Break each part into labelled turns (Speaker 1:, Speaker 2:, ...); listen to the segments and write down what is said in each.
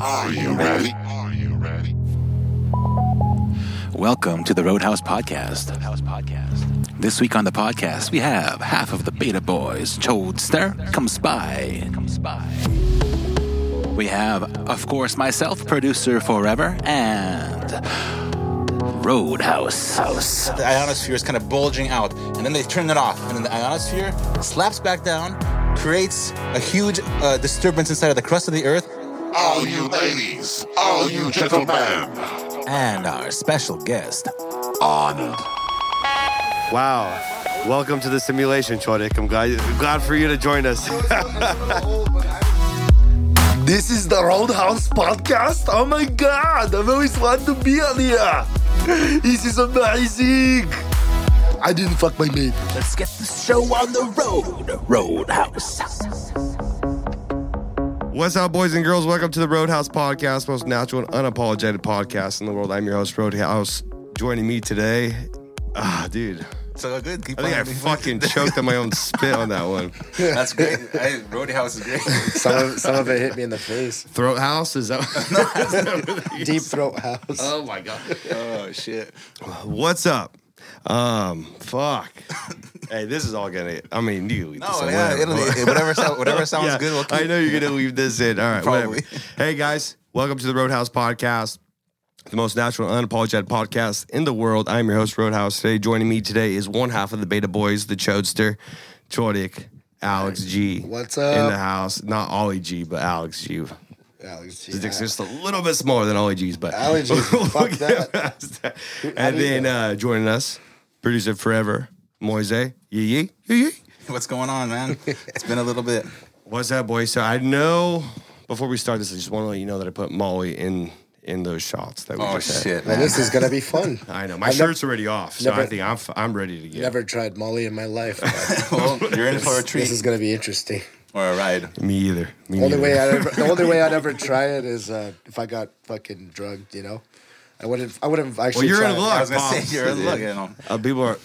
Speaker 1: Are you ready? Are you ready?
Speaker 2: Welcome to the Roadhouse Podcast. This week on the podcast, we have half of the Beta Boys, Chodester, comes by. We have, of course, myself, producer forever, and Roadhouse. House.
Speaker 3: the ionosphere is kind of bulging out, and then they turn it off, and then the ionosphere slaps back down, creates a huge uh, disturbance inside of the crust of the Earth,
Speaker 1: All you ladies, all you gentlemen,
Speaker 3: and our special guest.
Speaker 1: honored.
Speaker 4: Wow. Welcome to the simulation, Chodik. I'm glad, glad for you to join us.
Speaker 5: This is the Roadhouse podcast. Oh my god, I've always wanted to be on here. This is amazing. I didn't fuck my maid.
Speaker 2: Let's get the show on the road, Roadhouse.
Speaker 4: What's up, boys and girls? Welcome to the Roadhouse Podcast, most natural and unapologetic podcast in the world. I'm your host, Roadhouse. Joining me today, ah, dude,
Speaker 3: So uh, good. Keep
Speaker 4: I think I
Speaker 3: on.
Speaker 4: fucking choked on my own spit on that one.
Speaker 3: That's great. I, Roadhouse is great.
Speaker 6: Some of, some of it hit me in the face.
Speaker 4: Throat house is that?
Speaker 6: Deep throat house.
Speaker 4: oh my god.
Speaker 3: oh shit.
Speaker 4: What's up? Um, fuck. hey, this is all gonna. I mean, you. leave this
Speaker 3: No,
Speaker 4: in,
Speaker 3: Oh, yeah,
Speaker 4: whatever,
Speaker 3: it'll,
Speaker 4: but-
Speaker 3: whatever, sound- whatever sounds
Speaker 4: Yeah,
Speaker 3: good. We'll keep.
Speaker 4: I know you're gonna leave this in. All right,
Speaker 3: Probably.
Speaker 4: whatever. Hey guys, welcome to the Roadhouse Podcast, the most natural and unapologetic podcast in the world. I'm your host Roadhouse. Today, joining me today is one half of the Beta Boys, the Chodester, Chodik, Alex G.
Speaker 6: What's
Speaker 4: in
Speaker 6: up?
Speaker 4: the house? Not Ollie G, but Alex G.
Speaker 6: Alex,
Speaker 4: His dick's just a little bit smaller than Ollie G's, but
Speaker 6: Ollie G's, fuck that.
Speaker 4: past that.
Speaker 6: I
Speaker 4: And
Speaker 6: need
Speaker 4: then uh, joining us, producer forever, Moise. Yee yee yee yee.
Speaker 3: What's going on, man? It's been a little bit.
Speaker 4: What's up, boys? So I know before we start this, I just want to let you know that I put Molly in in those shots that we
Speaker 3: Oh
Speaker 4: just had.
Speaker 3: shit.
Speaker 6: Now,
Speaker 3: Man.
Speaker 6: this is gonna be fun.
Speaker 4: I know my
Speaker 6: I've nev-
Speaker 4: shirt's already off, so I
Speaker 6: never-
Speaker 4: think I'm f- I'm ready to get
Speaker 6: Never tried Molly in my life. but
Speaker 3: Well, you're in for a treat
Speaker 6: this is gonna be interesting.
Speaker 3: or a ride.
Speaker 4: me either. Me
Speaker 6: Only
Speaker 4: neither.
Speaker 6: way I ever, the only way I'd ever try it is uh, if I got fucking drugged. You know, I wouldn't. I wouldn't
Speaker 4: well,
Speaker 6: actually.
Speaker 4: you're
Speaker 6: try
Speaker 4: in
Speaker 6: it.
Speaker 4: luck.
Speaker 3: I was gonna
Speaker 4: Pops.
Speaker 3: say you're in luck. You know.
Speaker 4: Uh, people are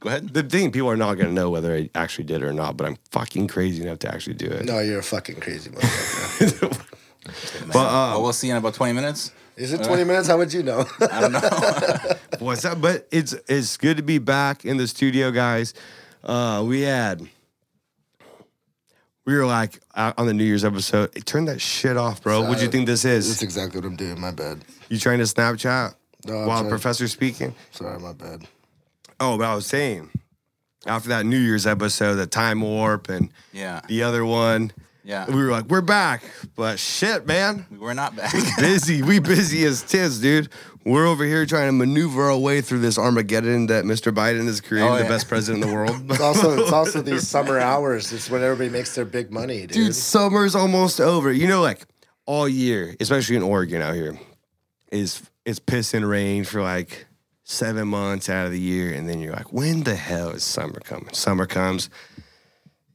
Speaker 3: Go ahead.
Speaker 4: the thing. People are not gonna know whether I actually did it or not, but I'm fucking crazy enough to actually do it.
Speaker 6: No, you're a fucking crazy motherfucker.
Speaker 4: But uh,
Speaker 3: Well, we'll see in about 20 minutes.
Speaker 6: Is it 20 minutes? How would you know?
Speaker 3: I don't know.
Speaker 4: What's up? But it's it's good to be back in the studio, guys. Uh, we had we were like uh, on the New Year's episode. Hey, turn that shit off, bro. what do you think this
Speaker 6: That's
Speaker 4: is?
Speaker 6: exactly what I'm doing. My bad.
Speaker 4: You trying to Snapchat
Speaker 6: No, I'm
Speaker 4: while
Speaker 6: sorry.
Speaker 4: Professor speaking?
Speaker 6: Sorry, my bad.
Speaker 4: Oh, but I was saying after that New Year's episode, the time warp and
Speaker 3: Yeah.
Speaker 4: the other one,
Speaker 3: Yeah.
Speaker 4: we were like, we're back, but shit, man.
Speaker 3: We're not back.
Speaker 4: busy. We busy as tits, dude. We're over here trying to maneuver our way through this Armageddon that Mr. Biden has created,
Speaker 3: Oh, yeah.
Speaker 4: the best president in the world.
Speaker 6: It's also it's also these summer hours. It's when everybody makes their big money, dude.
Speaker 4: dude, summer's almost over. You know, like all year, especially in Oregon out here, is it's pissing rain for like seven months out of the year, and then you're like, when the hell is summer coming? Summer comes.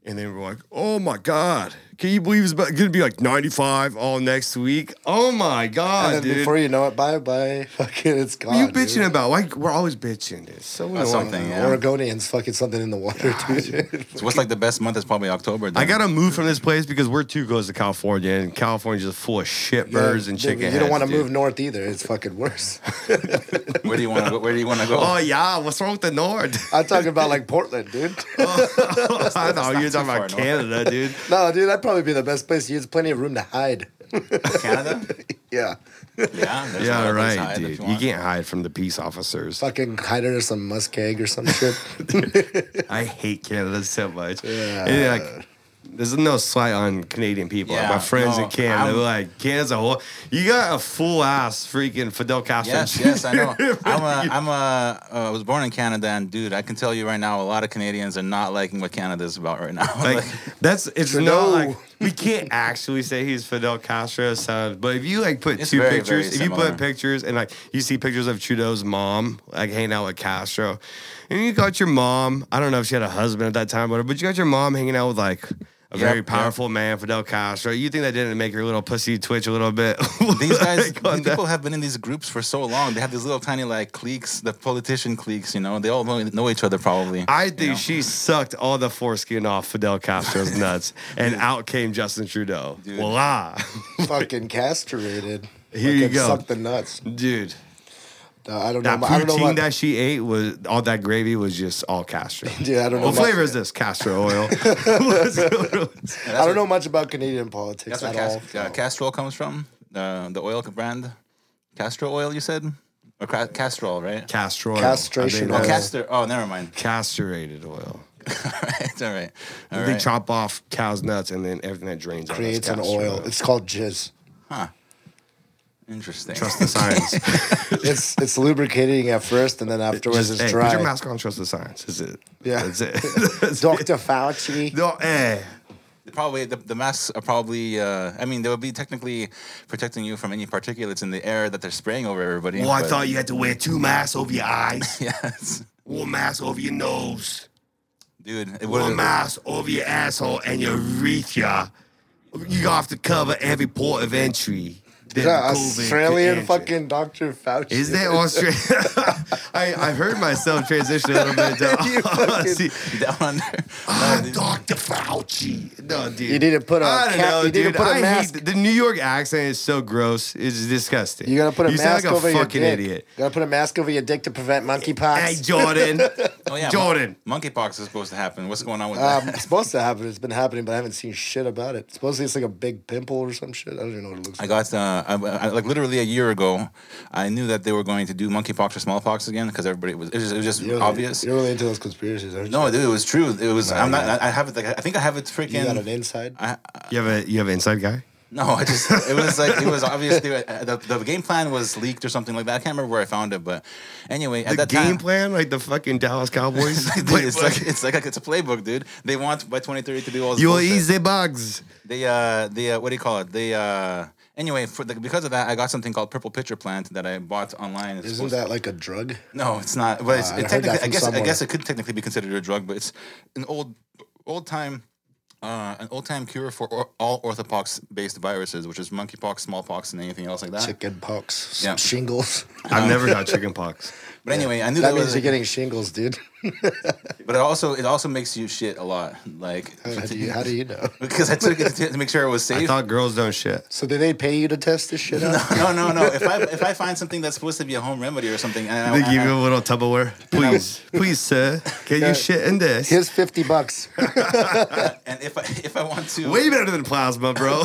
Speaker 4: And then we're like, oh my God, can you believe it's going to be like 95 all next week? Oh my God,
Speaker 6: and then
Speaker 4: dude.
Speaker 6: before you know it, bye bye. Fucking, it's gone.
Speaker 4: What are you
Speaker 6: dude.
Speaker 4: bitching about? Why we're always bitching? It's so annoying.
Speaker 3: something, yeah.
Speaker 6: Oregonians fucking something in the water, dude.
Speaker 3: So what's like the best month is probably October. then.
Speaker 4: I gotta move from this place because we're too close to California, and California's just full of shit birds and
Speaker 6: Yeah,
Speaker 4: chicken.
Speaker 6: You don't
Speaker 4: want to
Speaker 6: move north either. It's fucking worse.
Speaker 3: Where do you want to go? Where do you want to go?
Speaker 4: Oh yeah, what's wrong with the north?
Speaker 6: I'm talking about like Portland, dude.
Speaker 4: I thought you were
Speaker 3: too
Speaker 4: talking about
Speaker 3: far north.
Speaker 4: Canada, dude.
Speaker 6: no, dude, that'd probably be the best place. You have plenty of room to hide.
Speaker 3: Canada? Yeah.
Speaker 6: Yeah.
Speaker 3: there's
Speaker 4: yeah,
Speaker 3: another place to
Speaker 4: right,
Speaker 3: hide if
Speaker 4: dude. You,
Speaker 3: want.
Speaker 4: can't hide from the peace officers.
Speaker 6: Fucking hide under some muskeg or some shit.
Speaker 4: I hate Canada so much.
Speaker 6: Yeah.
Speaker 4: And, like, there's no slight on Canadian people. Like,
Speaker 3: Yeah,
Speaker 4: my friends
Speaker 3: no,
Speaker 4: in Canada,
Speaker 3: I'm-
Speaker 4: they're like Canada's a whole. You got a full ass freaking Fidel Castro.
Speaker 3: Yes, yes, I know. I'm a, I'm a, uh, I was born in Canada, and dude, I can tell you right now, a lot of Canadians are not liking what Canada's about right now.
Speaker 4: Like
Speaker 3: Like,
Speaker 4: that's it's
Speaker 6: Trudeau.
Speaker 4: not like we can't actually say he's Fidel Castro's son, but if you like put
Speaker 3: It's
Speaker 4: two
Speaker 3: very,
Speaker 4: pictures,
Speaker 3: very
Speaker 4: if you
Speaker 3: similar.
Speaker 4: put pictures and like you see pictures of Trudeau's mom like hanging out with Castro, and you got your mom. I don't know if she had a husband at that time, whatever, but you got your mom hanging out with like a
Speaker 3: Yep,
Speaker 4: very
Speaker 3: yep.
Speaker 4: powerful man, Fidel Castro. You think that didn't make your little pussy twitch a little bit?
Speaker 3: These guys,
Speaker 4: Like, on
Speaker 3: these
Speaker 4: that-
Speaker 3: people have been in these groups for so long. They have these little tiny like cliques, the politician cliques. You know, they all know, know each other probably.
Speaker 4: I think she sucked all the foreskin off Fidel Castro's nuts, and out came Justin Trudeau. Voila,
Speaker 6: fucking castrated.
Speaker 4: Here you
Speaker 6: Fucking
Speaker 4: go.
Speaker 6: Suck the nuts.
Speaker 4: dude.
Speaker 6: No, I don't know.
Speaker 4: That
Speaker 6: I don't know
Speaker 4: poutine
Speaker 6: what.
Speaker 4: that she ate was all that gravy was just all Castro.
Speaker 6: dude, I don't know.
Speaker 4: What
Speaker 6: Much,
Speaker 4: flavor is this? Castro oil.
Speaker 6: I don't know much about Canadian
Speaker 3: That's
Speaker 6: politics
Speaker 3: where
Speaker 6: at all.
Speaker 3: Cast- uh, Castrol comes from. Uh, the oil brand, Castro oil. You said or cra- Castrol, right?
Speaker 4: Castro oil. I
Speaker 6: Castration
Speaker 3: oh,
Speaker 6: oil.
Speaker 4: think that's
Speaker 3: castor. Oh, never mind.
Speaker 4: Castrated oil.
Speaker 3: all right, all right, all
Speaker 4: They
Speaker 3: right.
Speaker 4: chop off cow's nuts and then everything that drains out, that's
Speaker 6: Creates an
Speaker 4: castor
Speaker 6: oil. It's called jizz.
Speaker 3: Interesting.
Speaker 4: Trust the science.
Speaker 6: It's it's lubricating at first, and then afterwards
Speaker 4: Just,
Speaker 6: it's
Speaker 4: hey, Put your
Speaker 6: dry.
Speaker 4: mask on. Trust the science. Is it?
Speaker 6: Yeah.
Speaker 4: That's it. That's it.
Speaker 6: Doctor Fauci.
Speaker 4: No, eh.
Speaker 3: Probably the, the masks are probably. Uh, I mean, they would be technically protecting you from any particulates in the air that they're spraying over everybody.
Speaker 4: Well, Oh, I
Speaker 3: but-
Speaker 4: thought you had to wear two masks over your eyes,
Speaker 3: Yes,
Speaker 4: one mask over your nose,
Speaker 3: dude. It
Speaker 4: one
Speaker 3: would.
Speaker 4: mask over your asshole and your urethra. You have to cover every port of entry. that
Speaker 6: Is that
Speaker 4: COVID could
Speaker 6: Australian
Speaker 4: enter.
Speaker 6: fucking Doctor Fauci.
Speaker 4: Is that Australia? I, I heard myself transition a little bit. To,
Speaker 6: You fucking-
Speaker 4: See,
Speaker 3: Down under.
Speaker 4: Ah, Dr. Fauci. No, dude.
Speaker 6: You need to put a
Speaker 4: I don't
Speaker 6: cap-
Speaker 4: know,
Speaker 6: you need to
Speaker 4: dude.
Speaker 6: put a
Speaker 4: I hate-
Speaker 6: mask.
Speaker 4: the New York accent is so gross. It's disgusting.
Speaker 6: You gotta put a
Speaker 4: you sound
Speaker 6: mask
Speaker 4: like a
Speaker 6: over your
Speaker 4: fucking
Speaker 6: dick.
Speaker 4: idiot.
Speaker 6: Gotta put a mask over your dick to prevent
Speaker 4: Hey,
Speaker 6: monkeypox.
Speaker 4: Jordan.
Speaker 3: Oh, yeah, mon-
Speaker 4: Jordan.
Speaker 3: monkeypox is supposed to happen. What's going on with
Speaker 6: um,
Speaker 3: that?
Speaker 6: it's supposed to happen. It's been happening, but I haven't seen shit about it. Supposedly it's like a big pimple or some shit. I don't even know what it looks
Speaker 3: I
Speaker 6: like.
Speaker 3: got uh, I, I, like literally a year ago, I knew that they were going to do monkeypox or smallpox again because everybody was it was, it was just
Speaker 6: You're really-
Speaker 3: obvious.
Speaker 6: You're really into those conspiracies, aren't you?
Speaker 3: No, dude, it was true. It was. I'm not. I I have it. Like, I think I have it freaking.
Speaker 6: you got eh? an inside.
Speaker 3: I,
Speaker 4: You have a you have an inside guy?
Speaker 3: no, I just. It was like it was obviously uh, the, the game plan was leaked or something like that. I can't remember where I found it, but anyway,
Speaker 4: The
Speaker 3: at that
Speaker 4: game
Speaker 3: time,
Speaker 4: plan, like the fucking Dallas Cowboys.
Speaker 3: Dude, it's like it's like it's a playbook, dude. They want by 2030 to do all this.
Speaker 4: you will
Speaker 3: bullshit.
Speaker 4: eat the bugs.
Speaker 3: They uh the uh, what do you call it? They uh anyway for the, because of that I got something called purple pitcher plant that I bought online. It's
Speaker 6: Isn't
Speaker 3: supposed-
Speaker 6: that like a drug?
Speaker 3: No, it's not. But it's,
Speaker 6: I
Speaker 3: it
Speaker 6: heard
Speaker 3: technically,
Speaker 6: that
Speaker 3: I
Speaker 6: from
Speaker 3: guess I
Speaker 6: somewhere.
Speaker 3: guess it could technically be considered a drug, but it's an old old time. Uh, an old time cure for or, all orthopox based viruses, which is monkeypox, smallpox, and anything else like that.
Speaker 6: Chicken pox,
Speaker 3: Yeah.
Speaker 6: shingles.
Speaker 4: I've never got chicken pox.
Speaker 3: But anyway, I knew that,
Speaker 6: That means
Speaker 3: was.
Speaker 6: you're getting shingles, dude.
Speaker 3: but it also it also makes you shit a lot, like
Speaker 6: How do you, how do you know?
Speaker 3: because I took it to, to make sure it was
Speaker 4: I
Speaker 3: safe.
Speaker 4: thought girls don't shit.
Speaker 6: So did they pay you to test this shit out?
Speaker 3: no, no, no. If I if I find something that's supposed to be a home remedy or something, and I,
Speaker 4: They
Speaker 3: I,
Speaker 4: give you a little Tupperware. Please, please, sir, can you shit in this?
Speaker 6: Here's fifty bucks.
Speaker 3: and if I if I want to
Speaker 4: Way better than plasma, bro.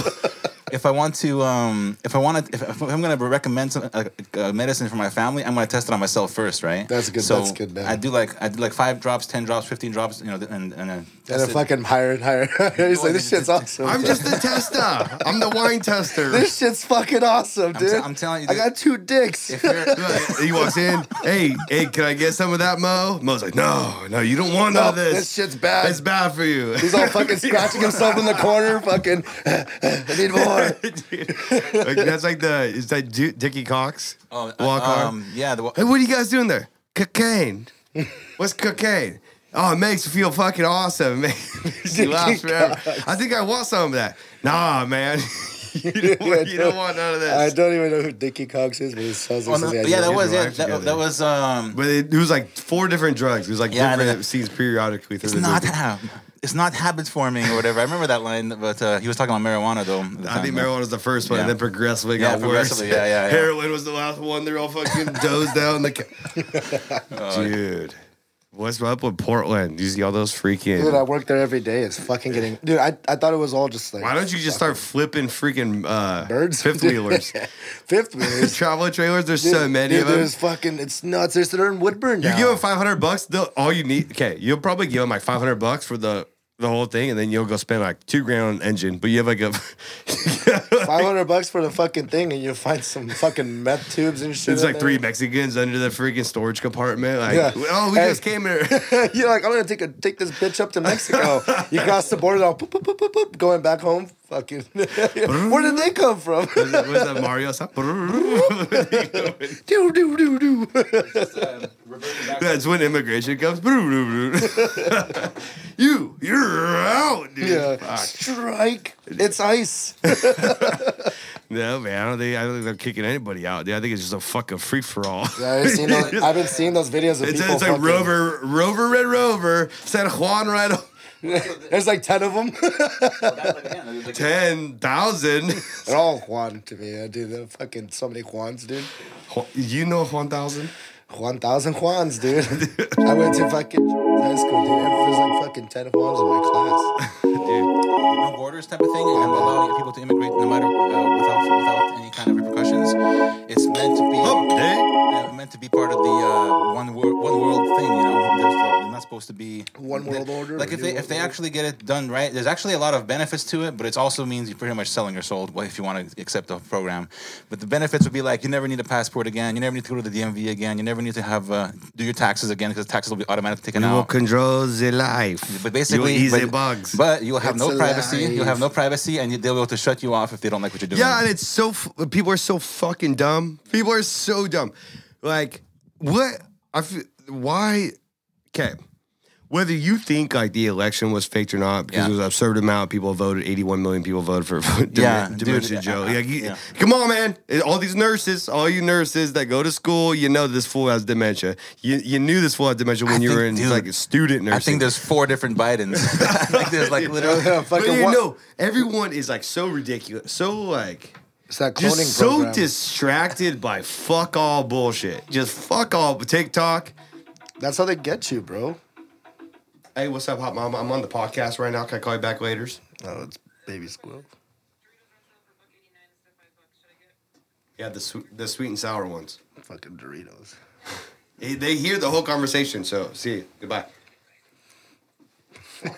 Speaker 3: if I want to, um, if I want to, if, if I'm going to recommend some uh, uh, medicine for my family, I'm going to test it on myself first, right?
Speaker 6: That's good-
Speaker 3: So
Speaker 6: that's good, man.
Speaker 3: I do like I do like five drops, ten drops, fifteen drops, you know, th- and and uh,
Speaker 6: And
Speaker 3: test
Speaker 6: they're
Speaker 3: it.
Speaker 6: fucking higher and higher. He's like, this shit's awesome.
Speaker 4: I'm just the tester. I'm the wine tester.
Speaker 6: This shit's fucking awesome,
Speaker 3: I'm
Speaker 6: dude.
Speaker 3: te- I'm telling you,
Speaker 6: I
Speaker 3: dude.
Speaker 6: got two dicks.
Speaker 3: If you're,
Speaker 4: He walks in. Hey, hey, can I get some of that, Mo? Mo's like, no, no, you don't want all
Speaker 6: No,
Speaker 4: this.
Speaker 6: this shit's bad.
Speaker 4: It's bad for you.
Speaker 6: He's all fucking scratching himself in the corner. Fucking, I need more.
Speaker 4: Like, that's like the is that Ju- Dickie Cox?
Speaker 3: oh, uh,
Speaker 4: Walk on.
Speaker 3: um, yeah, the, wa-
Speaker 4: Hey, what are you guys doing there? Cocaine. What's cocaine? Oh, it makes you feel fucking awesome. man. makes you last forever. I think I want some of that. Nah, man. you, don't want, you don't want none of
Speaker 6: I
Speaker 4: this.
Speaker 6: don't even know who Dickie Cox is, but it sounds like
Speaker 3: oh, no,
Speaker 6: something. I
Speaker 3: yeah,
Speaker 6: know.
Speaker 3: that was yeah,
Speaker 4: lives
Speaker 3: that,
Speaker 4: together.
Speaker 3: that was um,
Speaker 4: But it, it was like four different drugs. It was like
Speaker 3: Yeah, I know.
Speaker 4: different scenes periodically through
Speaker 3: it's
Speaker 4: the
Speaker 3: not
Speaker 4: movie.
Speaker 3: hab- it's not habit forming or whatever. I remember that line, but uh, he was talking about marijuana though. at the
Speaker 4: I
Speaker 3: time,
Speaker 4: think
Speaker 3: though.
Speaker 4: marijuana was the first one,
Speaker 3: Yeah.
Speaker 4: and then progressively
Speaker 3: Yeah,
Speaker 4: got worse.
Speaker 3: progressively, yeah, yeah, yeah.
Speaker 4: Heroin was the last one. They're all fucking dozed down. The ca- dude, what's up with Portland? You see all those freaking.
Speaker 6: Dude, I work there every day. It's fucking getting. Dude, I, I thought it was all just like
Speaker 4: Why don't you just start flipping freaking uh,
Speaker 6: Birds?
Speaker 4: fifth wheelers?
Speaker 6: fifth wheelers.
Speaker 4: Travel trailers, there's so many
Speaker 6: dude,
Speaker 4: of them.
Speaker 6: There's fucking. It's nuts. There's they're in Woodburn
Speaker 4: You
Speaker 6: now.
Speaker 4: give them 500 bucks, they'll- all you need. Okay, you'll probably give them like 500 bucks for the the whole thing, and then you'll go spend like two grand on an engine. But you have like a.
Speaker 6: five hundred bucks for the fucking thing, and you find some fucking meth tubes and shit.
Speaker 4: It's
Speaker 6: in
Speaker 4: like
Speaker 6: there.
Speaker 4: three Mexicans under the freaking storage compartment. Like,
Speaker 6: Yeah.
Speaker 4: oh, we
Speaker 6: Hey.
Speaker 4: just came here.
Speaker 6: You're like, I'm gonna take a, take this bitch up to Mexico. you cross the border, all boop, boop, boop, boop, boop, going back home. Fucking. Where did they come from?
Speaker 4: Was that, was that Mario? sound?
Speaker 6: do, do, do, do.
Speaker 4: That's when immigration comes. you, you're out, dude.
Speaker 6: Yeah.
Speaker 4: Fuck.
Speaker 6: Strike. It's ice.
Speaker 4: No, man. I don't think I don't think they're kicking anybody out, dude. I think it's just a fucking free for all.
Speaker 6: I've, seen those, I've been seeing those videos of
Speaker 4: It's,
Speaker 6: people.
Speaker 4: it's like
Speaker 6: fucking-
Speaker 4: Rover, Rover, Red Rover, San Juan, Red.
Speaker 6: There's like 10 of them.
Speaker 4: Ten thousand.
Speaker 6: They're all Juan to me, uh, dude. They're fucking so many Juans, dude.
Speaker 4: You know one thousand.
Speaker 6: Juan thousand Juans, dude. I went to fucking high school, dude. and There's like fucking ten Juans in my class.
Speaker 3: no borders type of thing and allowing people to immigrate no matter uh, without without any kind of repercussions. It's meant to be
Speaker 4: Oh,
Speaker 3: uh, meant to be part of the uh, one world one world thing. You know, there's uh, you're not supposed to be
Speaker 6: One world order
Speaker 3: Like
Speaker 6: or
Speaker 3: if
Speaker 6: new
Speaker 3: they
Speaker 6: world
Speaker 3: if they
Speaker 6: order?
Speaker 3: actually get it done right, there's actually a lot of benefits to it, but it also means you're pretty much selling your soul well, if you want to accept the program. But the benefits would be like you never need a passport again, you never need to go to the DMV again, you never need to have uh, do your taxes again because taxes will be automatically taken
Speaker 4: You will
Speaker 3: out.
Speaker 4: control the life.
Speaker 3: But basically,
Speaker 4: you will ease
Speaker 3: but,
Speaker 4: the bugs.
Speaker 3: But you'll have
Speaker 6: It's
Speaker 3: no
Speaker 6: a
Speaker 3: privacy.
Speaker 6: lie.
Speaker 3: You'll have no privacy, and you- they'll be able to shut you off if they don't like what you're doing.
Speaker 4: Yeah, and it's so f- people are so fucking dumb. People are so dumb. Like what? I f- why? Okay, whether you think like the election was faked or not, because
Speaker 3: Yeah.
Speaker 4: it was an absurd amount, people voted. Eighty-one million people voted for
Speaker 3: Yeah,
Speaker 4: Dem-
Speaker 3: dude,
Speaker 4: Dementia
Speaker 3: I-
Speaker 4: Joe.
Speaker 3: I-
Speaker 4: Like, you-
Speaker 3: yeah.
Speaker 4: Come on, man! All these nurses, all you nurses that go to school, you know this fool has dementia. You you knew this fool had dementia when
Speaker 3: I
Speaker 4: you
Speaker 3: think,
Speaker 4: were in
Speaker 3: dude,
Speaker 4: like student nursing.
Speaker 3: I think there's four different Bidens. I think there's like literally.
Speaker 4: But
Speaker 6: fucking
Speaker 4: you
Speaker 6: Juan-
Speaker 4: know, everyone is like so ridiculous, so like
Speaker 6: It's that cloning
Speaker 4: just so
Speaker 6: program.
Speaker 4: distracted by fuck all bullshit. Just fuck all TikTok.
Speaker 6: That's how they get you, bro.
Speaker 4: Hey, what's up, hot mom? I'm on the podcast right now. Can I call you back later?
Speaker 6: Oh, it's baby squirrel.
Speaker 4: Yeah, the sweet, the sweet and sour ones.
Speaker 6: Fucking Doritos.
Speaker 4: They, they hear the whole conversation. So see, you. goodbye. hey,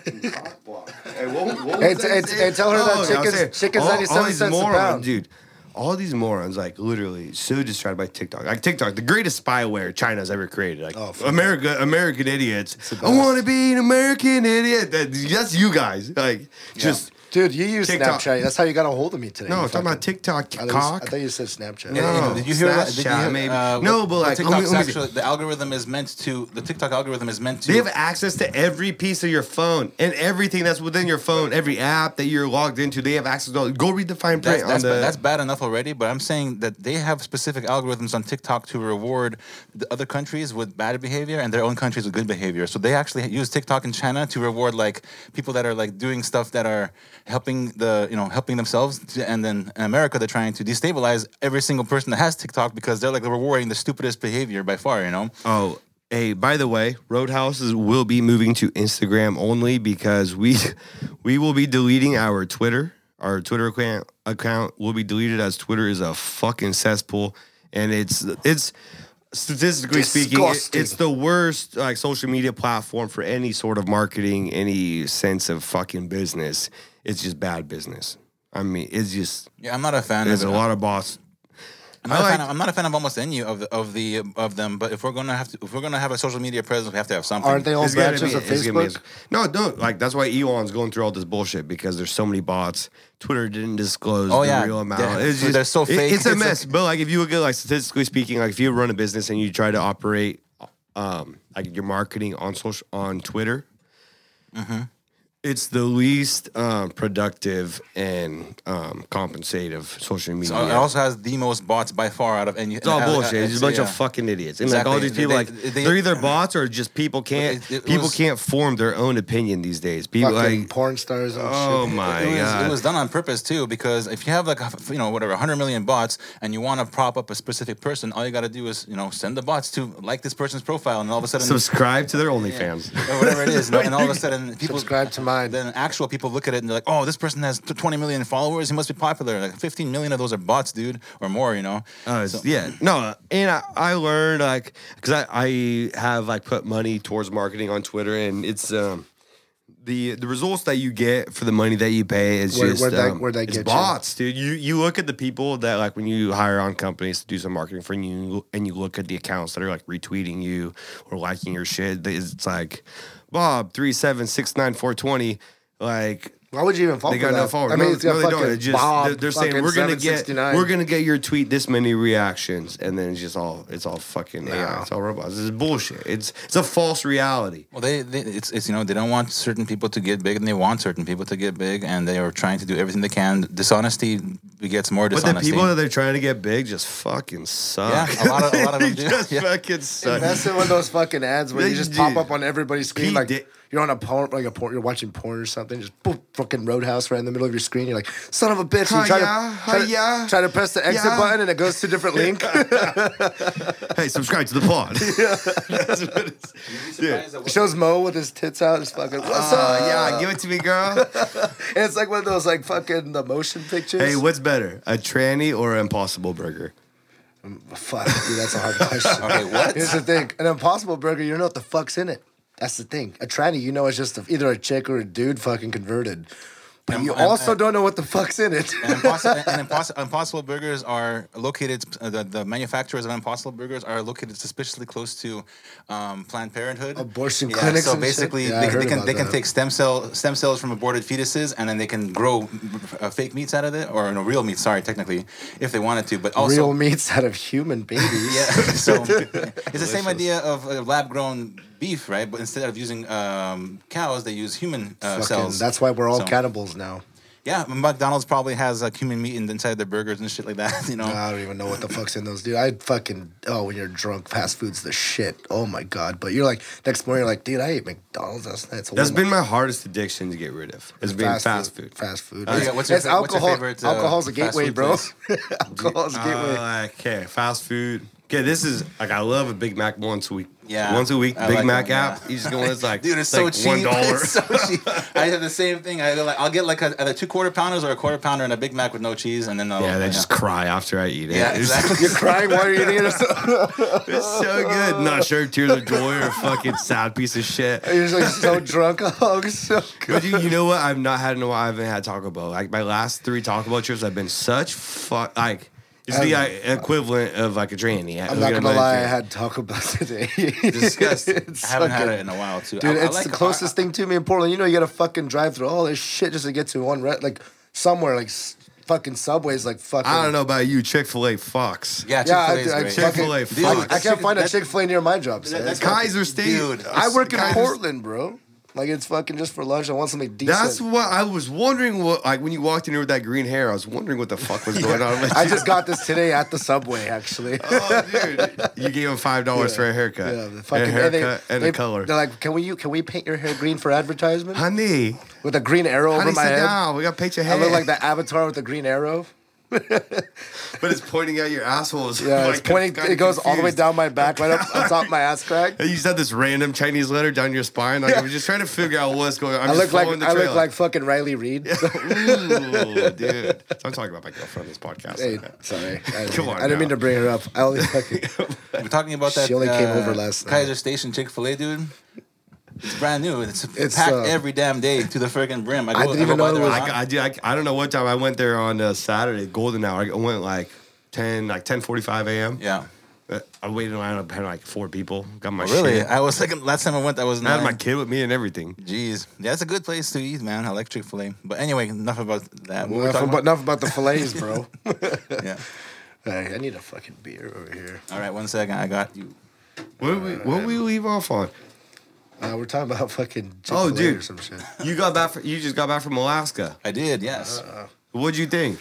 Speaker 4: what, what was
Speaker 6: Hey,
Speaker 4: that Oh, you
Speaker 6: t- hey, t-
Speaker 4: said?
Speaker 6: hey, tell her that
Speaker 4: I was
Speaker 6: chicken's-
Speaker 4: saying,
Speaker 6: chicken's 97
Speaker 4: these
Speaker 6: cents a
Speaker 4: morons,
Speaker 6: pound.
Speaker 4: dude. All these morons, like literally, so distracted by TikTok. Like TikTok, the greatest spyware China's ever created. Like
Speaker 6: Oh, fuck.
Speaker 4: America, American idiots.
Speaker 6: the
Speaker 4: I want to
Speaker 6: best.
Speaker 4: be an American idiot. That, that's you guys. Like just
Speaker 6: Dude, you use
Speaker 4: TikTok.
Speaker 6: Snapchat. That's how you got a hold of me today.
Speaker 4: no.
Speaker 6: you
Speaker 4: I'm talking about
Speaker 6: fucking-
Speaker 4: TikTok,
Speaker 6: I thought you-
Speaker 4: cock.
Speaker 6: I thought you said Snapchat.
Speaker 3: You
Speaker 4: Yeah, yeah.
Speaker 3: know, did you hear that? Did you
Speaker 4: Oh, Snapchat,
Speaker 3: hear,
Speaker 4: maybe.
Speaker 3: uh,
Speaker 4: No,
Speaker 3: what-
Speaker 4: but
Speaker 3: what
Speaker 4: like, let me-
Speaker 3: TikTok's
Speaker 4: let me see.
Speaker 3: actually, the algorithm is meant to. The TikTok algorithm is meant to.
Speaker 4: They have access to every piece of your phone and everything that's within your phone, every app that you're logged into. They have access to. All, go read the fine print
Speaker 3: that's, that's,
Speaker 4: on the.
Speaker 3: ba- that's bad enough already, but I'm saying that they have specific algorithms on TikTok to reward the other countries with bad behavior and their own countries with good behavior. So they actually use TikTok in China to reward like people that are like doing stuff that are helping the you know helping themselves, to, and then in America they're trying to destabilize every single person that has TikTok because they're like rewarding the stupidest behavior by far. You know,
Speaker 4: oh, hey, by the way, Roadhouses will be moving to Instagram only because we we will be deleting our Twitter. Our Twitter account account will be deleted as Twitter is a fucking cesspool, and it's it's statistically speaking, it,
Speaker 6: Disgusting.
Speaker 4: it's the worst like social media platform for any sort of marketing, any sense of fucking business. It's just bad business. I mean, it's just
Speaker 3: yeah, I'm not a fan.
Speaker 4: There's
Speaker 3: of
Speaker 4: a
Speaker 3: it.
Speaker 4: lot of boss.
Speaker 3: I'm not,
Speaker 4: I
Speaker 3: a fan
Speaker 4: like-
Speaker 3: of, I'm not a fan of almost any of the, of the of them, but if we're gonna have to if we're gonna have a social media presence, we have to have something.
Speaker 6: Aren't they all
Speaker 4: It's gotta
Speaker 6: branches
Speaker 4: be-
Speaker 6: of
Speaker 4: it's gonna be-
Speaker 6: Facebook?
Speaker 4: no, no. Like that's why Elon's going through all this bullshit because there's so many bots. Twitter didn't disclose
Speaker 3: Oh,
Speaker 4: the
Speaker 3: yeah.
Speaker 4: real amount.
Speaker 3: Yeah,
Speaker 4: It's
Speaker 3: they're so
Speaker 4: it-
Speaker 3: fake.
Speaker 4: it's a
Speaker 3: It's
Speaker 4: mess.
Speaker 3: like-
Speaker 4: but like if you look at like statistically speaking, like if you run a business and you try to operate, um, like your marketing on social on Twitter,
Speaker 3: Mm-hmm.
Speaker 4: it's the least um, productive and um, compensative social media.
Speaker 3: It also has the most bots by far out of any. uh,
Speaker 4: It's all bullshit. It's just a bunch of fucking idiots. And like all
Speaker 3: Exactly.
Speaker 4: these people, like
Speaker 3: They- they-
Speaker 4: they, are either bots or just people can't
Speaker 3: It- it
Speaker 4: people
Speaker 3: was-
Speaker 4: can't form their own opinion these days. People
Speaker 6: Fucking
Speaker 4: like,
Speaker 6: porn stars and
Speaker 4: oh
Speaker 6: shit.
Speaker 4: my
Speaker 3: It was,
Speaker 4: god,
Speaker 3: it was done on purpose too, because if you have like a- you know whatever 100 million bots and you want to prop up a specific person, all you got to do is you know send the bots to like this person's profile, and all of a sudden
Speaker 4: subscribe to their OnlyFans.
Speaker 3: or whatever it is, you know, and all of a sudden people
Speaker 6: Subscribe to mine.
Speaker 3: Then actual people look at it and they're like, "Oh, this person has t- 20 million followers. He must be popular." Like 15 million of those are bots, dude, or more. You know.
Speaker 4: Uh, it's- yeah, no, and I, I learned like because I, I have like put money towards marketing on Twitter, and it's um the the results that you get for the money that you pay is
Speaker 6: Where-
Speaker 4: just
Speaker 6: where'd that-
Speaker 4: um,
Speaker 6: where'd that
Speaker 4: it's
Speaker 6: get you?
Speaker 4: bots, dude. You you look at the people that like when you hire on companies to do some marketing for you, and you look at the accounts that are like retweeting you or liking your shit. they- It's like Bob three seven six nine four twenty, like
Speaker 6: Why would you even fall
Speaker 4: They
Speaker 6: for
Speaker 4: got
Speaker 6: that?
Speaker 4: no followers.
Speaker 6: I mean,
Speaker 4: no,
Speaker 6: it's got
Speaker 4: no, they
Speaker 6: fucking
Speaker 4: don't. It just
Speaker 6: Bob,
Speaker 4: they're, they're saying
Speaker 6: fucking
Speaker 4: we're gonna get
Speaker 6: 769.
Speaker 4: we're gonna get your tweet this many reactions, and then it's just all it's all fucking AI. It's all robots. It's bullshit. It's it's a false reality.
Speaker 3: Well, they, they it's, it's you know they don't want certain people to get big, and they want certain people to get big, and they are trying to do everything they can. Dishonesty begets more
Speaker 4: But the
Speaker 3: dishonesty.
Speaker 4: people that they're trying to get big just fucking suck.
Speaker 3: Yeah, a lot of- a lot of
Speaker 4: They
Speaker 3: them do.
Speaker 4: just
Speaker 3: Yeah.
Speaker 4: fucking suck.
Speaker 6: That's in one of those fucking ads where you just pop up on everybody's screen
Speaker 4: He
Speaker 6: like
Speaker 4: did-
Speaker 6: you're on a porn like a porn you're watching porn or something, just boop, fucking roadhouse right in the middle of your screen. You're like, son of a bitch. You
Speaker 4: Hi-ya,
Speaker 6: try, to, try,
Speaker 4: hi-ya,
Speaker 6: to, try to press the exit
Speaker 4: yeah.
Speaker 6: button and it goes to a different link.
Speaker 4: hey, subscribe to the pod. That's what it's- yeah.
Speaker 6: it shows Mo with his tits out, just fucking what's
Speaker 4: Uh,
Speaker 6: up?
Speaker 4: yeah, give it to me, girl.
Speaker 6: And it's like one of those like fucking the motion pictures.
Speaker 4: hey, what's better, a tranny or an Impossible Burger?
Speaker 6: Fuck, dude, that's a hard question.
Speaker 3: Okay, what?
Speaker 6: Here's the thing: an Impossible Burger, you don't know what the fuck's in it. That's the thing. A tranny, you know, it's just a, either a chick or a dude fucking converted. But
Speaker 3: And-
Speaker 6: you
Speaker 3: and-
Speaker 6: also
Speaker 3: and-
Speaker 6: don't know what the fuck's in it.
Speaker 3: and impossible, and impossible, impossible burgers are located. Uh, the, the manufacturers of impossible burgers are located suspiciously close to um, Planned Parenthood
Speaker 6: Abortion clinics
Speaker 3: So
Speaker 6: and shit?
Speaker 3: basically,
Speaker 6: Yeah, I
Speaker 3: they,
Speaker 6: heard
Speaker 3: they can
Speaker 6: about
Speaker 3: they can
Speaker 6: that.
Speaker 3: take stem cell stem cells from aborted fetuses, and then they can grow uh, fake meats out of it, or no real meat. Sorry, technically, if they wanted to, but also
Speaker 6: Real meats out of human babies.
Speaker 3: Yeah, so it's the same idea of uh, lab-grown beef, right? But instead of using um, cows, they use human uh,
Speaker 6: Fucking-
Speaker 3: cells.
Speaker 6: That's why we're all
Speaker 3: So-
Speaker 6: cannibals now.
Speaker 3: Yeah, McDonald's probably has like human meat in- inside their burgers and shit like that. You know,
Speaker 6: I don't even know what the fuck's in those, dude. I fucking oh, when you're drunk, fast food's the shit. Oh my god! But you're like next morning, you're like, dude, I ate McDonald's last night. It's
Speaker 4: That's
Speaker 6: horrible.
Speaker 4: been my hardest addiction to get rid of. It's been fast food.
Speaker 6: Mm. Fast food.
Speaker 3: Oh, yeah, what's your
Speaker 6: It's
Speaker 3: fa- what's your
Speaker 6: alcohol.
Speaker 3: favorite, uh,
Speaker 6: alcohol's a
Speaker 3: fast
Speaker 6: gateway,
Speaker 3: food
Speaker 6: bro.
Speaker 3: place?
Speaker 6: alcohol's a gateway.
Speaker 4: Uh, okay, fast food. Okay, this is like I love a Big Mac once a week.
Speaker 3: Yeah.
Speaker 4: once a week,
Speaker 3: I
Speaker 4: Big
Speaker 3: like
Speaker 4: Mac
Speaker 3: them, yeah.
Speaker 4: app. You just go in, it's like
Speaker 3: dude, it's
Speaker 4: like
Speaker 3: so cheap.
Speaker 4: One dollar.
Speaker 3: It's so cheap. I have the same thing. I like I'll get like a, either two quarter pounders or a quarter pounder and a Big Mac with no cheese, and then I'll,
Speaker 4: yeah, they just cry after I eat it.
Speaker 3: yeah,
Speaker 4: It's-
Speaker 3: exactly.
Speaker 6: You're crying while you're eating it.
Speaker 4: It's so good. Not sure tears of joy or a fucking sad piece of shit.
Speaker 6: You're just like so drunk. Oh, it's so
Speaker 4: But you, you know what? I've not had in a while. I haven't had Taco Bell. Like my last three Taco Bell trips, I've been such fuck. Like it's the like, equivalent of like a tranny.
Speaker 6: I'm not gonna lie, I had Taco Bell today.
Speaker 3: Disgusting.
Speaker 6: It's
Speaker 3: I haven't had
Speaker 6: fucking-
Speaker 3: it in a while too.
Speaker 6: Dude,
Speaker 3: I, I
Speaker 6: it's
Speaker 3: like-
Speaker 6: the closest thing to me in Portland. You know, you gotta fucking drive through all this shit just to get to one, re- like somewhere, like s- fucking subways, like fucking.
Speaker 4: I don't know about you, Chick Fil A Fox.
Speaker 3: Yeah,
Speaker 6: Yeah, I,
Speaker 3: Chick-fil-A is
Speaker 6: I,
Speaker 3: great.
Speaker 6: fucking-
Speaker 4: Chick-fil-A,
Speaker 6: I-
Speaker 4: dude,
Speaker 6: I,
Speaker 4: that's-
Speaker 6: can't find a
Speaker 4: that's-
Speaker 6: Chick Fil A near my job. sir.
Speaker 3: that's-
Speaker 4: Kaiser State.
Speaker 3: Dude,
Speaker 6: I work in
Speaker 4: Kaiser-
Speaker 6: Portland, bro. Like it's fucking just for lunch. I want something decent.
Speaker 4: That's what I was wondering. What like when you walked in here with that green hair, I was wondering what the fuck was going on. with
Speaker 6: I
Speaker 4: you.
Speaker 6: just got this today at the subway, actually.
Speaker 4: oh, dude, you gave him five dollars for a haircut,
Speaker 6: Yeah, the
Speaker 4: a
Speaker 6: fucking-
Speaker 4: haircut, and,
Speaker 6: they- they-
Speaker 4: a color.
Speaker 6: They're like, can we you can we paint your hair green for advertisement
Speaker 4: honey,
Speaker 6: with a green arrow over
Speaker 4: honey,
Speaker 6: my
Speaker 4: sit
Speaker 6: head?
Speaker 4: down. Oh We got to paint your
Speaker 6: I
Speaker 4: hair.
Speaker 6: look like the avatar with the green arrow.
Speaker 4: but it's pointing at your assholes.
Speaker 6: Yeah, it's pointing. It goes all the way down my back, right up on top of my ass crack.
Speaker 4: You just had this random Chinese letter down your spine. Like I was just trying to figure out what's going on. I'm
Speaker 6: I
Speaker 4: just
Speaker 6: look like
Speaker 4: following
Speaker 6: I
Speaker 4: the
Speaker 6: look like fucking Riley Reed.
Speaker 4: trail. Ooh, dude. So I'm talking about my girlfriend on this podcast.
Speaker 6: Hey, sorry. I, didn't-
Speaker 4: Come on
Speaker 6: I didn't mean
Speaker 4: now.
Speaker 6: to bring her up. I only fucking.
Speaker 3: We're talking about that.
Speaker 6: She only came
Speaker 3: uh,
Speaker 6: over last night.
Speaker 3: Kaiser Station Chick Fil A, dude. It's brand new. It's,
Speaker 6: It's,
Speaker 3: packed
Speaker 6: uh,
Speaker 3: every damn day to the friggin' brim. I, go,
Speaker 6: I didn't even
Speaker 3: go by
Speaker 6: know it
Speaker 3: there a
Speaker 6: was-
Speaker 4: I,
Speaker 3: lot.
Speaker 4: I, do- I, I don't know what time I went there on uh, Saturday, golden hour. I went like 10, like 10.45 a.m.
Speaker 3: yeah. Oh,
Speaker 4: Uh, I waited in line up had like four people. Got my
Speaker 3: Really?
Speaker 4: shit.
Speaker 3: I was like, last time I went, I was
Speaker 4: I
Speaker 3: nine.
Speaker 4: had my kid with me and everything.
Speaker 3: Jeez. Yeah, that's a good place to eat, man. I like Chick fil A. But anyway, enough about that. What were we
Speaker 6: enough,
Speaker 3: talking
Speaker 6: about, enough about the fillets, bro.
Speaker 3: about? Yeah.
Speaker 6: Hey, I need a fucking beer over here.
Speaker 3: All right, one second. I got you.
Speaker 4: What did we, what did we leave off on?
Speaker 6: Uh, we're talking about fucking Chick-fil-A
Speaker 4: Oh, dude.
Speaker 6: or some shit.
Speaker 4: You got back. From, you just got back from Alaska.
Speaker 3: I did, yes.
Speaker 6: Uh,
Speaker 4: What'd you think?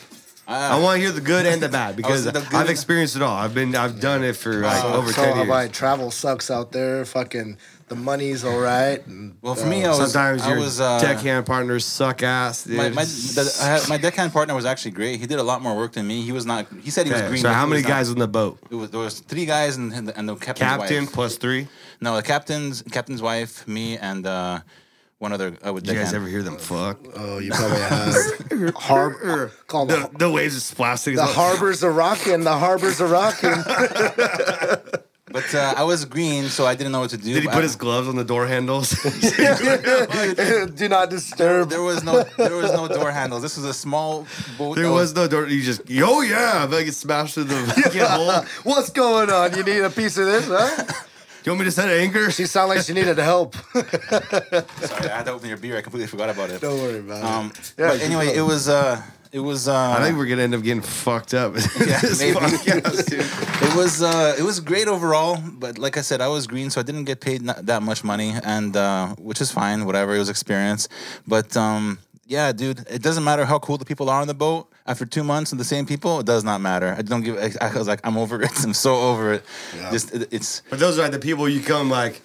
Speaker 4: I want to hear the good and the bad because
Speaker 3: Uh, the Oh, good
Speaker 4: I've
Speaker 3: and-
Speaker 4: experienced it all. I've been, I've done it for like over
Speaker 6: so
Speaker 4: ten
Speaker 6: how
Speaker 4: years.
Speaker 6: about travel sucks out there. Fucking the money's all right. And,
Speaker 3: Well, for me, I was.
Speaker 4: Sometimes
Speaker 3: I
Speaker 4: your
Speaker 3: was, uh,
Speaker 4: deckhand partners suck ass. Dude.
Speaker 3: My my, the, I had, my deckhand partner was actually great. He did a lot more work than me. He was not. He said he was
Speaker 4: Okay,
Speaker 3: green.
Speaker 4: so
Speaker 3: but
Speaker 4: how
Speaker 3: he
Speaker 4: many
Speaker 3: was not.
Speaker 4: guys on the boat?
Speaker 3: It was, there was three guys and and the, and the captain's
Speaker 4: Captain
Speaker 3: wife.
Speaker 4: plus three.
Speaker 3: No, the captain's captain's wife, me, and uh, one other. uh, I would.
Speaker 4: Did you guys ever hear them fuck?
Speaker 6: oh, you probably have har- called
Speaker 4: The,
Speaker 6: the,
Speaker 4: the waves are splashing.
Speaker 6: the harbors are rocking. The harbors are rocking.
Speaker 3: But uh, I was green, so I didn't know what to do.
Speaker 4: Did he
Speaker 3: but
Speaker 4: put
Speaker 3: I-
Speaker 4: his gloves on the door handles?
Speaker 6: Do not disturb.
Speaker 3: There was no. There was no door handles. This was a small boat. Oh,
Speaker 4: there
Speaker 3: that
Speaker 4: was no door. You just, oh yeah, I get smashed in the fucking hole.
Speaker 6: What's going on? You need a piece of this, huh?
Speaker 4: you want me to set an anchor?
Speaker 6: She sounded like she needed help.
Speaker 3: Sorry, I had to open your beer. I completely forgot about it.
Speaker 6: Don't worry about
Speaker 3: Um,
Speaker 6: it.
Speaker 3: but anyway, it was uh, it was. Uh,
Speaker 4: I think we're gonna end up getting fucked up.
Speaker 3: Yeah,
Speaker 4: This
Speaker 3: maybe.
Speaker 4: podcast, dude.
Speaker 3: It was uh, it was great overall, but like I said, I was green, so I didn't get paid not that much money, and uh, which is fine, whatever. It was experience, but um, yeah, dude, it doesn't matter how cool the people are on the boat. After two months of the same people, it does not matter. I don't give. I, I was like, I'm over it. I'm so over it. Just it, it's
Speaker 4: But those are like the people you come like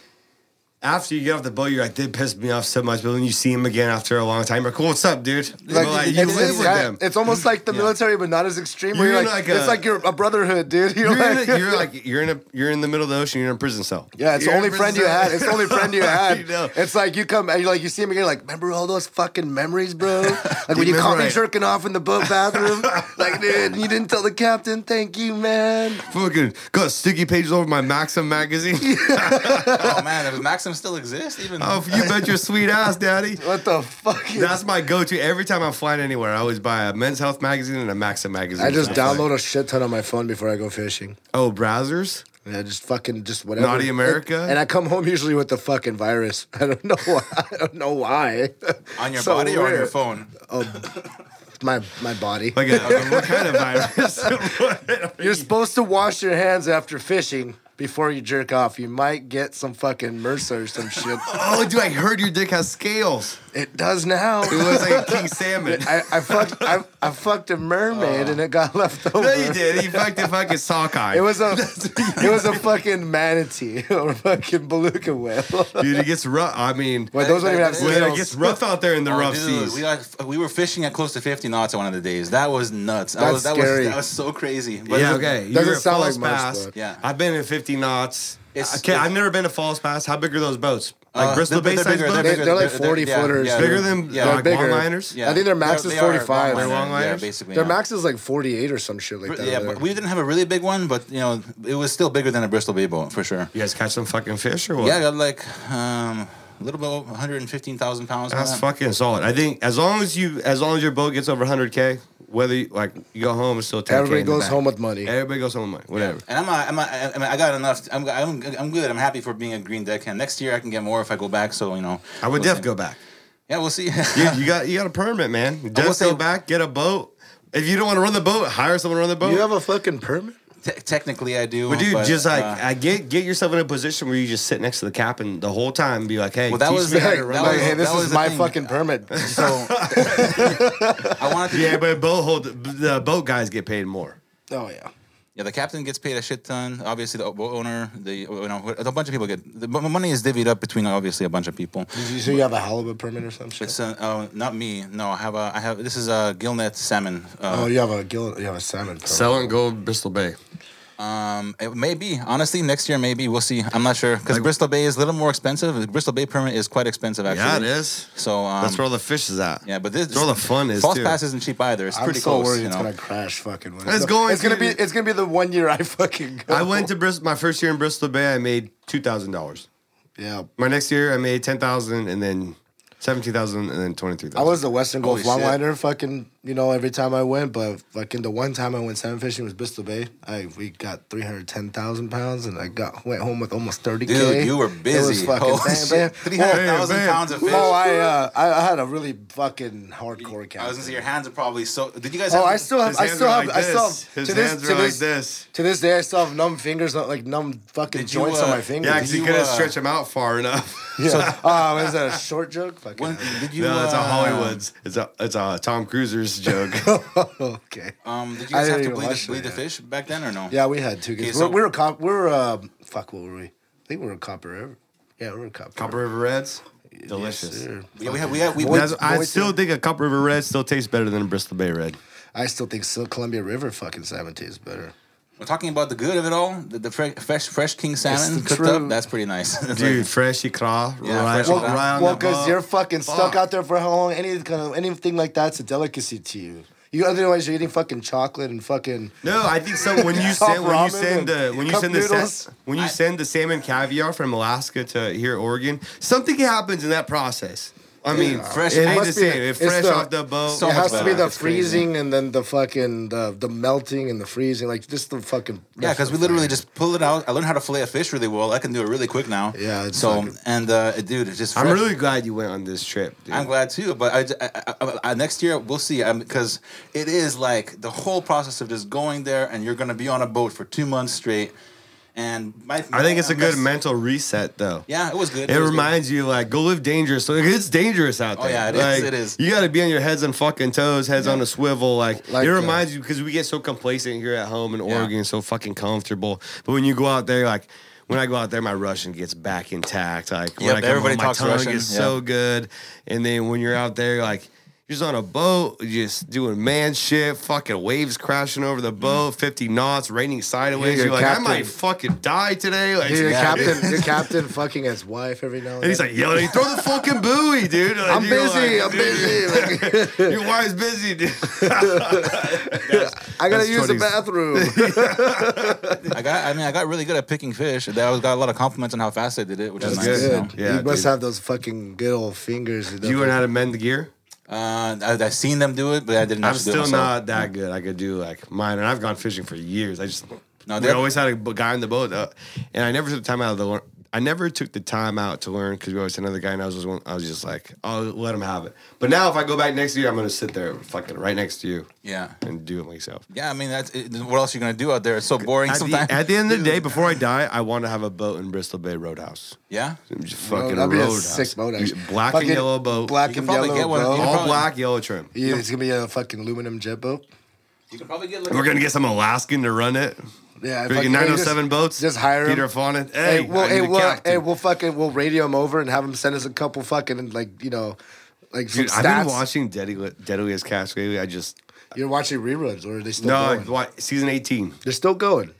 Speaker 4: after you get off the boat, you're like, they pissed me off so much. But then you see them again after a long time, you're like, cool, what's up, dude? But, like, you
Speaker 6: it's,
Speaker 4: live
Speaker 6: it's
Speaker 4: with
Speaker 6: that-
Speaker 4: them.
Speaker 6: it's almost like the military, but not as extreme. Where
Speaker 4: You're
Speaker 6: you're,
Speaker 4: in
Speaker 6: like,
Speaker 4: like
Speaker 6: it's
Speaker 4: a-
Speaker 6: like you're a brotherhood, dude. You're,
Speaker 4: You're,
Speaker 6: like,
Speaker 4: in a, you're like you're in a you're in the middle of the ocean. You're in a prison cell.
Speaker 6: yeah, it's the
Speaker 4: You're in
Speaker 6: only
Speaker 4: a
Speaker 6: friend
Speaker 4: prison
Speaker 6: you
Speaker 4: cell.
Speaker 6: had. It's the only friend you had.
Speaker 4: You know.
Speaker 6: It's like you come and you like you see him again. You're like, remember all those fucking memories, bro? Like when you caught
Speaker 4: Remember
Speaker 6: me
Speaker 4: I-
Speaker 6: jerking off in the boat bathroom. like, dude, you didn't tell the captain. Thank you, man.
Speaker 4: Fucking got sticky pages over my Maxim magazine.
Speaker 3: oh man, does Maxim still exist? Even
Speaker 4: oh, you bet your sweet ass, daddy.
Speaker 6: What the fuck?
Speaker 4: That's my go-to every time I'm flying anywhere. I always buy a Men's Health magazine and a Maxim magazine.
Speaker 6: I just
Speaker 4: It's like,
Speaker 6: download a shit ton on my phone before I go fishing.
Speaker 4: oh browsers.
Speaker 6: Yeah, just fucking just whatever.
Speaker 4: Naughty America?
Speaker 6: And I come home usually with the fucking virus. I don't know why. I don't know why.
Speaker 3: on your
Speaker 6: So
Speaker 3: body or on your
Speaker 6: weird. Oh,
Speaker 3: phone?
Speaker 6: My my body.
Speaker 4: Like a, what kind of virus?
Speaker 6: You're supposed to wash your hands after fishing before you jerk off. You might get some fucking MRSA or some shit.
Speaker 4: oh, dude, I heard your dick has scales.
Speaker 6: it does now.
Speaker 4: It looks like a king salmon.
Speaker 6: I, I fucked I, I fucked a mermaid and it
Speaker 3: Oh.
Speaker 6: got left over.
Speaker 4: No, you did. You fucked the fucking sockeye.
Speaker 6: It was a it was a fucking manatee or a fucking beluga whale.
Speaker 4: dude. It gets rough. I mean,
Speaker 6: Wait, those don't even have
Speaker 4: when it
Speaker 6: scales.
Speaker 4: gets rough out there in the
Speaker 3: Oh,
Speaker 4: rough
Speaker 3: dude,
Speaker 4: seas.
Speaker 3: We, got, we were fishing at close to 50 knots one of the days. That was nuts. That
Speaker 6: That's
Speaker 3: was that
Speaker 6: scary.
Speaker 3: was that was so crazy. But
Speaker 4: yeah,
Speaker 3: it-
Speaker 4: okay.
Speaker 6: Doesn't
Speaker 4: You're a
Speaker 6: sound
Speaker 4: false
Speaker 6: like much,
Speaker 4: pass.
Speaker 6: but-
Speaker 3: Yeah.
Speaker 4: I've been in 50 knots.
Speaker 3: It's-
Speaker 4: okay,
Speaker 3: it's-
Speaker 4: I've never been to false pass. How big are those boats? Like
Speaker 3: Uh,
Speaker 4: Bristol
Speaker 3: they're-
Speaker 4: Bay
Speaker 3: they're
Speaker 4: size
Speaker 3: bigger,
Speaker 4: boats?
Speaker 6: They're-
Speaker 4: Bigger,
Speaker 3: bigger,
Speaker 6: they're like 40
Speaker 3: yeah,
Speaker 6: footers.
Speaker 3: yeah,
Speaker 6: Bigger
Speaker 4: than
Speaker 3: yeah,
Speaker 4: like
Speaker 6: bigger.
Speaker 4: longliners?
Speaker 6: I think their max is
Speaker 3: they are
Speaker 6: 45.
Speaker 3: longliners,
Speaker 4: They're longliners?
Speaker 3: Yeah, basically.
Speaker 6: Their
Speaker 3: yeah.
Speaker 6: max is like 48 or some shit like that.
Speaker 3: Yeah,
Speaker 6: over
Speaker 3: but
Speaker 6: there.
Speaker 3: we didn't have a really big one, but you know, it was still bigger than a Bristol Bay boat for sure.
Speaker 4: You guys catch some fucking fish or what?
Speaker 3: Yeah, I got like um, a little bit over 115,000 pounds. on
Speaker 4: That's
Speaker 3: that.
Speaker 4: fucking solid. I think as long as you, as long as your boat gets over 100k, whether you, like you go home, it's still 10k.
Speaker 6: Everybody
Speaker 4: in the
Speaker 6: goes
Speaker 4: back.
Speaker 6: home with money.
Speaker 4: Everybody goes home with money. Whatever.
Speaker 3: And I'm, a, I'm, a, I mean, I got enough. I'm, I'm, I'm good. I'm happy for being a green deckhand. Next year I can get more if I go back. So you know,
Speaker 4: I
Speaker 3: we'll
Speaker 4: would def
Speaker 3: see.
Speaker 4: go back.
Speaker 3: Yeah, we'll see.
Speaker 4: Dude, you got you got a permit, man.
Speaker 3: will
Speaker 4: Def
Speaker 3: say-
Speaker 4: go back, get a boat. If you don't want to run the boat, hire someone to run the boat.
Speaker 6: You have a fucking permit?
Speaker 3: Te- technically, I do.
Speaker 4: But dude,
Speaker 3: but,
Speaker 4: just like
Speaker 3: uh,
Speaker 4: I get get yourself in a position where you just sit next to the captain the whole time and be like, hey,
Speaker 3: Well, that
Speaker 4: teach
Speaker 3: was
Speaker 4: me
Speaker 3: the-
Speaker 4: how to
Speaker 3: that
Speaker 4: run
Speaker 6: Like,
Speaker 3: was-
Speaker 6: hey, this
Speaker 3: that
Speaker 6: is
Speaker 3: was the
Speaker 6: my
Speaker 3: thing.
Speaker 6: fucking permit.
Speaker 3: So I wanted to.
Speaker 4: Yeah,
Speaker 3: Yeah,
Speaker 4: but boat hold the boat guys get paid more.
Speaker 6: Oh yeah.
Speaker 3: the captain gets paid a shit ton. Obviously, the boat owner, the you know, a bunch of people get the m- money is divvied up between obviously a bunch of people.
Speaker 6: You, so you have a halibut permit or some shit?
Speaker 3: It's uh, uh, not me. No, I have a. I have this is a gillnet salmon.
Speaker 6: Oh,
Speaker 3: Uh,
Speaker 6: you have a gill, you have a salmon permit.
Speaker 4: Selling gold, Bristol Bay.
Speaker 3: um, it may be honestly next year. Maybe we'll see. I'm not sure because Bristol Bay is a little more expensive. The Bristol Bay permit is quite expensive actually.
Speaker 4: Yeah, it is.
Speaker 3: So um,
Speaker 4: That's where all the fish is at.
Speaker 3: yeah, but this
Speaker 4: that's where all the fun is.
Speaker 3: False
Speaker 4: too.
Speaker 3: pass isn't cheap either. It's
Speaker 6: I'm
Speaker 3: pretty
Speaker 6: so
Speaker 3: close.
Speaker 6: worried
Speaker 3: you
Speaker 6: it's
Speaker 3: know?
Speaker 6: gonna crash fucking. when
Speaker 4: It's going
Speaker 6: It's gonna
Speaker 4: to-
Speaker 6: be. It's gonna be the one year I fucking. Go.
Speaker 4: I
Speaker 3: oh,
Speaker 4: went to Bristol my first year in Bristol Bay. I made two thousand dollars.
Speaker 6: Yeah.
Speaker 4: My next year, I made ten thousand, and then seventeen thousand, and then twenty three
Speaker 6: I
Speaker 4: thousand.
Speaker 6: was the Western Gulf
Speaker 3: Holy shit.
Speaker 6: longliner, fucking, you know, every time I went. But fucking, the one time I went salmon fishing was Bristol Bay. I we got three hundred ten thousand pounds, and I got went home with almost thirty k.
Speaker 3: Dude, you were
Speaker 6: It was
Speaker 3: busy.
Speaker 6: fucking
Speaker 3: Holy
Speaker 6: bam, bam.
Speaker 3: shit. 300,000
Speaker 4: Bam, bam.
Speaker 3: pounds of fish.
Speaker 6: Oh, I uh, I I had a really fucking
Speaker 3: I
Speaker 6: hardcore
Speaker 3: was
Speaker 6: count.
Speaker 3: gonna say your hands are probably so. Did you guys?
Speaker 6: Oh,
Speaker 3: have-
Speaker 6: I still have,
Speaker 4: His
Speaker 6: I
Speaker 4: hands
Speaker 6: still
Speaker 4: were
Speaker 6: have,
Speaker 4: like
Speaker 6: I still
Speaker 4: this.
Speaker 6: have.
Speaker 4: His
Speaker 6: to this,
Speaker 4: hands
Speaker 6: to
Speaker 4: were like
Speaker 6: this,
Speaker 4: this.
Speaker 6: To this day, I still have numb fingers, not like numb fucking
Speaker 3: Did you,
Speaker 6: joints on
Speaker 3: uh,
Speaker 6: my fingers.
Speaker 4: yeah, because you
Speaker 3: you,
Speaker 4: couldn't
Speaker 3: uh,
Speaker 4: stretch them out far enough.
Speaker 6: Yeah. Ah, is that a short joke? Fucking
Speaker 3: When, did you?
Speaker 4: no, that's a
Speaker 3: uh,
Speaker 4: Hollywood's. It's a it's a Tom Cruiser's joke.
Speaker 6: okay.
Speaker 3: Um, did you
Speaker 6: I
Speaker 3: guys have
Speaker 6: didn't
Speaker 3: to
Speaker 6: even
Speaker 3: bleed,
Speaker 6: watch
Speaker 3: the, bleed
Speaker 6: it,
Speaker 3: the
Speaker 6: yeah.
Speaker 3: fish back then or no?
Speaker 6: Yeah, we had two kids.
Speaker 3: Okay,
Speaker 6: we're,
Speaker 3: so-
Speaker 6: we were cop. We were um, fuck. What were we? I think we were copper. River. Yeah, we were copper.
Speaker 4: Copper River Reds,
Speaker 6: Yes,
Speaker 4: delicious.
Speaker 6: sir.
Speaker 3: Yeah, we have. We have. We,
Speaker 6: What-
Speaker 4: That's- I
Speaker 6: what-
Speaker 4: still think a Copper River Red still tastes better than a Bristol Bay Red.
Speaker 6: I still think Sil- Columbia River fucking salmon tastes better.
Speaker 3: we're talking about the good of it all. The, the fre- fresh, fresh king salmon
Speaker 6: the
Speaker 3: cooked
Speaker 6: truth.
Speaker 3: up. That's pretty nice. It's
Speaker 4: Dude,
Speaker 3: like-
Speaker 4: fresh icra,
Speaker 3: Yeah,
Speaker 4: right,
Speaker 3: fresh
Speaker 4: right
Speaker 3: icra.
Speaker 4: on
Speaker 6: Well,
Speaker 4: the
Speaker 6: because
Speaker 4: boat.
Speaker 6: you're fucking stuck
Speaker 4: Fuck.
Speaker 6: out there for how long? Any kind of anything like that's a delicacy to you. You otherwise you're eating fucking chocolate and fucking.
Speaker 4: No, I think so. When you
Speaker 6: Cup
Speaker 4: send when you
Speaker 6: ramen
Speaker 4: send the
Speaker 6: and
Speaker 4: when you
Speaker 6: cup
Speaker 4: send the
Speaker 6: noodles.
Speaker 4: sa- when you send the salmon caviar from Alaska to here Oregon, something happens in that process. I mean,
Speaker 3: Fresh-
Speaker 4: fresh. It
Speaker 3: it
Speaker 4: ain't
Speaker 6: must
Speaker 4: the
Speaker 6: be-
Speaker 4: same. It's
Speaker 6: it's
Speaker 4: fresh
Speaker 6: the-
Speaker 4: off the boat.
Speaker 3: so
Speaker 6: it has
Speaker 3: much
Speaker 6: to be
Speaker 3: better.
Speaker 6: the
Speaker 3: It's crazy.
Speaker 6: freezing and then the fucking the, the melting and the freezing, like just the fucking
Speaker 3: Yeah, because we literally just pulled it out. I learned how to fillet a fish really well. I can do it really quick now.
Speaker 6: Yeah, it's
Speaker 3: So
Speaker 6: fucking-
Speaker 3: and uh, dude, it's just.
Speaker 4: I'm
Speaker 3: fresh.
Speaker 4: really glad you went on this trip. Dude.
Speaker 3: I'm glad too, but I, I, I, I- next year we'll see. Because it is like the whole process of just going there, and you're going to be on a boat for two months straight. And my,
Speaker 4: I think it's a good
Speaker 3: my-
Speaker 4: mental reset, though.
Speaker 3: Yeah, it was good.
Speaker 4: It
Speaker 3: was good.
Speaker 4: reminds you, like, go live dangerous. Like, it's dangerous out
Speaker 3: Oh,
Speaker 4: there.
Speaker 3: yeah, it is,
Speaker 4: Like,
Speaker 3: it is.
Speaker 4: You got to be on your heads on fucking toes, heads on a swivel. Like,
Speaker 6: Like,
Speaker 4: it
Speaker 6: uh,
Speaker 4: reminds you because we get so complacent here at home in
Speaker 3: Yeah.
Speaker 4: Oregon, so fucking comfortable. But when you go out there, like, when I go out there, my Russian gets back intact. Like, when
Speaker 3: Yep,
Speaker 4: I come
Speaker 3: everybody
Speaker 4: home, my
Speaker 3: talks
Speaker 4: tongue
Speaker 3: Russian,
Speaker 4: is
Speaker 3: yeah.
Speaker 4: so good. And then when you're out there, like, you're just on a boat, you're just doing man shit, fucking waves crashing over the boat, 50 knots, raining sideways.
Speaker 6: your
Speaker 4: You're like,
Speaker 6: captain.
Speaker 4: I might fucking die today. Like,
Speaker 6: Dude, your
Speaker 3: Yeah.
Speaker 6: captain, your captain, fucking his wife every now and,
Speaker 4: and he's
Speaker 6: then.
Speaker 4: like yelling, throw the fucking buoy, dude. Like,
Speaker 6: I'm
Speaker 4: you're
Speaker 6: busy,
Speaker 4: like,
Speaker 6: I'm
Speaker 4: dude,
Speaker 6: busy. Like,
Speaker 4: Your wife's busy, dude.
Speaker 6: I gotta
Speaker 4: That's
Speaker 6: use the
Speaker 4: Jody's-
Speaker 6: bathroom.
Speaker 3: I got. I mean, I got really good at picking fish. I was- got a lot of compliments on how fast I did it, which is nice.
Speaker 4: good.
Speaker 3: you know.
Speaker 6: Good.
Speaker 4: Yeah,
Speaker 6: you must
Speaker 4: dude.
Speaker 6: have those fucking good old fingers.
Speaker 4: Do you know how to mend the gear?
Speaker 3: Uh, I, I've seen them do it, but I didn't.
Speaker 4: I'm
Speaker 3: actually do it
Speaker 4: still
Speaker 3: myself.
Speaker 4: not that good. I could do like mine, and I've gone fishing for years. I just
Speaker 3: No,
Speaker 4: we
Speaker 3: they're-
Speaker 4: always had a b- guy on the boat, uh, and I never took the time out of the. lear- I never took the time out to learn because we always had another guy, and I was just, one- I was just like, I'll let him have it. But now, if I go back next year, I'm gonna sit there fucking right next to you
Speaker 3: Yeah.
Speaker 4: and do it myself.
Speaker 3: Yeah, I mean, that's it, what else are you gonna do out there? It's so boring
Speaker 4: At the,
Speaker 3: sometimes.
Speaker 4: at the end of the day, before I die, I want to have a boat in Bristol Bay Roadhouse.
Speaker 3: yeah,
Speaker 4: Just fucking
Speaker 6: that'd be a
Speaker 4: roadhouse.
Speaker 6: sick boat, actually.
Speaker 4: Black
Speaker 6: Fucking
Speaker 4: and yellow boat.
Speaker 6: Black
Speaker 3: You
Speaker 6: and
Speaker 3: could probably
Speaker 6: yellow,
Speaker 3: get one of
Speaker 6: bro.
Speaker 3: these.
Speaker 4: all
Speaker 3: probably-
Speaker 4: black, yellow trim.
Speaker 6: Yeah, it's gonna be a fucking aluminum jet boat.
Speaker 3: you can probably get.
Speaker 4: We're gonna get some Alaskan to run it.
Speaker 6: Yeah,
Speaker 4: Freaking
Speaker 6: fucking-
Speaker 4: nine oh seven
Speaker 6: just-
Speaker 4: boats.
Speaker 6: Just hire 'em.
Speaker 4: Peter Fawnin. Hey,
Speaker 6: Hey, we'll,
Speaker 4: I need
Speaker 6: hey,
Speaker 4: a
Speaker 6: we'll,
Speaker 4: captain.
Speaker 6: hey, we'll fucking we'll radio him over and have him send us a couple fucking like you know, like some
Speaker 4: Dude,
Speaker 6: stats.
Speaker 4: I've been watching Deadly, Deadly as Catch lately. I just
Speaker 6: You're watching reruns, or are they still
Speaker 4: no I
Speaker 6: going?
Speaker 4: wa- season eighteen.
Speaker 6: They're still going.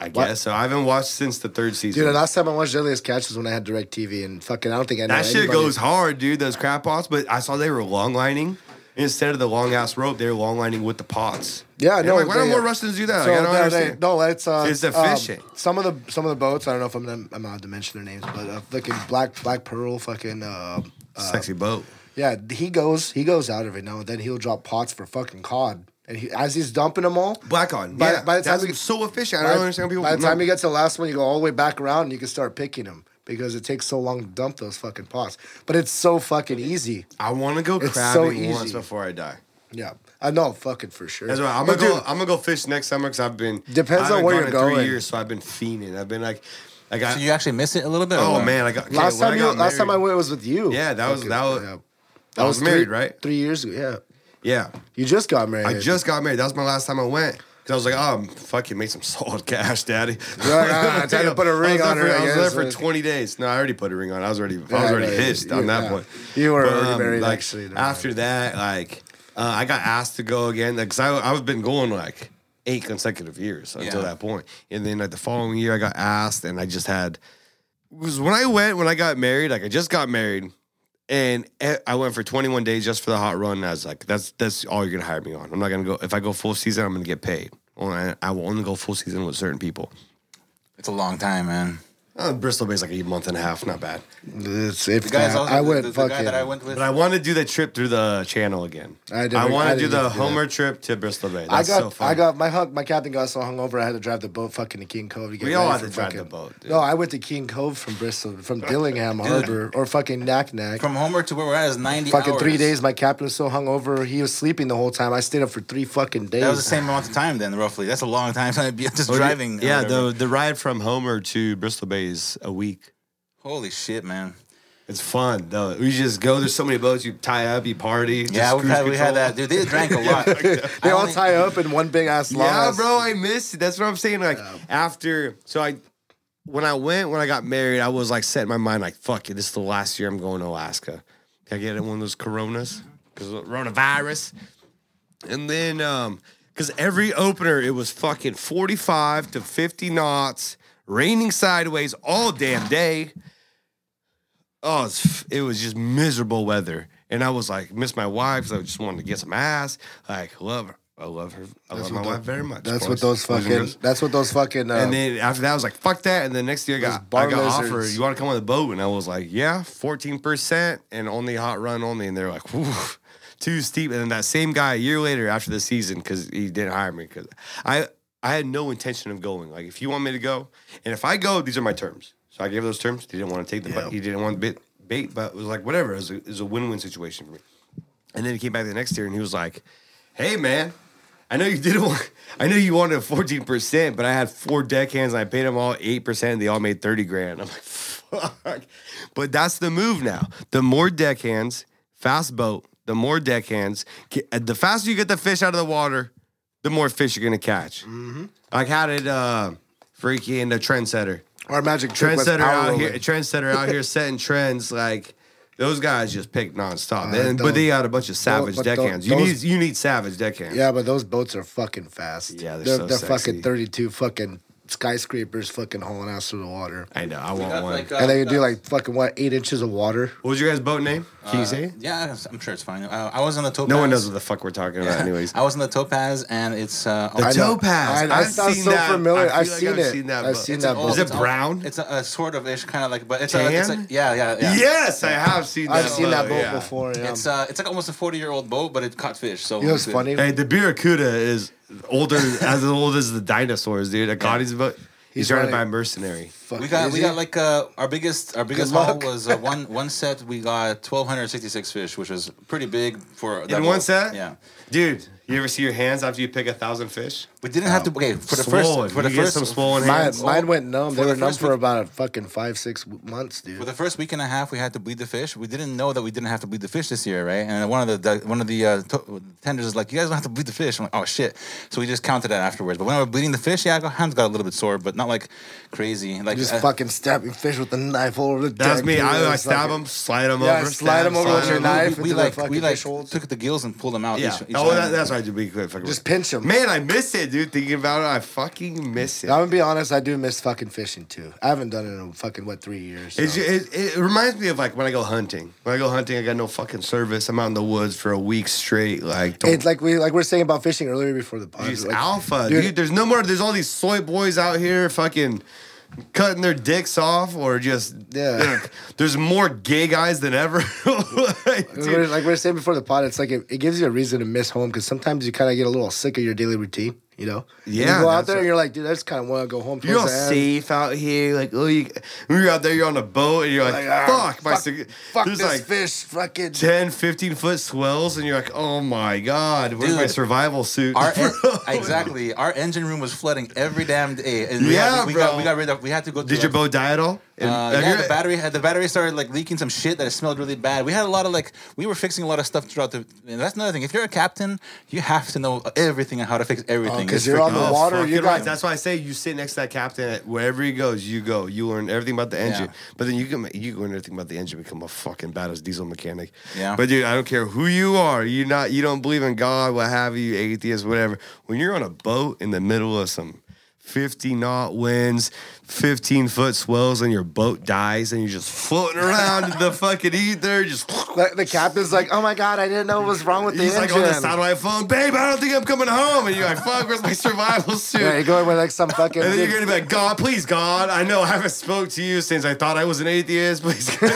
Speaker 4: I guess so. I haven't watched since the third season.
Speaker 6: Dude, the last time I watched Deadliest Catch was when I had direct TV and fucking I don't think I know
Speaker 4: that shit
Speaker 6: anybody-
Speaker 4: goes hard, dude. Those crap pots. But I saw they were long lining instead of the long ass rope. They were long lining with the pots.
Speaker 6: Yeah,
Speaker 4: And
Speaker 6: no.
Speaker 4: I'm like, why don't
Speaker 6: they-
Speaker 4: more Russians do that?
Speaker 6: So
Speaker 4: Like, I don't
Speaker 6: they- they-
Speaker 4: Oh, understand.
Speaker 6: no, it's uh,
Speaker 4: It's the
Speaker 6: um,
Speaker 4: fishing.
Speaker 6: some of the some of the boats. I don't know if I'm gonna- I'm allowed to mention their names, but uh, fucking black black pearl, fucking uh, uh,
Speaker 4: Sexy boat.
Speaker 6: yeah. He goes he goes out every now and then. He'll drop pots for fucking cod, and he, as he's dumping them all,
Speaker 4: Black on.
Speaker 6: By-
Speaker 4: yeah,
Speaker 6: by the time
Speaker 4: that's
Speaker 6: we-
Speaker 4: so efficient. I
Speaker 6: by-
Speaker 4: don't understand people.
Speaker 6: By the
Speaker 4: no.
Speaker 6: time you get to the last one, you go all the way back around and you can start picking them because it takes so long to dump those fucking pots. But it's so fucking easy.
Speaker 4: I want to go
Speaker 6: It's so
Speaker 4: crabbing once
Speaker 6: easy.
Speaker 4: before I die.
Speaker 6: Yeah, I know, fucking for sure.
Speaker 4: That's right. I'm
Speaker 6: But
Speaker 4: gonna go.
Speaker 6: dude,
Speaker 4: I'm gonna go fish next summer because I've been
Speaker 6: Depends
Speaker 4: I
Speaker 6: on
Speaker 4: haven't
Speaker 6: where
Speaker 4: gone
Speaker 6: you're
Speaker 4: in
Speaker 6: going.
Speaker 4: Three years, so I've been fiending. I've been like, like I.
Speaker 3: So you actually miss it a little bit. or
Speaker 4: oh
Speaker 3: what?
Speaker 4: man, I got okay,
Speaker 6: last
Speaker 4: when
Speaker 6: time
Speaker 4: I
Speaker 6: you,
Speaker 4: got
Speaker 6: last time I
Speaker 4: married-
Speaker 6: went was with you.
Speaker 4: Yeah, that was-
Speaker 6: Fucking-
Speaker 4: that was-
Speaker 6: yeah.
Speaker 4: I was married,
Speaker 6: three,
Speaker 4: right?
Speaker 6: Three years ago. Yeah,
Speaker 4: Yeah,
Speaker 6: you just got married.
Speaker 4: I just got married. That was my last time I went. Cause I was like, oh, fuck you, make some solid cash, daddy.
Speaker 6: Right, right, I tried to put a
Speaker 4: I was
Speaker 6: ring
Speaker 4: there
Speaker 6: on her,
Speaker 4: for-
Speaker 6: I
Speaker 4: I was
Speaker 6: guess,
Speaker 4: there for
Speaker 6: like-
Speaker 4: 20 days. No, I already put a ring on. I was already, I
Speaker 6: Yeah,
Speaker 4: was already
Speaker 6: right.
Speaker 4: hitched on
Speaker 6: You-
Speaker 4: that
Speaker 6: yeah.
Speaker 4: point.
Speaker 6: You were
Speaker 4: But,
Speaker 6: already
Speaker 4: um,
Speaker 6: married,
Speaker 4: like,
Speaker 6: actually. never mind.
Speaker 4: After that, like, uh, I got asked to go again because I I've been going like eight consecutive years until
Speaker 3: Yeah.
Speaker 4: that point, and then like the following year I got asked, and I just had because when I went when I got married, like I just got married, and e- I went for 21 days just for the hot run. And I was like, that's that's all you're gonna hire me on. I'm not gonna go if I go full season, I'm gonna get paid. Only- I, I will only go full season with certain people.
Speaker 3: it's a long time, man.
Speaker 4: Uh, Bristol Bay's like a month and a half, not bad.
Speaker 6: It's- if
Speaker 3: The guys
Speaker 6: that-
Speaker 3: also, the-
Speaker 6: I went
Speaker 3: the, the
Speaker 6: fucking.
Speaker 3: guy that I went with.
Speaker 4: But I want to do the trip through the channel again.
Speaker 6: I
Speaker 4: I,
Speaker 6: never-
Speaker 4: want
Speaker 6: I
Speaker 4: to do
Speaker 6: didn't get
Speaker 4: the
Speaker 6: to do
Speaker 4: Homer trip to Bristol Bay.
Speaker 6: I
Speaker 4: That's
Speaker 6: got,
Speaker 4: so fun.
Speaker 6: I got my hung, my captain got so hungover. I had to drive the boat fucking to King Cove to get.
Speaker 4: We all
Speaker 6: ready
Speaker 4: had
Speaker 6: for
Speaker 4: to drive
Speaker 6: fucking-
Speaker 4: the boat, dude.
Speaker 6: No, I went to King Cove from Bristol, from Dillingham Harbor, or fucking Knack Knack.
Speaker 3: From Homer to where we're at is 90
Speaker 6: Fucking three
Speaker 3: hours.
Speaker 6: days. My captain was so hungover, he was sleeping the whole time. I stayed up for three fucking days.
Speaker 3: That was the same amount of time then, roughly. That's a long time. So I'd be just
Speaker 4: Oh, yeah.
Speaker 3: driving. or
Speaker 4: Yeah,
Speaker 3: whatever.
Speaker 4: the the ride from Homer to Bristol Bay is a week.
Speaker 3: Holy shit, man.
Speaker 4: It's fun though. We just go. There's so many boats. You tie up. You party. just
Speaker 3: yeah, we
Speaker 4: cruise
Speaker 3: had, we had
Speaker 4: control.
Speaker 3: that. Dude, they drank a lot.
Speaker 6: They
Speaker 3: I
Speaker 6: all
Speaker 3: only-
Speaker 6: tie up in one big ass long.
Speaker 4: Yeah,
Speaker 6: ass-
Speaker 4: bro, I missed it. That's what I'm saying. Like after, so I when I went when I got married, I was like set in my mind like, fuck it, this is the last year I'm going to Alaska. Can I get in one of those Coronas because coronavirus, and then um because every opener it was fucking 45 to 50 knots, raining sideways all damn day. Oh, it's f- it was just miserable weather. And I was like, miss my wife. So I just wanted to get some ass. Like, love her. I love her. I love
Speaker 6: That's
Speaker 4: my
Speaker 6: what the-
Speaker 4: wife very much.
Speaker 6: That's
Speaker 4: boys,
Speaker 6: what those
Speaker 4: boys and
Speaker 6: fucking.
Speaker 4: girls.
Speaker 6: That's what those fucking. Uh,
Speaker 4: and then after that, I was like, "Fuck that!" And then next year, I
Speaker 6: Those
Speaker 4: got
Speaker 6: bar
Speaker 4: I got
Speaker 6: lizards.
Speaker 4: offered, "You want to come on the boat?" And I was like, "Yeah, fourteen percent, and only hot run only." And they're like, "Whew, too steep." And then that same guy a year later after the season, because he didn't hire me, because I I had no intention of going. Like, if you want me to go, and if I go, these are my terms. So I gave those terms. He didn't want to take the bait. He didn't want the bait, bait, but it was like whatever. It was a, it was a win win situation for me. And then he came back the next year and he was like, "Hey man, I know you didn't want. I know you wanted fourteen percent, but I had four deckhands and I paid them all eight percent. and They all made thirty grand. I'm like, fuck. But that's the move now. The more deckhands, fast boat. The more deckhands, K- the faster you get the fish out of the water, the more fish you're gonna catch. Like how did uh, freaking the trendsetter?
Speaker 6: our magic trick was
Speaker 4: trendsetter
Speaker 6: power
Speaker 4: out
Speaker 6: rolling.
Speaker 4: here, trendsetter out here setting trends like those guys just pick nonstop.
Speaker 6: Uh,
Speaker 4: and, but they
Speaker 6: those-
Speaker 4: got a bunch of savage
Speaker 6: but tho-
Speaker 4: deckhands. You need
Speaker 6: those-
Speaker 4: you need savage deckhands.
Speaker 6: Yeah, but those boats are fucking fast.
Speaker 4: Yeah, they're
Speaker 6: they're,
Speaker 4: so
Speaker 6: they're
Speaker 4: sexy.
Speaker 6: fucking thirty-two fucking skyscrapers fucking hauling ass through the water,
Speaker 4: I know. I want one.
Speaker 3: uh,
Speaker 6: and they can do like fucking what eight inches of water.
Speaker 4: what was your guys' boat name? Can you say? it?
Speaker 3: Yeah, I'm sure it's fine. Uh, I was on the Topaz.
Speaker 4: No one knows what the fuck we're talking about, anyways.
Speaker 3: I was on the Topaz, and it's uh,
Speaker 4: The
Speaker 6: I know.
Speaker 4: topaz.
Speaker 6: I- I
Speaker 4: I've
Speaker 6: sounds
Speaker 4: seen
Speaker 6: so
Speaker 4: that.
Speaker 6: familiar.
Speaker 4: I
Speaker 6: I've
Speaker 4: feel like
Speaker 6: seen
Speaker 4: I've
Speaker 6: it.
Speaker 4: seen that
Speaker 6: I've
Speaker 4: boat.
Speaker 6: seen
Speaker 4: It's
Speaker 6: that
Speaker 4: an old-
Speaker 6: boat.
Speaker 4: Is it brown?
Speaker 3: It's a, a sort of ish kind of like, but it's a, it's a
Speaker 4: Tan?
Speaker 3: yeah, yeah, yeah.
Speaker 4: Yes, I have seen that.
Speaker 6: I've seen that boat
Speaker 4: yeah.
Speaker 6: before. Yeah.
Speaker 3: It's uh, it's like almost a forty year old boat, but it caught fish. So
Speaker 6: you know what's
Speaker 3: it's good.
Speaker 6: funny?
Speaker 4: Hey, the Barracuda is older as old as the dinosaurs, dude. Agati's boat. He's,
Speaker 6: He's
Speaker 4: surrounded by
Speaker 6: running.
Speaker 4: a mercenary.
Speaker 6: Fuck,
Speaker 3: We got
Speaker 6: is
Speaker 3: we
Speaker 6: he?
Speaker 3: got like uh, our biggest our biggest haul
Speaker 6: luck.
Speaker 3: was uh, one one set. We got twelve hundred sixty six fish, which was pretty big for that
Speaker 4: In one
Speaker 3: boat.
Speaker 4: set?
Speaker 3: Yeah,
Speaker 4: Dude, you ever see your hands after you pick a thousand fish?
Speaker 3: we didn't have to. Okay, for the
Speaker 4: Swollen.
Speaker 3: first for the
Speaker 4: You get
Speaker 3: first
Speaker 4: some swollen
Speaker 6: Mine,
Speaker 4: hands.
Speaker 6: mine went numb. They
Speaker 3: For the
Speaker 6: were numb
Speaker 3: first
Speaker 6: for
Speaker 3: week-
Speaker 6: about fucking five, six w- months, dude.
Speaker 3: For the first week and a half, we had to bleed the fish. We didn't know that we didn't have to bleed the fish this year, right? And one of the, the one of the uh, to- tenders is like, "You guys don't have to bleed the fish." I'm like, "Oh shit!" So we just counted that afterwards. But when I was bleeding the fish, yeah, my hands got a little bit sore, but not like crazy. Like
Speaker 6: Just
Speaker 3: uh,
Speaker 6: fucking stabbing fish with a knife all over the
Speaker 4: That's
Speaker 6: deck,
Speaker 4: me.
Speaker 6: dude. It
Speaker 4: I, I
Speaker 6: was
Speaker 4: stab
Speaker 6: fucking-
Speaker 4: them, slide them
Speaker 6: Yeah,
Speaker 4: over.
Speaker 6: slide 'em over
Speaker 4: slide
Speaker 6: with your
Speaker 4: 'em
Speaker 6: knife
Speaker 3: we,
Speaker 6: into
Speaker 3: we
Speaker 6: the
Speaker 3: like we
Speaker 6: fucking
Speaker 3: like
Speaker 6: fish holes.
Speaker 3: took the gills and pulled them out.
Speaker 4: Yeah.
Speaker 3: Each, each
Speaker 4: oh, that,
Speaker 3: time.
Speaker 4: that's why I do be quick. fucking-
Speaker 6: Just pinch 'em.
Speaker 4: Man, I miss it, dude. Thinking about it, I fucking miss it.
Speaker 6: I'm gonna be honest. I do miss fucking fishing too. I haven't done it in fucking what three years. so.
Speaker 4: It's, ju- it, it reminds me of like when I go hunting. When I go hunting, I got no fucking service. I'm out in the woods for a week straight. Like, don't
Speaker 6: It's like we like we are saying about fishing earlier before the podcast.
Speaker 4: He's
Speaker 6: like,
Speaker 4: alpha, dude.
Speaker 6: dude.
Speaker 4: There's no more. There's all these soy boys out here fucking cutting their dicks off or just
Speaker 6: Yeah.
Speaker 4: they're- There's more gay guys than ever. Like,
Speaker 6: Like we were-
Speaker 4: dude,
Speaker 6: like we were saying before the pod, it's like it, it gives you a reason to miss home because sometimes you kind of get a little sick of your daily routine, you know? And
Speaker 4: Yeah,
Speaker 6: You go
Speaker 4: that's
Speaker 6: out there
Speaker 4: right.
Speaker 6: and you're like, dude, I just kind of want to go home.
Speaker 4: you're all
Speaker 6: close the app.
Speaker 4: safe out here. Like, oh, you, when you're out there, you're on a boat, and you're like,
Speaker 6: Like, ah,
Speaker 4: fuck, my cig-
Speaker 6: Fuck
Speaker 4: there's
Speaker 6: this
Speaker 4: like
Speaker 6: fish. Fucking.
Speaker 4: 10, 15 foot swells, and you're like, oh my god, where's my
Speaker 3: Dude.
Speaker 4: survival suit?
Speaker 3: Our
Speaker 4: Bro.
Speaker 3: en- exactly. Our engine room was flooding every damn day, and we
Speaker 4: Yeah,
Speaker 3: had, we,
Speaker 4: bro.
Speaker 3: got we got rid of. We had to go.
Speaker 4: Did your
Speaker 3: boat?
Speaker 4: boat die at all? And-
Speaker 3: Uh,
Speaker 4: have
Speaker 3: yeah,
Speaker 4: you- e-,
Speaker 3: the battery had the battery started like leaking some shit that it smelled really bad. We had a lot of like we were fixing a lot of stuff throughout the. And that's another thing. If you're a captain, you have to know everything and how to fix everything.
Speaker 6: 'cause
Speaker 3: It's
Speaker 6: you're
Speaker 3: freaking-
Speaker 6: on the
Speaker 4: Oh,
Speaker 6: water,
Speaker 4: fucking
Speaker 6: you
Speaker 4: right.
Speaker 6: got-
Speaker 4: That's why I say you sit next to that captain at wherever he goes, you go. You learn everything about the engine.
Speaker 3: Yeah.
Speaker 4: But then you can you learn everything about the engine, become a fucking badass diesel mechanic.
Speaker 3: Yeah.
Speaker 4: But dude, I don't care who you are. You not you don't believe in God, what have you, atheist, whatever. When you're on a boat in the middle of some 50 knot winds, 15 foot swells, and your boat dies, and you're just floating around in the fucking ether, just
Speaker 6: Like, the captain's like, oh my god, I didn't know what was wrong with the
Speaker 4: He's like "Oh,
Speaker 6: engine.
Speaker 4: on the satellite phone, babe. I don't think I'm coming home. And you're like, fuck, where's my survival suit?
Speaker 6: yeah, you're going with like some fucking.
Speaker 4: And then you're gonna be like, God, please, God, I know I haven't spoke to you since I thought I was an atheist. Please, God."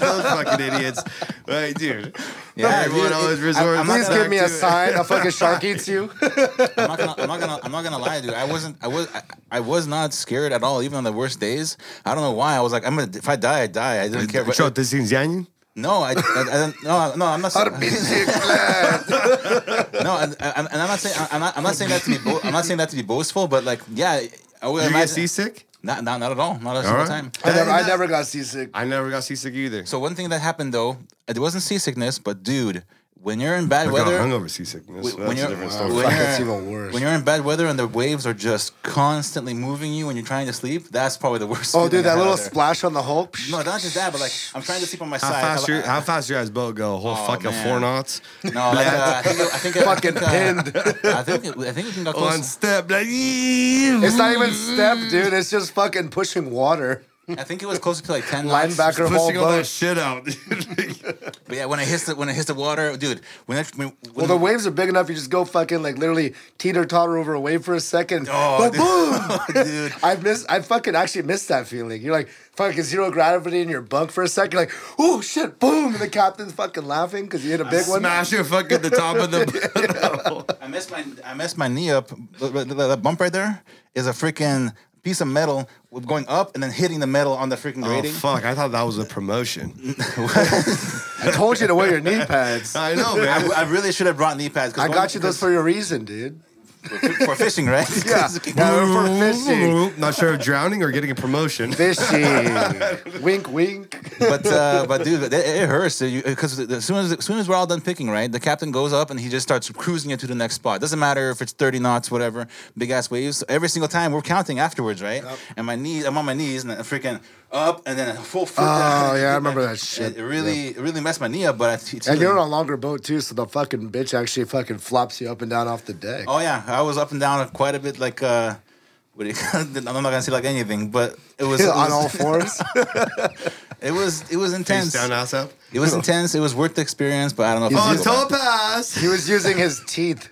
Speaker 4: those fucking idiots, right, dude?
Speaker 3: Yeah,
Speaker 4: everyone
Speaker 3: dude,
Speaker 4: always
Speaker 3: it-
Speaker 4: resorts.
Speaker 3: I'm not
Speaker 6: Please
Speaker 4: back
Speaker 6: give me
Speaker 4: to
Speaker 6: a
Speaker 4: it.
Speaker 6: sign. A fucking shark eats you.
Speaker 3: I'm not gonna. I'm not gonna. I'm not gonna lie, dude. I wasn't. I was. I, I was not scared at all, even on the worst days. I don't know why. I was like, I'm gonna. If I die, I die. I didn't care. But,
Speaker 4: Shot this in Zanyan?
Speaker 3: no, I, I, I don't. No, no. I'm not. saying- no, and, and, and I'm not saying. I'm not. I'm not saying that to be. Bo- I'm not saying that to be boastful, but like, yeah. I would
Speaker 4: Did you get
Speaker 3: imagine-
Speaker 4: seasick?
Speaker 3: Not, not, not at all. Not a single
Speaker 4: right.
Speaker 3: time.
Speaker 6: I never, I never got seasick.
Speaker 4: I never got seasick either.
Speaker 3: So one thing that happened though, it wasn't seasickness, but dude, when you're in bad
Speaker 4: I got
Speaker 3: weather,
Speaker 4: hungover seasickness.
Speaker 3: wh-
Speaker 4: That's
Speaker 3: when
Speaker 4: a
Speaker 3: you're,
Speaker 4: different
Speaker 3: when
Speaker 4: story.
Speaker 3: you're-
Speaker 6: Fuck, that's even worse.
Speaker 3: when you're in bad weather and the waves are just constantly moving you when you're trying to sleep, that's probably the worst.
Speaker 6: Oh,
Speaker 3: feeling
Speaker 6: dude,
Speaker 3: I
Speaker 6: that
Speaker 3: had
Speaker 6: little
Speaker 3: out there.
Speaker 6: splash on the Hulk.
Speaker 3: No, not just that, but like I'm trying to sleep on my
Speaker 4: How
Speaker 3: side.
Speaker 4: fast,
Speaker 3: I-
Speaker 4: your,
Speaker 3: I-
Speaker 4: how fast your ass boat go? A whole fucking
Speaker 3: Oh, man.
Speaker 4: four knots
Speaker 3: no, like, uh, I think I think
Speaker 6: Fucking
Speaker 3: pinned. I think it- I think we can go
Speaker 4: on
Speaker 3: close.
Speaker 4: step. Like,
Speaker 6: It's not even step, dude. It's just fucking pushing water.
Speaker 3: I think it was closer to like ten knots.
Speaker 6: Linebacker haul
Speaker 4: Pushing all that
Speaker 6: boat.
Speaker 4: shit out.
Speaker 3: But yeah, when I hits the when I hits the water, dude. When I when,
Speaker 6: Well, the waves are big enough. You just go fucking like literally teeter totter over a wave for a second.
Speaker 3: Oh,
Speaker 6: Boom, boom.
Speaker 3: dude. dude.
Speaker 6: I missed. I fucking actually missed that feeling. You're like fucking zero gravity in your bunk for a second. Like, oh shit, boom! And the captain's fucking laughing because you hit a big one.
Speaker 4: Smash your fucking the top of the.
Speaker 3: I messed my I messed my knee up. That bump right there is a freaking piece of metal with going up and then hitting the metal on the freaking
Speaker 4: oh
Speaker 3: grating.
Speaker 4: fuck! I thought that was a promotion.
Speaker 6: I told you to wear your knee pads.
Speaker 4: I know,
Speaker 3: I,
Speaker 4: man.
Speaker 3: I really should have brought knee pads. 'cause
Speaker 6: I
Speaker 3: one-
Speaker 6: got you those for your reason, dude.
Speaker 3: for, for fishing, right?
Speaker 6: Yeah. Yeah, we're for fishing.
Speaker 4: Mm-hmm. Not sure if drowning or getting a promotion.
Speaker 6: Fishing. wink, wink.
Speaker 3: but uh, but dude, it, it hurts because as soon as as soon as we're all done picking, right, the captain goes up and he just starts cruising it to the next spot. Doesn't matter if it's thirty knots, whatever, big ass waves. Every single time we're counting afterwards, right? And my knees, I'm on my knees and I'm freaking up and then a full foot.
Speaker 6: Oh,
Speaker 3: down.
Speaker 6: yeah, I remember that shit.
Speaker 3: It, really it really messed my knee up, but I, it's
Speaker 6: And you're
Speaker 3: healing.
Speaker 6: on a longer boat too, so the fucking bitch actually fucking flops you up and down off the deck.
Speaker 3: Oh yeah, I was up and down quite a bit. Like uh, what do you, I'm not gonna say like anything, but it was, it was
Speaker 6: on all fours.
Speaker 3: It was it was intense.
Speaker 4: Face down, ass up.
Speaker 3: It was intense. It was worth the experience, but I don't know. If
Speaker 4: On
Speaker 3: it's
Speaker 4: topaz.
Speaker 6: he was using his teeth.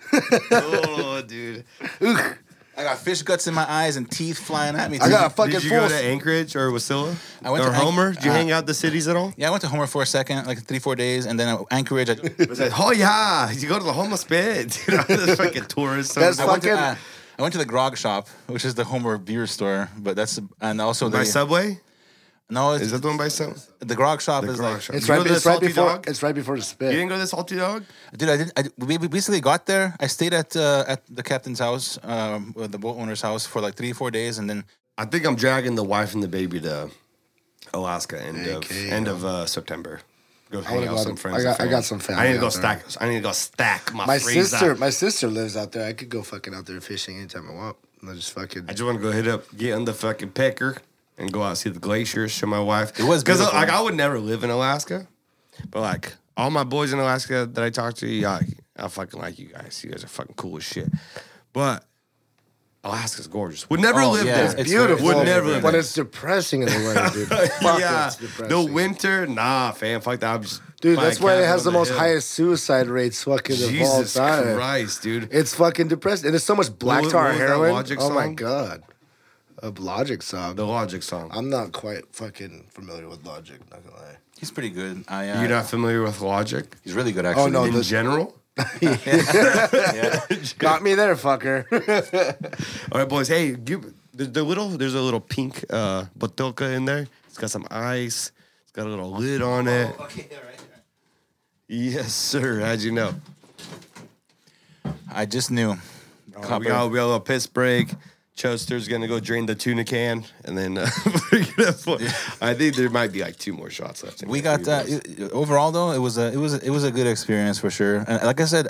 Speaker 4: oh, dude.
Speaker 6: Ugh.
Speaker 3: I got fish guts in my eyes and teeth flying at me.
Speaker 6: I got a
Speaker 3: dude.
Speaker 6: fucking
Speaker 4: Did you
Speaker 6: full.
Speaker 4: go to Anchorage or Wasilla?
Speaker 3: I went
Speaker 4: or
Speaker 3: to Anch-
Speaker 4: Homer? Did you
Speaker 3: uh,
Speaker 4: hang out the cities at all?
Speaker 3: yeah, I went to Homer for a second, like three four days, and then at Anchorage. I,
Speaker 4: It was like, oh yeah, you go to the homeless bed, dude. I'm this fucking tourist.
Speaker 6: That's
Speaker 3: I went to,
Speaker 6: Fucking-
Speaker 3: uh, I went to the Grog Shop, which is the Homer beer store, but that's and also the
Speaker 4: by Subway.
Speaker 3: no, it's,
Speaker 4: Is that the one by Subway?
Speaker 3: the Grog Shop
Speaker 4: The
Speaker 3: is
Speaker 4: grog
Speaker 3: like
Speaker 4: shop.
Speaker 6: It's
Speaker 4: You
Speaker 6: right,
Speaker 4: go to the
Speaker 6: it's right
Speaker 4: Salty
Speaker 6: before.
Speaker 4: Dog?
Speaker 6: It's right before the
Speaker 4: You
Speaker 6: spit.
Speaker 4: didn't go to the Salty Dog?
Speaker 3: dude. I did. I, we we basically got there. I stayed at uh, at the captain's house, um, or the boat owner's house for like three four days, and then
Speaker 4: I think I'm dragging the wife and the baby to Alaska end of
Speaker 6: Okay.
Speaker 4: end of uh, September. Go hang
Speaker 6: wanna
Speaker 4: out
Speaker 6: go
Speaker 4: with
Speaker 6: out
Speaker 4: some
Speaker 6: to-
Speaker 4: friends.
Speaker 6: I
Speaker 4: and
Speaker 6: got- I
Speaker 4: family.
Speaker 6: got some family
Speaker 4: I need to
Speaker 6: out
Speaker 4: go
Speaker 6: there.
Speaker 4: stack. I need to go stack my,
Speaker 6: My
Speaker 4: freezer.
Speaker 6: sister, my sister lives out there. I could go fucking out there fishing anytime I want. I just fucking.
Speaker 4: I just want to go hit up, get on the fucking pecker, and go out see the glaciers. Show my wife. It
Speaker 3: was
Speaker 4: because
Speaker 3: beautiful.
Speaker 4: like I would never live in Alaska, but like all my boys in Alaska that I talk to, yeah, like, I fucking like you guys. You guys are fucking cool as shit. But Alaska's gorgeous. Would never
Speaker 3: Oh,
Speaker 4: live
Speaker 3: yeah,
Speaker 4: there.
Speaker 3: it's- it's
Speaker 6: beautiful.
Speaker 4: Would never live
Speaker 6: when
Speaker 4: there.
Speaker 6: it's depressing in the winter, dude. Fuck,
Speaker 4: yeah,
Speaker 6: it's depressing.
Speaker 4: the winter, nah, fam, fuck that. I'm just
Speaker 6: Dude,
Speaker 4: buy a
Speaker 6: that's why it
Speaker 4: cabin
Speaker 6: has
Speaker 4: on
Speaker 6: the most
Speaker 4: hill.
Speaker 6: highest suicide rates fucking of all
Speaker 4: Jesus
Speaker 6: time.
Speaker 4: Christ, dude.
Speaker 6: It's fucking depressing. And there's so much black
Speaker 4: What-
Speaker 6: tar
Speaker 4: what was that
Speaker 6: heroin.
Speaker 4: Logic
Speaker 6: oh my
Speaker 4: song?
Speaker 6: god. A logic song.
Speaker 4: The Logic song.
Speaker 6: I'm not quite fucking familiar with logic, not gonna lie.
Speaker 3: he's pretty good. I uh,
Speaker 4: You're not familiar with Logic
Speaker 3: he's really good actually.
Speaker 6: Oh, no,
Speaker 4: in
Speaker 6: the-
Speaker 4: general?
Speaker 6: Got me there, fucker.
Speaker 4: All right, boys. Hey, give, the, the little there's a little pink uh, botulka in there. It's got some ice. It's got a little lid on it.
Speaker 3: Oh, Okay, all right.
Speaker 4: Yes, sir. How'd you know?
Speaker 3: I just knew.
Speaker 6: Oh,
Speaker 4: we got we got a little piss break. Chester's gonna go drain the tuna can, and then uh, we're gonna put- I think there might be like two more shots left. in
Speaker 3: we
Speaker 4: here.
Speaker 3: got that
Speaker 4: boys.
Speaker 3: overall though it was a it was it was a good experience for sure and like i said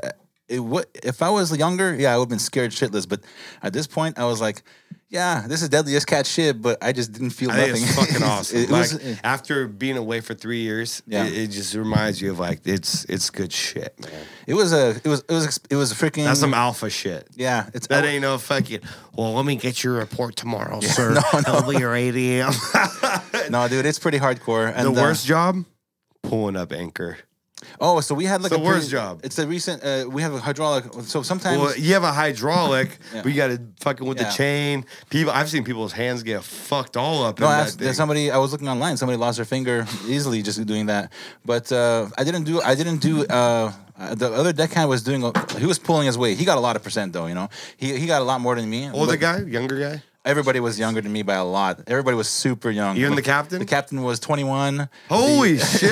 Speaker 3: it what if i was younger yeah i would have been scared shitless but at this point i was like yeah this is deadliest cat shit but i just didn't feel
Speaker 4: I think
Speaker 3: nothing
Speaker 4: it's fucking awesome.
Speaker 3: it,
Speaker 4: like
Speaker 3: was, uh,
Speaker 4: after being away for three years,
Speaker 3: Yeah.
Speaker 4: it, it just reminds you of like it's it's good shit, man.
Speaker 3: it was a it was it was ex- it was a freaking
Speaker 4: That's some alpha shit.
Speaker 3: yeah it's
Speaker 4: That ain't no fucking. Well, let me get your report tomorrow, sir.
Speaker 3: no, no.
Speaker 4: It'll be your 8 a.m.
Speaker 3: no dude it's pretty hardcore and
Speaker 4: the
Speaker 3: uh,
Speaker 4: worst job, pulling up anchor.
Speaker 3: oh so we had like
Speaker 4: the
Speaker 3: a pretty-
Speaker 4: worst job.
Speaker 3: it's a recent uh, we have a hydraulic so sometimes
Speaker 4: Well, you have a hydraulic,
Speaker 3: Yeah.
Speaker 4: but you got to fucking with
Speaker 3: Yeah.
Speaker 4: the chain. People, I've seen people's hands get fucked all up.
Speaker 3: No,
Speaker 4: in
Speaker 3: I
Speaker 4: that
Speaker 3: asked,
Speaker 4: thing.
Speaker 3: there's somebody I was looking online. Somebody lost their finger easily just doing that. But uh, I didn't do. I didn't do. Uh, uh, the other deckhand was doing. a- He was pulling his weight. He got a lot of percent though. You know, he he got a lot more than me.
Speaker 4: Older
Speaker 3: but
Speaker 4: guy, younger guy.
Speaker 3: Everybody was younger than me by a lot. Everybody was super young.
Speaker 4: You and the captain?
Speaker 3: The captain was 21.
Speaker 4: Holy
Speaker 3: The-
Speaker 4: shit.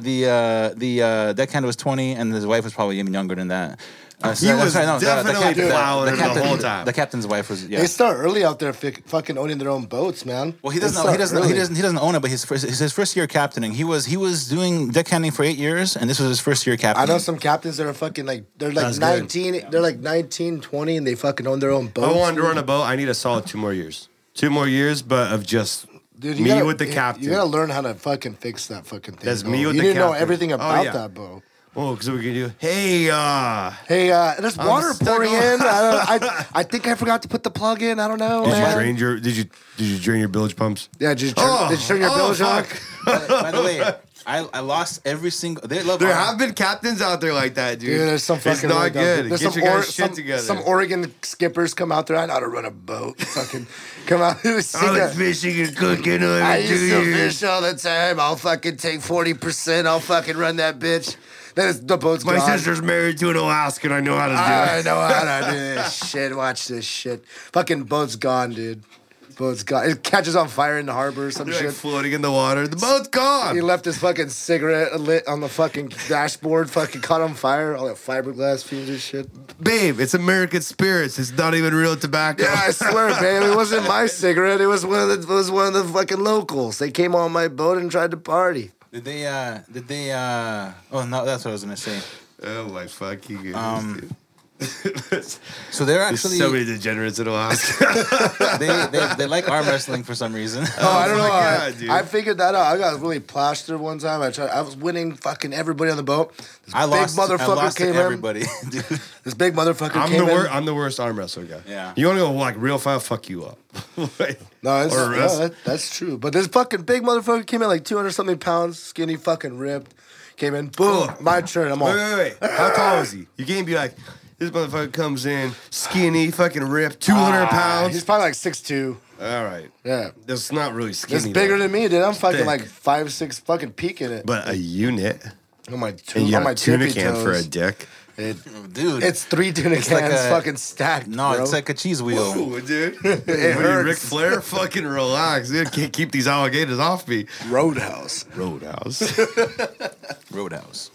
Speaker 3: The the uh, the uh, deckhand was 20, and his wife was probably even younger than that. Uh, so
Speaker 4: He
Speaker 3: that's
Speaker 4: was
Speaker 3: right, no, the- the
Speaker 4: definitely
Speaker 3: captain- the-
Speaker 4: plowing
Speaker 3: the
Speaker 4: him the
Speaker 3: captain-
Speaker 4: whole time.
Speaker 3: The captain's wife was. Yeah.
Speaker 6: They start early out there fi- fucking owning their own boats, man.
Speaker 3: Well, he
Speaker 6: They
Speaker 3: doesn't. Know,
Speaker 6: start
Speaker 3: he doesn't. Know,
Speaker 6: early.
Speaker 3: he doesn't. He doesn't own it. But his first, his first year captaining. He was. He was doing deckhanding for eight years, and this was his first year
Speaker 6: I
Speaker 3: captaining.
Speaker 6: know some captains that are fucking like they're like
Speaker 4: That's good.
Speaker 6: 19, they're like 19, 20 and they fucking own their own boats.
Speaker 4: I wanted to run a boat. I need a solid two more years. Two more years, but of just
Speaker 6: Dude, you
Speaker 4: me
Speaker 6: gotta-
Speaker 4: with the
Speaker 6: you-
Speaker 4: captain.
Speaker 6: You gotta learn how to fucking fix that fucking thing.
Speaker 4: That's
Speaker 6: though.
Speaker 4: me with
Speaker 6: you
Speaker 4: the
Speaker 6: didn't know
Speaker 4: captain.
Speaker 6: everything
Speaker 4: Oh,
Speaker 6: about
Speaker 4: yeah.
Speaker 6: that boat.
Speaker 4: Oh, because we can do, hey, uh,
Speaker 6: Hey, uh, there's water
Speaker 4: stuck
Speaker 6: pouring
Speaker 4: on-
Speaker 6: in. I, don't, I I think I forgot to put the plug in. I don't know.
Speaker 4: did you
Speaker 6: man.
Speaker 4: drain your, did you, did you drain your bilge pumps?
Speaker 6: Yeah, did you turn,
Speaker 4: Oh,
Speaker 6: did you turn your
Speaker 4: oh,
Speaker 6: bilge on?
Speaker 4: fuck.
Speaker 3: By the way, I, I lost every single. They love.
Speaker 4: There
Speaker 3: Ar-
Speaker 4: have been captains out there like that, dude.
Speaker 6: Dude, there's some fucking.
Speaker 4: It's not
Speaker 6: weirdos.
Speaker 4: good.
Speaker 6: There's
Speaker 4: Get
Speaker 6: some
Speaker 4: your guys'
Speaker 6: Ore-
Speaker 4: shit
Speaker 6: some-
Speaker 4: together.
Speaker 6: Some Oregon skippers come out there. I know how to run a boat. Fucking come out
Speaker 4: Oh,
Speaker 6: here. Sing
Speaker 4: I was
Speaker 6: a,
Speaker 4: fishing and cooking over
Speaker 6: I
Speaker 4: two
Speaker 6: used to
Speaker 4: years.
Speaker 6: fish all the time. I'll fucking take forty percent. I'll fucking run that bitch. Then it's, the boat's
Speaker 4: My
Speaker 6: gone.
Speaker 4: sister's married to an Alaskan. I know how to do
Speaker 6: I know how to do this shit. Watch this shit. Fucking boat's gone, dude. Boat's gone. It catches on fire in the harbor or some
Speaker 4: it. You're like
Speaker 6: shit.
Speaker 4: floating in the water. The boat's
Speaker 6: He
Speaker 4: gone.
Speaker 6: left his fucking cigarette lit on the fucking dashboard, fucking caught on fire, all that fiberglass fumes and shit.
Speaker 4: Babe, it's American spirits. It's not even real tobacco.
Speaker 6: Yeah, I swear, babe, it wasn't my cigarette. It was one of the it was one of the fucking locals. They came on my boat and tried to party.
Speaker 3: Did they? Uh, did they? Uh, oh no, that's what I was gonna say.
Speaker 4: oh my fucking goodness,
Speaker 6: Um,
Speaker 4: dude.
Speaker 3: So they're
Speaker 4: There's
Speaker 3: actually
Speaker 4: so many degenerates in Alaska.
Speaker 3: they, they they like arm wrestling for some reason.
Speaker 6: Oh, I don't
Speaker 4: my
Speaker 6: know.
Speaker 4: God, dude.
Speaker 6: I, I figured that out. I got really plastered one time. I tried. I was winning fucking everybody on the boat. This
Speaker 3: I lost.
Speaker 6: big
Speaker 3: I
Speaker 6: motherfucker
Speaker 3: lost to
Speaker 6: came in.
Speaker 3: everybody. Dude.
Speaker 6: This big motherfucker
Speaker 4: I'm
Speaker 6: came
Speaker 4: the
Speaker 6: in.
Speaker 4: worst. I'm the worst arm wrestler guy.
Speaker 3: Yeah.
Speaker 4: You want to go like real fight? I'll Fuck you up. Like,
Speaker 6: No, it's,
Speaker 4: or
Speaker 6: no,
Speaker 4: wrest-
Speaker 6: that- that's true. But this fucking big motherfucker came in like 200 something pounds, skinny, fucking ripped. Came in, boom, my turn. I'm
Speaker 4: Wait,
Speaker 6: on.
Speaker 4: wait, wait. How tall is he? You can't be like, this motherfucker comes in skinny, fucking ripped, 200
Speaker 6: Ah,
Speaker 4: pounds.
Speaker 6: He's probably like 6'2.
Speaker 4: All right.
Speaker 6: Yeah.
Speaker 4: That's not really skinny.
Speaker 6: It's bigger
Speaker 4: though.
Speaker 6: than me, dude. I'm fucking
Speaker 4: Thick.
Speaker 6: like five, six, fucking peeking it.
Speaker 4: But a unit.
Speaker 6: on my, tu-
Speaker 4: And you
Speaker 6: on
Speaker 4: got
Speaker 6: my
Speaker 4: a tuna
Speaker 6: tippy
Speaker 4: can for a
Speaker 6: toes.
Speaker 4: dick.
Speaker 6: It-
Speaker 3: Dude,
Speaker 6: it's three tuna
Speaker 3: It's like
Speaker 6: cans
Speaker 3: a-
Speaker 6: fucking stacked.
Speaker 3: no,
Speaker 6: bro.
Speaker 3: it's like a cheese wheel.
Speaker 4: Ooh, dude. it
Speaker 6: hurts.
Speaker 4: Ric Flair, fucking relax. Dude, can't keep these alligators off me.
Speaker 6: Roadhouse.
Speaker 4: Roadhouse.
Speaker 3: Roadhouse.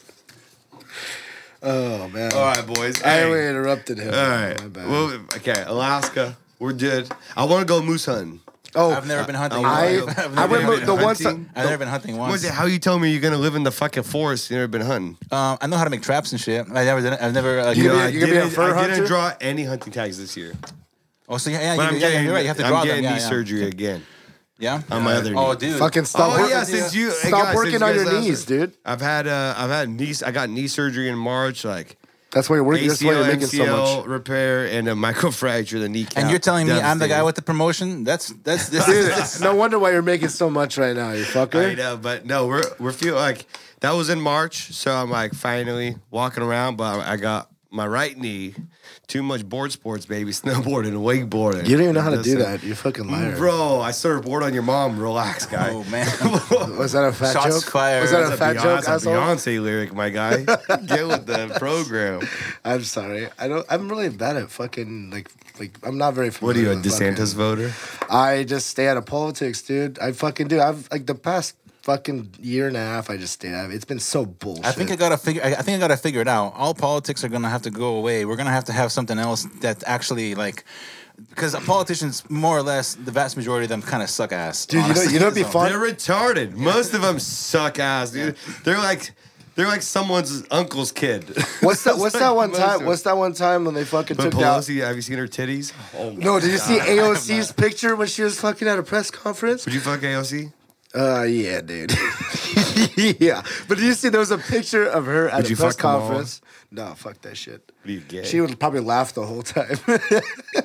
Speaker 6: Oh, man.
Speaker 4: All right, boys.
Speaker 6: I
Speaker 4: Hey.
Speaker 6: really interrupted him.
Speaker 4: All right.
Speaker 6: My bad.
Speaker 4: Well, okay, Alaska. We're good. I want to go moose hunting.
Speaker 6: oh,
Speaker 3: I've never been hunting.
Speaker 6: I-
Speaker 3: I've never
Speaker 6: I went
Speaker 3: been
Speaker 6: mo- the one
Speaker 4: hunting.
Speaker 6: time.
Speaker 3: I've never been hunting
Speaker 4: What is
Speaker 3: once.
Speaker 4: it? How you tell me you're gonna live in the fucking forest? You never been hunting.
Speaker 3: Um, I know how to make traps and shit. I never. Did, I've never. Uh,
Speaker 6: You
Speaker 3: did-
Speaker 6: know, I- you gonna be a
Speaker 4: didn't-
Speaker 6: fur
Speaker 4: I
Speaker 6: hunter?
Speaker 4: didn't draw any hunting tags this year,
Speaker 3: oh, so yeah, yeah, you,
Speaker 4: but I'm
Speaker 3: yeah,
Speaker 4: getting.
Speaker 3: you're right. You have to
Speaker 4: I'm
Speaker 3: draw them.
Speaker 4: getting
Speaker 3: yeah,
Speaker 4: knee
Speaker 3: yeah.
Speaker 4: surgery again.
Speaker 3: Yeah.
Speaker 4: on my other
Speaker 3: Oh,
Speaker 4: knee.
Speaker 3: dude.
Speaker 6: Fucking stop.
Speaker 4: Oh,
Speaker 6: working-
Speaker 4: yeah, since you hey,
Speaker 6: Stop
Speaker 4: guys,
Speaker 6: working
Speaker 4: since
Speaker 6: on
Speaker 4: you
Speaker 6: your
Speaker 4: guys asked-
Speaker 6: knees, dude.
Speaker 4: I've had uh, I've had knee. I got knee surgery in March. Like
Speaker 6: That's why you're working. That's why
Speaker 4: ACL,
Speaker 6: you're making so much.
Speaker 4: MCL repair and a microfracture of the kneecap.
Speaker 3: And you're telling me I'm the
Speaker 4: Devastating.
Speaker 3: guy with the promotion? That's that's this.
Speaker 6: Dude,
Speaker 3: is-
Speaker 6: it's no wonder why you're making so much right now, you
Speaker 4: I
Speaker 6: fucker.
Speaker 4: know, but no, we're we're feeling like that was in March, so I'm like finally walking around, but I got my right knee. Too much board sports, baby. Snowboarding, and wakeboarding.
Speaker 6: You don't even know how to do
Speaker 4: Listen.
Speaker 6: that. You fucking liar.
Speaker 4: Bro, I served board on your mom. Relax, guy.
Speaker 3: oh man.
Speaker 6: Was that a fat
Speaker 3: Shots
Speaker 6: joke?
Speaker 3: fired.
Speaker 6: Was that a
Speaker 4: That's
Speaker 6: fat
Speaker 4: Beyonce,
Speaker 6: joke,
Speaker 4: that's a
Speaker 6: asshole?
Speaker 4: Beyonce lyric, my guy. Get with the program.
Speaker 6: I'm sorry. I don't. I'm really bad at fucking like like. I'm not very
Speaker 4: What are
Speaker 6: familiar.
Speaker 4: you, a
Speaker 6: with fucking-
Speaker 4: DeSantis voter?
Speaker 6: I just stay out of politics, dude. I fucking do. I've like the past fucking year and a half. I just stay out. of it. It's been so bullshit.
Speaker 3: I think I gotta figure. I I think I gotta figure it out. All politics are gonna have to go away. We're gonna have to have something else that actually like, because politicians, more or less, the vast majority of them kind of suck ass.
Speaker 6: dude. You know,
Speaker 3: honestly.
Speaker 6: you know, what'd be
Speaker 3: So-
Speaker 6: fun.
Speaker 4: They're retarded. Most of them suck ass, dude. They're like, they're like someone's uncle's kid.
Speaker 6: What's that?
Speaker 4: It's
Speaker 6: What's
Speaker 4: like
Speaker 6: that one
Speaker 4: most of
Speaker 6: time?
Speaker 4: them.
Speaker 6: What's that one time when they fucking
Speaker 4: But
Speaker 6: took down?
Speaker 4: Pelosi, have you seen her titties? Oh,
Speaker 6: No, did you see AOC's picture when she was fucking at a press conference?
Speaker 4: would you fuck AOC?
Speaker 6: Uh, yeah, dude. yeah, but did you see there was a picture of her at
Speaker 4: Would
Speaker 6: a
Speaker 4: you
Speaker 6: press
Speaker 4: fuck them all?
Speaker 6: conference? No, fuck that shit.
Speaker 4: What are you gay?
Speaker 6: She would probably laugh the whole time.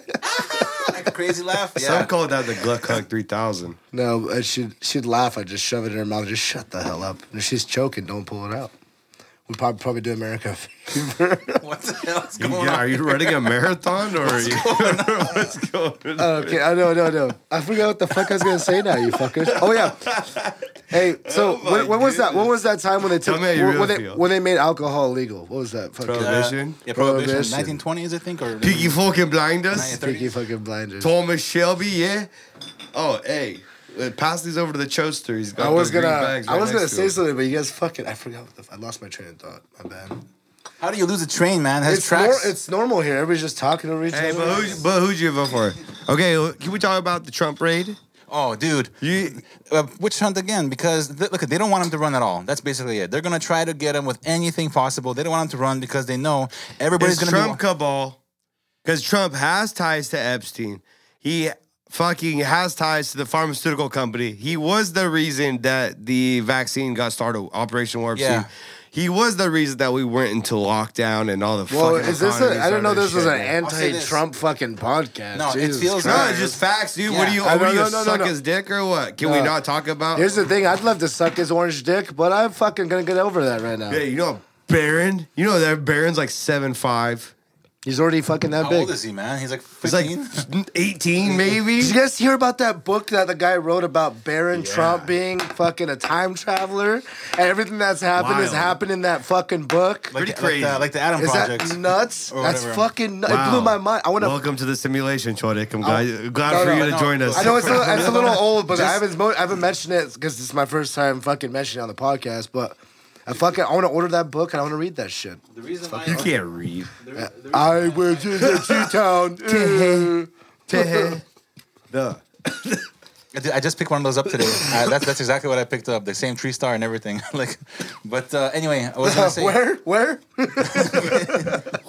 Speaker 3: like a crazy laugh.
Speaker 4: Some
Speaker 3: Yeah.
Speaker 4: call that the Gluck Hug 3000.
Speaker 6: no, uh, she'd she'd laugh. I would just shove it in her mouth. Just shut the hell up. And if she's choking, don't pull it out. We probably probably do America. a favor.
Speaker 3: what the hell is going
Speaker 4: Yeah,
Speaker 3: on? Uh,
Speaker 4: are you running a marathon or are you? What's going on?
Speaker 6: okay, I know, no, no. I forgot what the fuck I was gonna say now. You fuckers. Oh yeah. Hey, so
Speaker 4: Oh, my
Speaker 6: when, when was that? When was that time when they took
Speaker 4: me how you
Speaker 6: when,
Speaker 4: really
Speaker 6: when they
Speaker 4: feel.
Speaker 6: when they made alcohol legal? What was that? Fucking
Speaker 4: Bro, Prohibition?
Speaker 3: Yeah, prohibition.
Speaker 6: Prohibition.
Speaker 3: 1920s, I think, or
Speaker 4: Peaky fucking blinders.
Speaker 3: Nice.
Speaker 6: Peaky fucking blinders.
Speaker 4: Thomas Shelby, yeah. Oh, hey, uh, pass these over to the choster. He's got
Speaker 6: I was
Speaker 4: those
Speaker 6: gonna,
Speaker 4: green bags
Speaker 6: I
Speaker 4: right
Speaker 6: was
Speaker 4: next
Speaker 6: gonna
Speaker 4: to
Speaker 6: say
Speaker 4: him.
Speaker 6: something, but you guys fucking, I forgot. What the, f- I lost my train of thought. My bad.
Speaker 3: How do you lose a train, man? It has
Speaker 6: It's, nor,
Speaker 3: tracks.
Speaker 6: it's normal here. Everybody's just talking over each
Speaker 4: Hey,
Speaker 6: other.
Speaker 4: but who, but who'd you vote for? Okay, well, can we talk about the Trump raid?
Speaker 3: oh, dude.
Speaker 4: You,
Speaker 3: uh, witch hunt again because th- look, they don't want him to run at all. That's basically it. They're gonna try to get him with anything possible. They don't want him to run because they know everybody's
Speaker 4: it's
Speaker 3: gonna
Speaker 4: Trump
Speaker 3: be.
Speaker 4: cabal because Trump has ties to Epstein. He fucking has ties to the pharmaceutical company. He was the reason that the vaccine got started, Operation Warp
Speaker 3: Yeah.
Speaker 4: Speed. He was the reason that we went into lockdown and all the
Speaker 6: Well,
Speaker 4: fucking.
Speaker 6: is this a?
Speaker 4: economies
Speaker 6: I didn't know
Speaker 4: and
Speaker 6: this was an
Speaker 4: shit, man.
Speaker 3: I'll say this.
Speaker 6: anti-Trump fucking podcast.
Speaker 3: No, it
Speaker 6: Jesus
Speaker 3: feels
Speaker 6: Christ.
Speaker 4: No, it's just facts, dude. What do you?
Speaker 6: Yeah.
Speaker 4: What do you
Speaker 6: No, no, no, no,
Speaker 4: suck
Speaker 6: no.
Speaker 4: his dick or what? Can we
Speaker 6: No.
Speaker 4: not talk about?
Speaker 6: Here's the thing. I'd love to suck his orange dick, but I'm fucking gonna get over that right now.
Speaker 4: Hey, you know Baron? You know that Baron's like seven five.
Speaker 6: He's already fucking that
Speaker 3: How
Speaker 6: big.
Speaker 3: old is he, man? He's like
Speaker 4: He's like
Speaker 3: 15.
Speaker 4: eighteen, maybe.
Speaker 6: Did you guys hear about that book that the guy wrote about Baron Trump being fucking a time traveler? And everything that's happened has
Speaker 4: Wild.
Speaker 6: happened in that fucking book.
Speaker 3: like,
Speaker 4: Pretty
Speaker 3: the-
Speaker 4: crazy.
Speaker 3: Like the, like the Adam
Speaker 6: Is
Speaker 3: Project.
Speaker 6: that nuts?
Speaker 3: Or
Speaker 6: That's
Speaker 3: whatever.
Speaker 6: fucking. nu- It
Speaker 4: Wow.
Speaker 6: blew my mind. I want to.
Speaker 4: Welcome to the simulation, Chodik. I'm glad, glad
Speaker 6: Oh. No,
Speaker 4: for you
Speaker 6: no,
Speaker 4: to
Speaker 3: no.
Speaker 4: join us.
Speaker 6: I know it's a little, it's a little old, but I haven't mo- I haven't mentioned it because it's my first time fucking mentioning it on the podcast. But I fucking I want to order that book and I want to read that shit.
Speaker 3: The reason why
Speaker 4: you can't read.
Speaker 6: I went to the G town.
Speaker 4: The
Speaker 3: I did- I just picked one of those up today. Uh, that's that's exactly what I picked up. The same tree star and everything. like, but uh, anyway, I was gonna say
Speaker 6: Where where?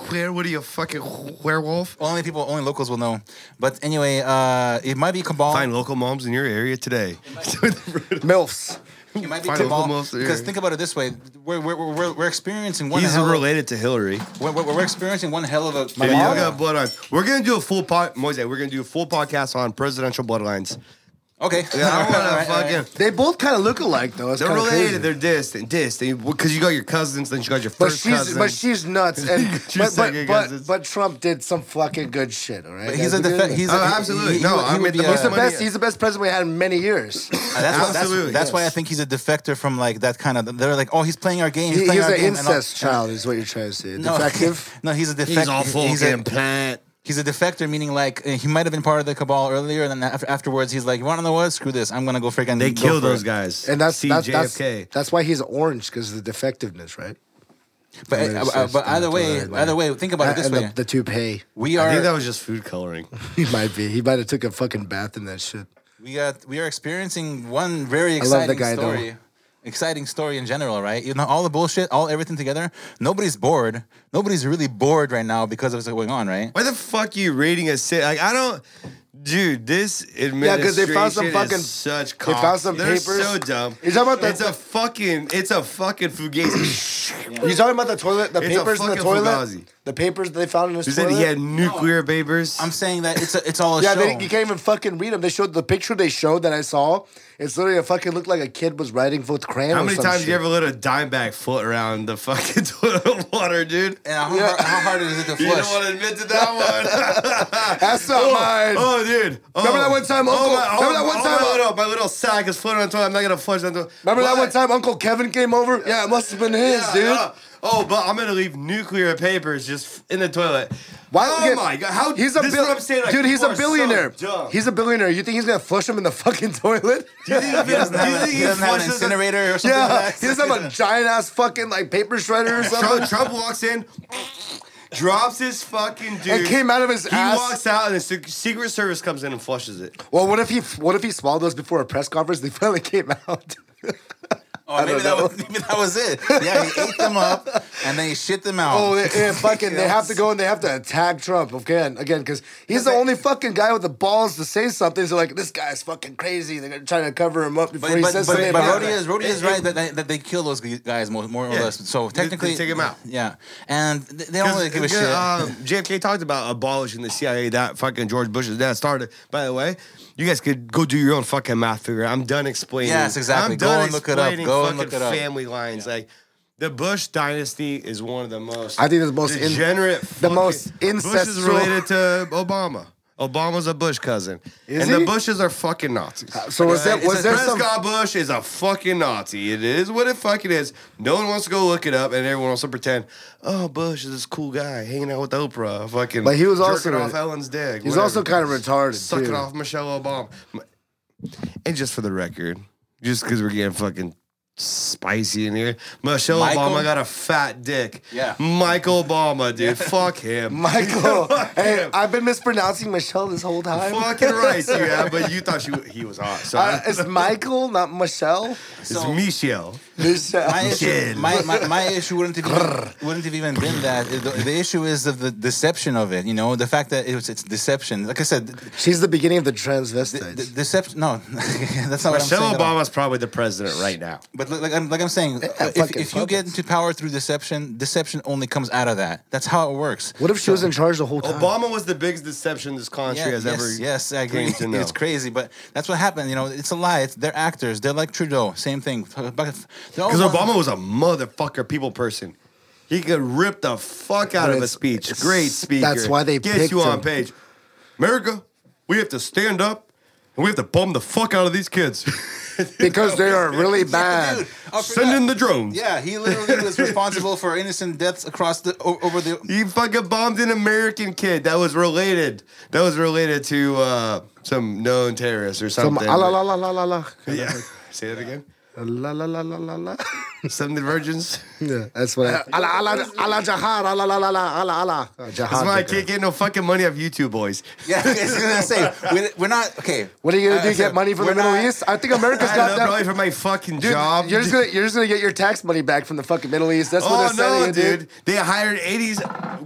Speaker 4: where? What are you a fucking werewolf?
Speaker 3: only people, only locals will know. But anyway, uh, it might be Cabal.
Speaker 4: Find local moms in your area today.
Speaker 6: Milfs.
Speaker 3: It might be
Speaker 4: Find
Speaker 3: Cabal
Speaker 4: local moms.
Speaker 3: because think about it this way: we're we're, we're, we're experiencing one.
Speaker 4: He's
Speaker 3: hell
Speaker 4: related to Hillary.
Speaker 3: We're, we're we're experiencing one hell of a.
Speaker 4: Yeah,
Speaker 3: Yeah.
Speaker 4: y'all got bloodlines. We're gonna do a full pod, Moise. We're gonna do a full podcast on presidential bloodlines.
Speaker 3: Okay.
Speaker 4: Yeah, I
Speaker 3: All
Speaker 4: wanna
Speaker 3: right, all right.
Speaker 4: fucking.
Speaker 6: They both kind of look alike though. It's
Speaker 4: They're
Speaker 6: kinda
Speaker 4: related.
Speaker 6: crazy.
Speaker 4: They're distant, distant. Because you got your cousins, then you got your
Speaker 6: But
Speaker 4: first
Speaker 6: she's
Speaker 4: cousin.
Speaker 6: but she's nuts, and
Speaker 4: She's
Speaker 6: but,
Speaker 4: second
Speaker 6: but,
Speaker 4: cousins.
Speaker 6: but, but Trump did some fucking good shit. All right,
Speaker 3: But he's
Speaker 6: Guys,
Speaker 3: a
Speaker 6: we did
Speaker 3: defense.
Speaker 6: it.
Speaker 3: He's
Speaker 4: Oh,
Speaker 3: a, he-
Speaker 4: absolutely.
Speaker 3: he-
Speaker 4: No,
Speaker 3: he
Speaker 4: I
Speaker 3: would
Speaker 4: made
Speaker 3: be
Speaker 4: the
Speaker 3: a-
Speaker 4: most
Speaker 6: He's the
Speaker 4: money.
Speaker 6: best. He's the best president we had in many years.
Speaker 3: That's why, that's,
Speaker 4: Absolutely,
Speaker 3: that's why I
Speaker 6: yes.
Speaker 3: think he's a defector from like that kind of. They're like, oh, he's playing our game. He's,
Speaker 6: He-
Speaker 3: playing
Speaker 6: he's
Speaker 3: our
Speaker 6: an
Speaker 3: game, and all-
Speaker 6: incest child, is what you're trying to say.
Speaker 3: No,
Speaker 6: Defective.
Speaker 3: no, he's a defector.
Speaker 4: He's all full
Speaker 3: he's a,
Speaker 4: implant.
Speaker 3: he's a defector, meaning like uh, he might have been part of the cabal earlier, and then af- afterwards he's like, "You want to know what? Screw this! I'm gonna go freaking."
Speaker 4: They
Speaker 3: go
Speaker 4: kill
Speaker 3: for
Speaker 4: those
Speaker 3: it."
Speaker 4: guys.
Speaker 6: And that's
Speaker 4: See
Speaker 6: that's
Speaker 4: JFK.
Speaker 6: that's, that's why he's orange because of the defectiveness, right?
Speaker 3: But, uh, uh, but either way, either way, think about it this
Speaker 6: and
Speaker 3: way:
Speaker 6: the, the toupee.
Speaker 3: we
Speaker 4: I
Speaker 3: are
Speaker 4: think that was just food coloring.
Speaker 6: He might be. He might have took a fucking bath in that shit.
Speaker 3: we got we are experiencing one very
Speaker 6: I love the
Speaker 3: exciting
Speaker 6: guy, though.
Speaker 3: story. Exciting story in general, right? You know, all the bullshit, all everything together. Nobody's bored. Nobody's really bored right now because of what's going on, right?
Speaker 4: Why the fuck you rating a sit? Like I don't, dude. This administration
Speaker 6: Yeah, 'cause they found some fucking-
Speaker 4: is such.
Speaker 6: they
Speaker 4: Cock.
Speaker 6: found some
Speaker 4: They're
Speaker 6: papers.
Speaker 4: so dumb.
Speaker 6: You talking about the-
Speaker 4: It's a fucking. It's a fucking fugazi.
Speaker 6: You talking about the toilet? The
Speaker 4: It's a
Speaker 6: papers in the
Speaker 4: fucking
Speaker 6: toilet.
Speaker 4: Fugazi.
Speaker 6: The papers they found in his
Speaker 4: You said
Speaker 6: toilet.
Speaker 4: he had nuclear papers.
Speaker 3: I'm saying that it's a, it's all a
Speaker 6: yeah,
Speaker 3: show.
Speaker 6: they, you can't even fucking read them. They showed the picture they showed that I saw. It's literally a fucking looked like a kid was writing with crayon.
Speaker 4: How
Speaker 6: or
Speaker 4: many
Speaker 6: some
Speaker 4: times
Speaker 6: shit.
Speaker 4: you ever let a dime bag float around the fucking toilet water, dude?
Speaker 3: and how,
Speaker 6: Yeah.
Speaker 3: how hard is it to flush?
Speaker 4: You don't want to admit to that one.
Speaker 6: That's not mine.
Speaker 4: Oh, dude. Oh.
Speaker 6: Remember that one time, Uncle- remember that one
Speaker 4: oh,
Speaker 6: time,
Speaker 4: My
Speaker 6: uh,
Speaker 4: little, my little sack is floating on the toilet. I'm not gonna flush that. toilet.
Speaker 6: Remember that
Speaker 4: What?
Speaker 6: one time Uncle Kevin came over? Yeah, it must have been his,
Speaker 4: Yeah,
Speaker 6: dude.
Speaker 4: yeah. Oh, but I'm gonna leave nuclear papers just in the toilet.
Speaker 6: Why?
Speaker 4: Oh
Speaker 6: okay,
Speaker 4: my god! How?
Speaker 6: He's a
Speaker 4: this is
Speaker 6: bil-
Speaker 4: what I'm saying, like,
Speaker 6: dude. He's
Speaker 4: people
Speaker 6: a
Speaker 4: are so
Speaker 6: billionaire.
Speaker 4: dumb.
Speaker 6: he's a billionaire. You think he's gonna flush him in the fucking toilet?
Speaker 4: Do you think he doesn't
Speaker 3: He doesn't have,
Speaker 4: have,
Speaker 3: a- he doesn't have an incinerator or something.
Speaker 6: yeah,
Speaker 3: like that.
Speaker 6: he doesn't have a giant ass fucking like paper shredder or something.
Speaker 4: Trump, Trump walks in, drops his fucking dude.
Speaker 6: It came out of his
Speaker 4: He
Speaker 6: ass.
Speaker 4: walks out, and the Se- Secret Service comes in and flushes it.
Speaker 6: well, what if he what if he swallowed those before a press conference? They finally came out.
Speaker 3: Or Oh, maybe
Speaker 6: don't
Speaker 3: that,
Speaker 6: know.
Speaker 3: was, maybe that was it. Yeah, he ate them up and then he shit them out.
Speaker 6: oh, they, yeah, fucking! They have to go and they have to attack Trump again, again, because he's the only fucking guy with the balls to say something. So like, this guy's fucking crazy. They're gonna try to cover him up before
Speaker 3: but
Speaker 6: he
Speaker 3: but,
Speaker 6: says
Speaker 3: but,
Speaker 6: something.
Speaker 3: but
Speaker 6: about
Speaker 3: Rhodey
Speaker 6: it.
Speaker 3: is, Rhodey is right that they, that they kill those guys more, more or
Speaker 4: Yeah.
Speaker 3: less. So
Speaker 4: They- they
Speaker 3: technically,
Speaker 4: take 'em out.
Speaker 3: Yeah, and they they don't really give a
Speaker 4: Because,
Speaker 3: shit.
Speaker 4: uh, JFK talked about abolishing the CIA. That fucking George Bush's dad started. By the way, you guys could go do your own fucking math figure. I'm done explaining.
Speaker 3: Yes, exactly.
Speaker 4: I'm
Speaker 3: Go
Speaker 4: done
Speaker 3: and look it up.
Speaker 4: explaining
Speaker 3: Go and
Speaker 4: fucking
Speaker 3: look it up.
Speaker 4: Family lines like. The Bush dynasty is one of the most.
Speaker 6: I think it's the most in-
Speaker 4: degenerate. fucking-
Speaker 6: most
Speaker 4: Bush is
Speaker 6: incestual-
Speaker 4: related to Obama. Obama's a Bush cousin,
Speaker 6: Is
Speaker 4: and
Speaker 6: he?
Speaker 4: the Bushes are fucking Nazis.
Speaker 6: So was
Speaker 3: Yeah,
Speaker 6: there
Speaker 3: it's a
Speaker 6: was there some?
Speaker 4: Prescott Bush is a fucking Nazi. It is what it fucking is. No one wants to go look it up, and everyone wants to pretend, oh, Bush is this cool guy hanging out with Oprah, fucking.
Speaker 6: But he was also-
Speaker 4: jerking off Ellen's dick.
Speaker 6: He's also kind of retarded.
Speaker 4: sucking
Speaker 6: too.
Speaker 4: off Michelle Obama. And just for the record, just because we're getting fucking spicy in here, Michelle
Speaker 3: Michael-
Speaker 4: Obama got a fat dick.
Speaker 3: Yeah.
Speaker 4: Michael Obama, dude, fuck him.
Speaker 6: Michael, hey,
Speaker 4: him.
Speaker 6: I've been mispronouncing Michelle this whole time.
Speaker 4: Fucking right, you have, but you thought she he was hot. So
Speaker 6: Uh,
Speaker 4: I-
Speaker 6: it's Michael, not Michelle.
Speaker 4: it's
Speaker 3: So-
Speaker 4: Michelle.
Speaker 3: my
Speaker 6: Michelle.
Speaker 3: issue, my, my, my issue wouldn't have even, wouldn't have even been that. The, the issue is of the deception of it. You know, the fact that it was, it's deception. Like I said,
Speaker 6: She's the beginning of the
Speaker 3: the,
Speaker 6: transvestites.
Speaker 3: deception. No, that's not what I'm saying.
Speaker 4: Michelle
Speaker 3: at all.
Speaker 4: Obama's probably the president right now.
Speaker 3: But like, like, like I'm, like I'm saying, if,
Speaker 6: fucking
Speaker 3: if you get
Speaker 6: puppets.
Speaker 3: into power through deception, deception only comes out of that. That's how it works.
Speaker 6: What if she was in charge the whole time?
Speaker 4: Obama was the biggest deception this country has
Speaker 3: yes,
Speaker 4: ever.
Speaker 3: Yes, I agree.
Speaker 4: claimed to know.
Speaker 3: It's crazy, but that's what happened. You know, it's a lie. It's, they're actors. They're like Trudeau. Same thing. Because
Speaker 4: Because Obama was a motherfucker people person. He could rip the fuck out
Speaker 6: But
Speaker 4: of a
Speaker 6: it's-
Speaker 4: speech.
Speaker 6: it's-
Speaker 4: Great speaker.
Speaker 6: that's why they
Speaker 4: gets
Speaker 6: picked
Speaker 4: you on
Speaker 6: him.
Speaker 4: page. America, we have to stand up and we have to bum the fuck out of these kids.
Speaker 6: because they are really bad.
Speaker 3: dude, I
Speaker 4: Send
Speaker 3: forgot.
Speaker 4: in the drones.
Speaker 3: Oh, Yeah, he literally was responsible for innocent deaths across the o- over the.
Speaker 4: He fucking bombed an American kid that was related. That was related to uh, some known terrorist or
Speaker 6: Some
Speaker 4: something.
Speaker 6: ah, la la la la la la.
Speaker 4: yeah. Say that again.
Speaker 6: La la la la la la.
Speaker 4: Some of the virgins.
Speaker 6: Yeah, that's what I. Ala ala ala jihad ala la la la ala ala. Uh,
Speaker 4: That's
Speaker 6: jihad,
Speaker 4: why I
Speaker 6: okay.
Speaker 4: can't get no fucking money off YouTube boys.
Speaker 3: Yeah, I was gonna say we're, we're not okay.
Speaker 6: What are you gonna
Speaker 3: I-
Speaker 6: do?
Speaker 3: I
Speaker 6: Get
Speaker 3: said,
Speaker 6: money from the
Speaker 3: we're
Speaker 6: Middle
Speaker 3: not-
Speaker 6: East? I think America's
Speaker 4: I know,
Speaker 6: got that.
Speaker 4: probably for my fucking
Speaker 6: Dude,
Speaker 4: job.
Speaker 6: You're just gonna you're just gonna get your tax money back from the fucking Middle East. That's what
Speaker 4: Oh
Speaker 6: they're selling
Speaker 4: no,
Speaker 6: you,
Speaker 4: dude! They hired 80s.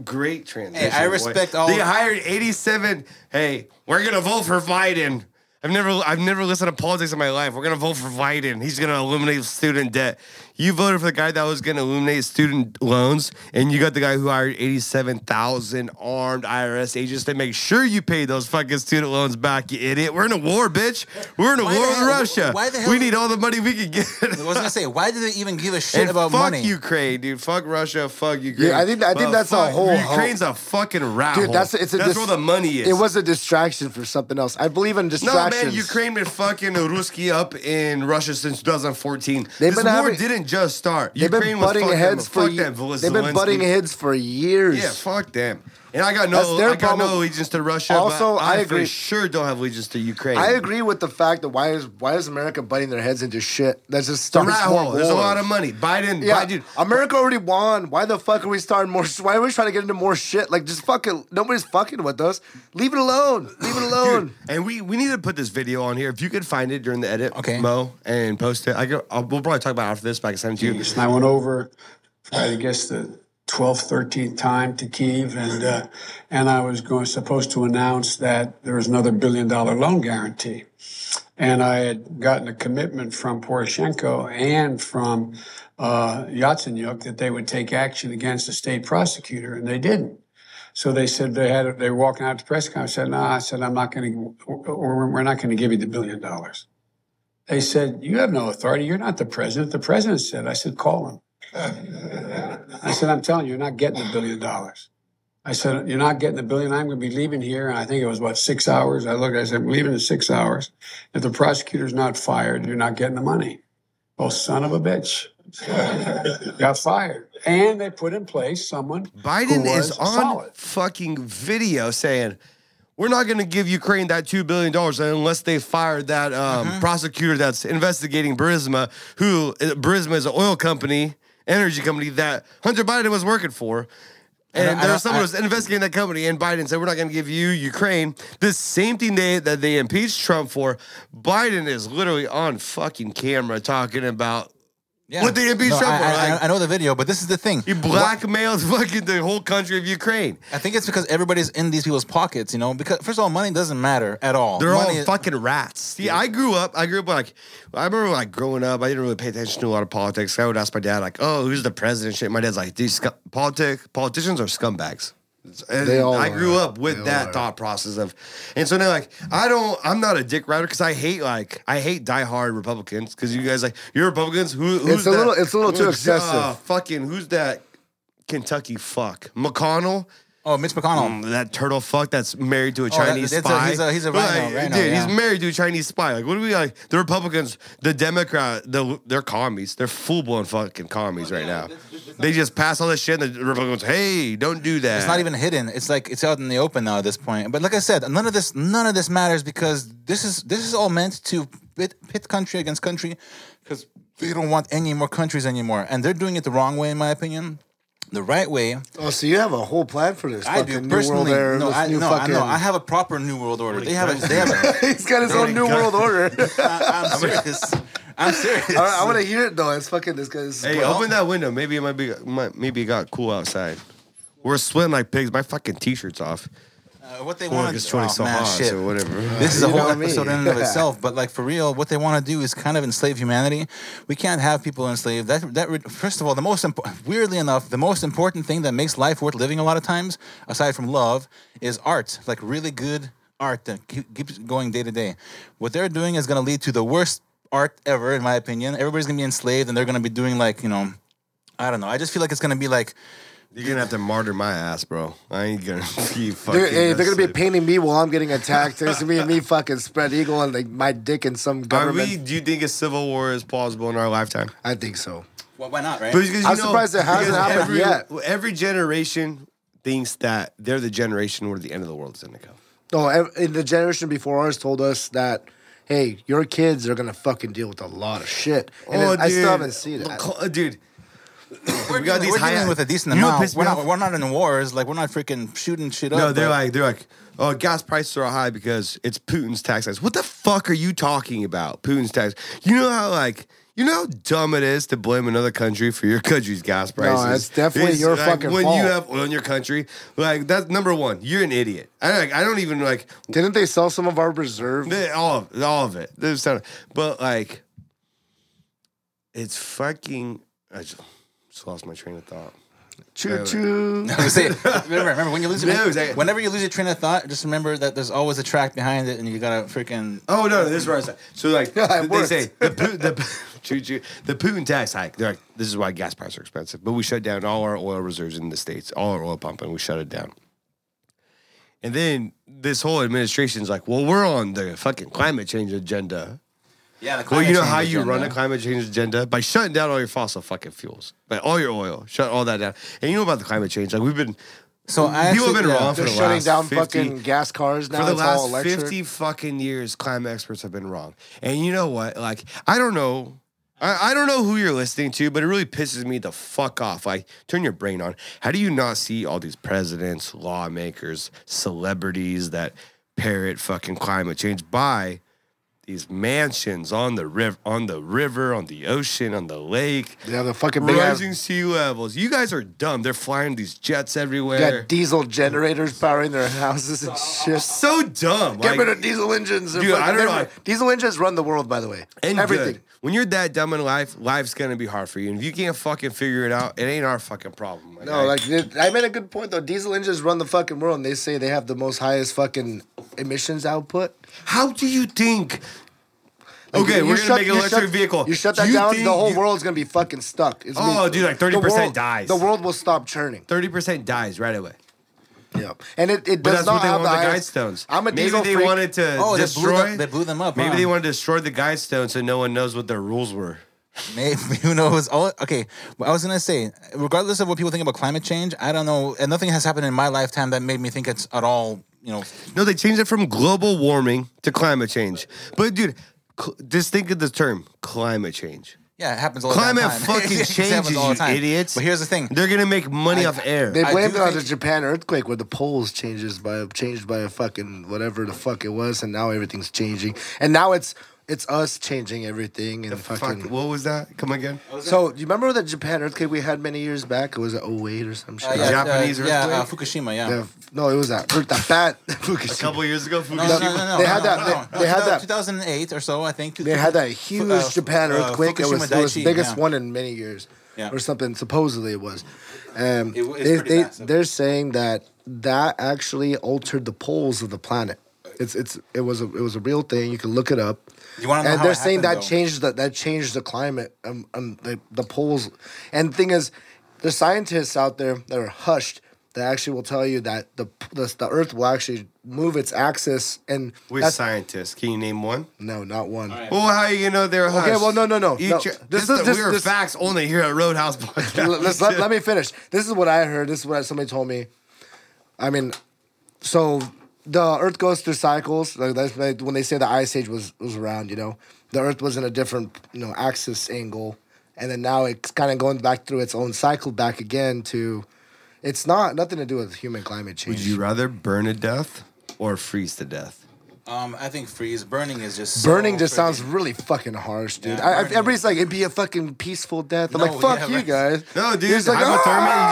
Speaker 4: Great transition.
Speaker 3: Hey, I
Speaker 4: boy.
Speaker 3: respect all-
Speaker 4: They hired 87. Hey, we're gonna vote for Biden. I've never, I've never listened to politics in my life. We're gonna vote for Biden. He's gonna eliminate student debt. You voted for the guy that was gonna eliminate student loans, and you got the guy who hired 87,000 armed IRS agents to make sure you pay those fucking student loans back. You idiot! We're in a war, bitch. We're in a
Speaker 3: Why the
Speaker 4: war with
Speaker 3: hell-
Speaker 4: Russia.
Speaker 3: why the
Speaker 4: we
Speaker 3: hell-
Speaker 4: need all the money we can get.
Speaker 3: I was gonna say, why do they even give a shit
Speaker 4: And
Speaker 3: about
Speaker 4: fuck
Speaker 3: money?
Speaker 4: Ukraine, dude. Fuck Russia. Fuck Ukraine.
Speaker 6: Yeah, I think- I think
Speaker 4: Well,
Speaker 6: that's a
Speaker 4: fuck-
Speaker 6: whole-
Speaker 4: Ukraine's a fucking rat
Speaker 6: dude.
Speaker 4: hole.
Speaker 6: That's it's a
Speaker 4: that's
Speaker 6: dis-
Speaker 4: where the money is.
Speaker 6: It was a distraction for something else. I believe in
Speaker 4: no
Speaker 6: distractions.
Speaker 4: man. Ukraine been fucking Ruski up in Russia since 2014.
Speaker 6: They've
Speaker 4: this
Speaker 6: been
Speaker 4: war
Speaker 6: having-
Speaker 4: didn't just start.
Speaker 6: They've
Speaker 4: Ukraine
Speaker 6: been
Speaker 4: was
Speaker 6: butting
Speaker 4: fucking-
Speaker 6: heads for
Speaker 4: fuck
Speaker 6: ye-
Speaker 4: that Zelensky.
Speaker 6: They've been butting heads for years.
Speaker 4: Yeah, fuck them. And I got no,
Speaker 6: That's their
Speaker 4: I got no
Speaker 6: problem.
Speaker 4: allegiance to Russia.
Speaker 6: Also,
Speaker 4: but I,
Speaker 6: I
Speaker 4: for
Speaker 6: agree.
Speaker 4: sure don't have allegiance to Ukraine.
Speaker 6: I agree with the fact that why is why is America butting their heads into shit? That's just
Speaker 4: The
Speaker 6: starts
Speaker 4: rat
Speaker 6: more
Speaker 4: hole. There's a
Speaker 6: wars.
Speaker 4: lot of money. Biden,
Speaker 6: Yeah,
Speaker 4: Biden, dude.
Speaker 6: America already won. Why the fuck are we starting more? sh- Why are we trying to get into more shit? Like, just fucking nobody's fucking with us. Leave it alone. Leave it alone.
Speaker 4: Dude, and we we need to put this video on here. If you could find it during the edit,
Speaker 3: Okay.
Speaker 4: Mo, and post it. I go. I'll, we'll probably talk about it after this, but I can send it to you.
Speaker 7: And I went over, I guess, the 12th, 13th time to Kiev, and uh, and I was going supposed to announce that there was another billion dollar loan guarantee, and I had gotten a commitment from Poroshenko and from uh, Yatsenyuk that they would take action against the state prosecutor, and they didn't. So they said they had they were walking out to press conference. Said, "Nah," I said, "I'm not going to. We're not going to give you the billion dollars." They said, You have no authority. You're not the president. The president said, I said, Call him. I said, I'm telling you, you're not getting the billion dollars. I said, You're not getting the billion. I'm going to be leaving here. And I think it was about six hours. I looked, I said, I'm leaving in six hours. If the prosecutor's not fired, you're not getting the money. Well, son of a bitch. Got fired. And they put in place someone.
Speaker 4: Biden
Speaker 7: who
Speaker 4: is
Speaker 7: was
Speaker 4: on
Speaker 7: solid.
Speaker 4: fucking video saying, "We're not going to give Ukraine that two billion dollars unless they fire that um, prosecutor that's investigating Burisma, who uh, Burisma is an oil company, energy company that Hunter Biden was working for." And
Speaker 3: I
Speaker 4: there
Speaker 3: don't-
Speaker 4: was someone
Speaker 3: I-
Speaker 4: who was investigating that company, and Biden said, "We're not going to give you Ukraine." This same thing they that they impeached Trump for, Biden is literally on fucking camera talking about
Speaker 3: Yeah.
Speaker 4: What they impeach
Speaker 3: No,
Speaker 4: Trump
Speaker 3: I,
Speaker 4: for,
Speaker 3: I-
Speaker 4: like-
Speaker 3: I know the video, but this is the thing.
Speaker 4: he blackmailed fucking the whole country of Ukraine.
Speaker 3: I think it's because everybody's in these people's pockets, you know. Because first of all, money doesn't matter at all.
Speaker 4: They're
Speaker 3: money,
Speaker 4: all fucking rats. See, I grew up. I grew up like I remember like growing up. I didn't really pay attention to a lot of politics. I would ask my dad like, "Oh, who's the president?" Shit. My dad's like, "These scu- politic politicians are scumbags." And
Speaker 6: They all
Speaker 4: I grew
Speaker 6: are.
Speaker 4: up with that thought process of, and so now like I don't. I'm not a dick rider because I hate like I hate diehard Republicans because you guys like you're Republicans. Who, who's
Speaker 6: a
Speaker 4: that-
Speaker 6: little- it's a little too
Speaker 4: who's, uh,
Speaker 6: excessive.
Speaker 4: fucking who's that? Kentucky fuck McConnell.
Speaker 3: Oh, Mitch McConnell.
Speaker 4: Mm, that turtle fuck that's married to a
Speaker 3: Oh, that-
Speaker 4: Chinese
Speaker 3: that's a-
Speaker 4: spy.
Speaker 3: he's a- he's a
Speaker 4: We're
Speaker 3: rhino,
Speaker 4: like,
Speaker 3: rhino,
Speaker 4: dude,
Speaker 3: yeah.
Speaker 4: he's married to a Chinese spy. Like, what do we like? The Republicans, the Democrat, the, they're commies. They're full blown fucking commies right now. They just pass all this shit, and the Republicans, hey, don't do that.
Speaker 3: It's not even hidden. It's like it's out in the open now at this point. But like I said, none of this none of this matters because this is this is all meant to pit, pit country against country because they don't want any more countries anymore, and they're doing it the wrong way, in my opinion. The right way,
Speaker 6: Oh, so you have a whole plan for this?
Speaker 3: I
Speaker 6: fucking
Speaker 3: do
Speaker 6: new
Speaker 3: personally.
Speaker 6: World order,
Speaker 3: no,
Speaker 6: this
Speaker 3: I,
Speaker 6: new
Speaker 3: no, I
Speaker 6: fucking...
Speaker 3: know. I have a proper new world order. They have a. They have a.
Speaker 6: He's got his own new world order. All right,
Speaker 3: I, I'm serious. I'm serious.
Speaker 6: I want to hear it though. It's fucking this guy's.
Speaker 4: Hey, open that window. Maybe it might be. Might, maybe it got cool outside. We're sweating like pigs. My fucking t-shirt's off.
Speaker 3: Uh, what they
Speaker 4: Well,
Speaker 3: want
Speaker 4: it's 20 so hard, so whatever.
Speaker 3: This is a
Speaker 6: You know
Speaker 3: whole
Speaker 6: what I mean?
Speaker 3: episode in and of itself, but like for real, what they want to do is kind of enslave humanity. We can't have people enslaved. That that re- first of all, the most imp- weirdly enough, the most important thing that makes life worth living a lot of times, aside from love, is art. Like really good art that keep, keeps going day to day. What they're doing is going to lead to the worst art ever, in my opinion. Everybody's going to be enslaved, and they're going to be doing like you know, I don't know. I just feel like it's going to be like.
Speaker 4: You're gonna have to martyr my ass, bro. I ain't gonna be fucking.
Speaker 6: They're, hey, they're gonna be
Speaker 4: that's it.
Speaker 6: painting me while I'm getting attacked. There's gonna be me fucking spread eagle and like my dick in some
Speaker 4: Are
Speaker 6: government.
Speaker 4: we? Do you think a civil war is plausible in our lifetime?
Speaker 6: I think so.
Speaker 3: Well, why not, right?
Speaker 4: But it's 'cause you
Speaker 6: I'm surprised it hasn't
Speaker 4: because
Speaker 6: happened
Speaker 4: every,
Speaker 6: yet.
Speaker 4: Every generation thinks that they're the generation where the end of the world is gonna come.
Speaker 6: No, ev- and the generation before ours told us that, hey, your kids are gonna fucking deal with a lot of shit. And it- Oh, I still haven't seen it.
Speaker 4: Oh, Look, oh, dude.
Speaker 3: We're, dealing-
Speaker 4: got these
Speaker 3: we're
Speaker 4: high-
Speaker 3: dealing with a decent
Speaker 4: You know what
Speaker 3: amount.
Speaker 4: pissed
Speaker 3: We're
Speaker 4: me
Speaker 3: not,
Speaker 4: off?
Speaker 3: we're not in wars. Like we're not freaking shooting shit up.
Speaker 4: No, they're
Speaker 3: but-
Speaker 4: like they're like, oh, gas prices are high because it's Putin's tax hikes. What the fuck are you talking about? Putin's tax. You know how like you know how dumb it is to blame another country for your country's gas prices.
Speaker 6: it's definitely your
Speaker 4: like,
Speaker 6: fucking
Speaker 4: when
Speaker 6: fault.
Speaker 4: you have oil in your country. Like that's number one. You're an idiot. I like, I don't even like
Speaker 6: Didn't they sell some of our reserve?
Speaker 4: they- all of all of it. There's ton of- but like it's fucking. I just, just lost my train of thought.
Speaker 6: Choo choo.
Speaker 3: I was saying, remember, remember when you lose your,
Speaker 4: No, exactly.
Speaker 3: whenever you lose your train of thought, just remember that there's always a track behind it, and you gotta freaking.
Speaker 4: Oh no, no, this is where I said. So like
Speaker 6: Yeah,
Speaker 4: they
Speaker 6: it worked.
Speaker 4: say the Putin, the, choo, choo, the Putin tax hike. They're like, this is why gas prices are expensive. But we shut down all our oil reserves in the states, all our oil pumping. We shut it down. And then this whole administration's like, well, we're on the fucking climate change agenda.
Speaker 3: Yeah. The
Speaker 4: Well, you
Speaker 3: climate
Speaker 4: know
Speaker 3: change
Speaker 4: how you
Speaker 3: agenda.
Speaker 4: run a climate change agenda by shutting down all your fossil fucking fuels, by all your oil, shut all that down. And you know about the climate change, like we've been.
Speaker 3: So I actually-
Speaker 4: people have been
Speaker 3: yeah.
Speaker 4: wrong for
Speaker 6: They're
Speaker 4: the
Speaker 6: shutting
Speaker 4: last
Speaker 6: down
Speaker 4: 50
Speaker 6: fucking gas cars now.
Speaker 4: for the
Speaker 6: it's all
Speaker 4: last
Speaker 6: electric.
Speaker 4: 50 fucking years climate experts have been wrong and you know what like i don't know I, I don't know who you're listening to but it really pisses me the fuck off like turn your brain on how do you not see all these presidents lawmakers celebrities that parrot fucking climate change by these mansions on the river on the river on the ocean on the lake
Speaker 6: Yeah, the fucking big ass.
Speaker 4: rising sea levels you guys are dumb they're flying these jets everywhere
Speaker 6: Got diesel generators powering their houses and shit.
Speaker 4: so dumb
Speaker 6: Get
Speaker 4: like-
Speaker 6: rid of diesel engines. They're
Speaker 4: Dude, I
Speaker 6: fucking-
Speaker 4: don't know.
Speaker 6: they're- Diesel engines run the world, by the way.
Speaker 4: and
Speaker 6: Everything.
Speaker 4: good. When you're that dumb in life, life's gonna be hard for you. And if you can't fucking figure it out, it ain't our fucking problem. my
Speaker 6: No,
Speaker 4: guy.
Speaker 6: like th- I made a good point though. Diesel engines run the fucking world, and they say they have the most highest fucking emissions output.
Speaker 4: how do you think?
Speaker 6: Like,
Speaker 4: okay,
Speaker 6: you-
Speaker 4: we're
Speaker 6: you
Speaker 4: gonna
Speaker 6: shut-
Speaker 4: make
Speaker 6: you
Speaker 4: an electric
Speaker 6: shut-
Speaker 4: vehicle.
Speaker 6: You shut that down, the whole world's gonna be fucking stuck. It's gonna
Speaker 4: Oh,
Speaker 6: be-
Speaker 4: dude, like
Speaker 6: the
Speaker 4: 30%
Speaker 6: world-
Speaker 4: dies.
Speaker 6: The world will stop churning.
Speaker 4: Thirty percent dies right away.
Speaker 6: Yeah, and it, it
Speaker 4: But
Speaker 6: does
Speaker 4: that's what
Speaker 6: not
Speaker 4: they
Speaker 6: have
Speaker 4: want the
Speaker 6: the
Speaker 4: guide
Speaker 6: highest-
Speaker 4: stones.
Speaker 6: I'm a
Speaker 4: Maybe
Speaker 6: diesel
Speaker 4: they
Speaker 6: freak.
Speaker 4: wanted to
Speaker 3: Oh, they blew
Speaker 4: destroy.
Speaker 3: them- they blew them up,
Speaker 4: Maybe
Speaker 3: huh?
Speaker 4: they wanted to destroy the guide stones so no one knows what their rules were.
Speaker 3: Maybe who knows? Oh, okay. Well, I was gonna say, regardless of what people think about climate change, I don't know, and nothing has happened in my lifetime that made me think it's at all. You know,
Speaker 4: No, they changed it from global warming to climate change. But dude, cl- just think of the term climate change.
Speaker 3: yeah, it happens all
Speaker 4: Climate
Speaker 3: the time.
Speaker 4: fucking
Speaker 3: It happens
Speaker 4: changes,
Speaker 3: all the
Speaker 4: you
Speaker 3: time.
Speaker 4: idiots.
Speaker 3: But here's the thing:
Speaker 4: They're gonna make money off air.
Speaker 6: They
Speaker 3: I
Speaker 6: blamed
Speaker 3: do
Speaker 6: it on the
Speaker 3: think-
Speaker 6: Japan earthquake where the poles changes by changed by a fucking whatever the fuck it was, and now everything's changing, and now it's it's us changing everything and
Speaker 4: Fuck,
Speaker 6: fucking.
Speaker 4: what was that? Come again?
Speaker 6: So you remember the Japan earthquake we had many years back? It was at 08 or some shit.
Speaker 3: Uh, yeah,
Speaker 4: Japanese
Speaker 3: uh, yeah, uh,
Speaker 4: earthquake?
Speaker 3: Fukushima, yeah.
Speaker 6: Yeah, No, it was that hurt that bad.
Speaker 4: A couple years ago, Fukushima.
Speaker 3: No, no, no, no, no,
Speaker 6: They had
Speaker 3: no,
Speaker 6: that-
Speaker 3: no,
Speaker 6: they-
Speaker 3: no,
Speaker 6: they had
Speaker 3: two-
Speaker 6: that-
Speaker 3: 2008 or so, I think.
Speaker 6: They had that huge
Speaker 3: Uh,
Speaker 6: Japan
Speaker 3: uh,
Speaker 6: earthquake. it was
Speaker 3: Fukushima
Speaker 6: it was
Speaker 3: Daiichi,
Speaker 6: the biggest
Speaker 3: yeah.
Speaker 6: one in many years,
Speaker 3: Yeah.
Speaker 6: or something. Supposedly it was. Um,
Speaker 3: It wa- it's
Speaker 6: they,
Speaker 3: pretty
Speaker 6: they,
Speaker 3: massive.
Speaker 6: they're saying that that actually altered the poles of the planet. It's it's it was a it was a real thing. You can look it up.
Speaker 3: You wanna know
Speaker 6: and
Speaker 3: how
Speaker 6: they're
Speaker 3: it
Speaker 6: saying
Speaker 3: happened,
Speaker 6: that
Speaker 3: though?
Speaker 6: changed the that changed the climate um, um the, the poles. And the thing is, the scientists out there that are hushed that actually will tell you that the the, the Earth will actually move its axis and
Speaker 4: Which
Speaker 6: that's-
Speaker 4: scientist? Can you name one?
Speaker 6: no, not one.
Speaker 4: Well, how you gonna know they're hushed?
Speaker 6: well, no, no, no,
Speaker 4: You
Speaker 6: no.
Speaker 4: tr-
Speaker 6: This
Speaker 4: this,
Speaker 6: is-
Speaker 4: is
Speaker 6: this-
Speaker 4: weird
Speaker 6: this-
Speaker 4: facts only here at Roadhouse Podcast.
Speaker 6: L- let's- let, let me finish. This is what I heard. This is what somebody told me. I mean, so the Earth goes through cycles. Like that's like when they say the Ice Age was was around. You know, the Earth was in a different you know axis angle, and then now it's kind of going back through its own cycle back again to. It's not nothing to do with human climate change.
Speaker 4: Would you rather burn to death or freeze to death?
Speaker 3: Um, I think freeze. Burning is just
Speaker 6: Burning
Speaker 3: so
Speaker 6: just
Speaker 3: freaking-
Speaker 6: sounds really fucking harsh, dude.
Speaker 3: Yeah,
Speaker 6: I, I,
Speaker 3: burning.
Speaker 6: everybody's like, it'd be a fucking peaceful death. I'm
Speaker 3: No,
Speaker 6: like, fuck
Speaker 3: yeah,
Speaker 6: you
Speaker 3: right.
Speaker 6: guys.
Speaker 4: No, dude,
Speaker 6: It's like,
Speaker 4: hypothermia,
Speaker 6: "Ah!"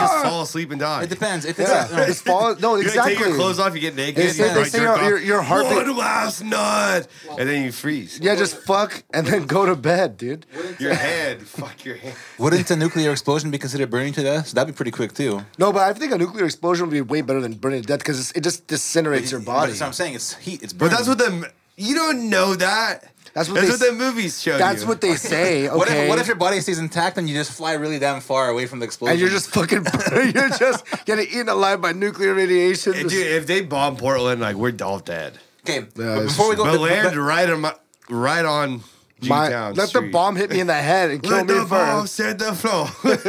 Speaker 4: you just fall asleep and die.
Speaker 3: It
Speaker 4: You
Speaker 3: depends. It
Speaker 6: Yeah,
Speaker 3: depends. no.
Speaker 6: it's fall. No, exactly.
Speaker 4: like, take your clothes off, you get naked,
Speaker 6: They
Speaker 4: you
Speaker 6: say-
Speaker 4: like,
Speaker 6: they say
Speaker 4: jerk
Speaker 6: your-
Speaker 4: off.
Speaker 6: your- your heartbeat-
Speaker 4: One last nut, and then you freeze.
Speaker 6: Yeah, just fuck and then go to bed, dude.
Speaker 4: Your head, fuck your head.
Speaker 3: Wouldn't a nuclear explosion be considered burning to death? That'd be pretty quick too.
Speaker 6: No, but I think a nuclear explosion would be way better than burning to death because it just disintegrates your
Speaker 3: But
Speaker 6: body.
Speaker 3: That's what I'm saying. It's heat. It's
Speaker 4: But
Speaker 3: burning.
Speaker 4: that's what the you don't know that.
Speaker 6: That's what they
Speaker 4: that's
Speaker 6: s-
Speaker 4: what the movies show
Speaker 6: That's
Speaker 4: you.
Speaker 6: what they say. Okay.
Speaker 3: What if, what if your body stays intact and you just fly really damn far away from the explosion?
Speaker 6: and you're just fucking, you're just getting eaten alive by nuclear radiation.
Speaker 4: Hey, dude. If they bomb Portland, like we're all dead.
Speaker 3: okay. but
Speaker 6: it's-
Speaker 3: before we go,
Speaker 4: But
Speaker 3: but-
Speaker 4: land
Speaker 3: but-
Speaker 4: right on my, right on
Speaker 6: My-
Speaker 4: G-town
Speaker 6: let the
Speaker 4: Street.
Speaker 6: bomb hit me in the head and kill
Speaker 4: Let
Speaker 6: me
Speaker 4: the
Speaker 6: first.
Speaker 4: bomb set the floor.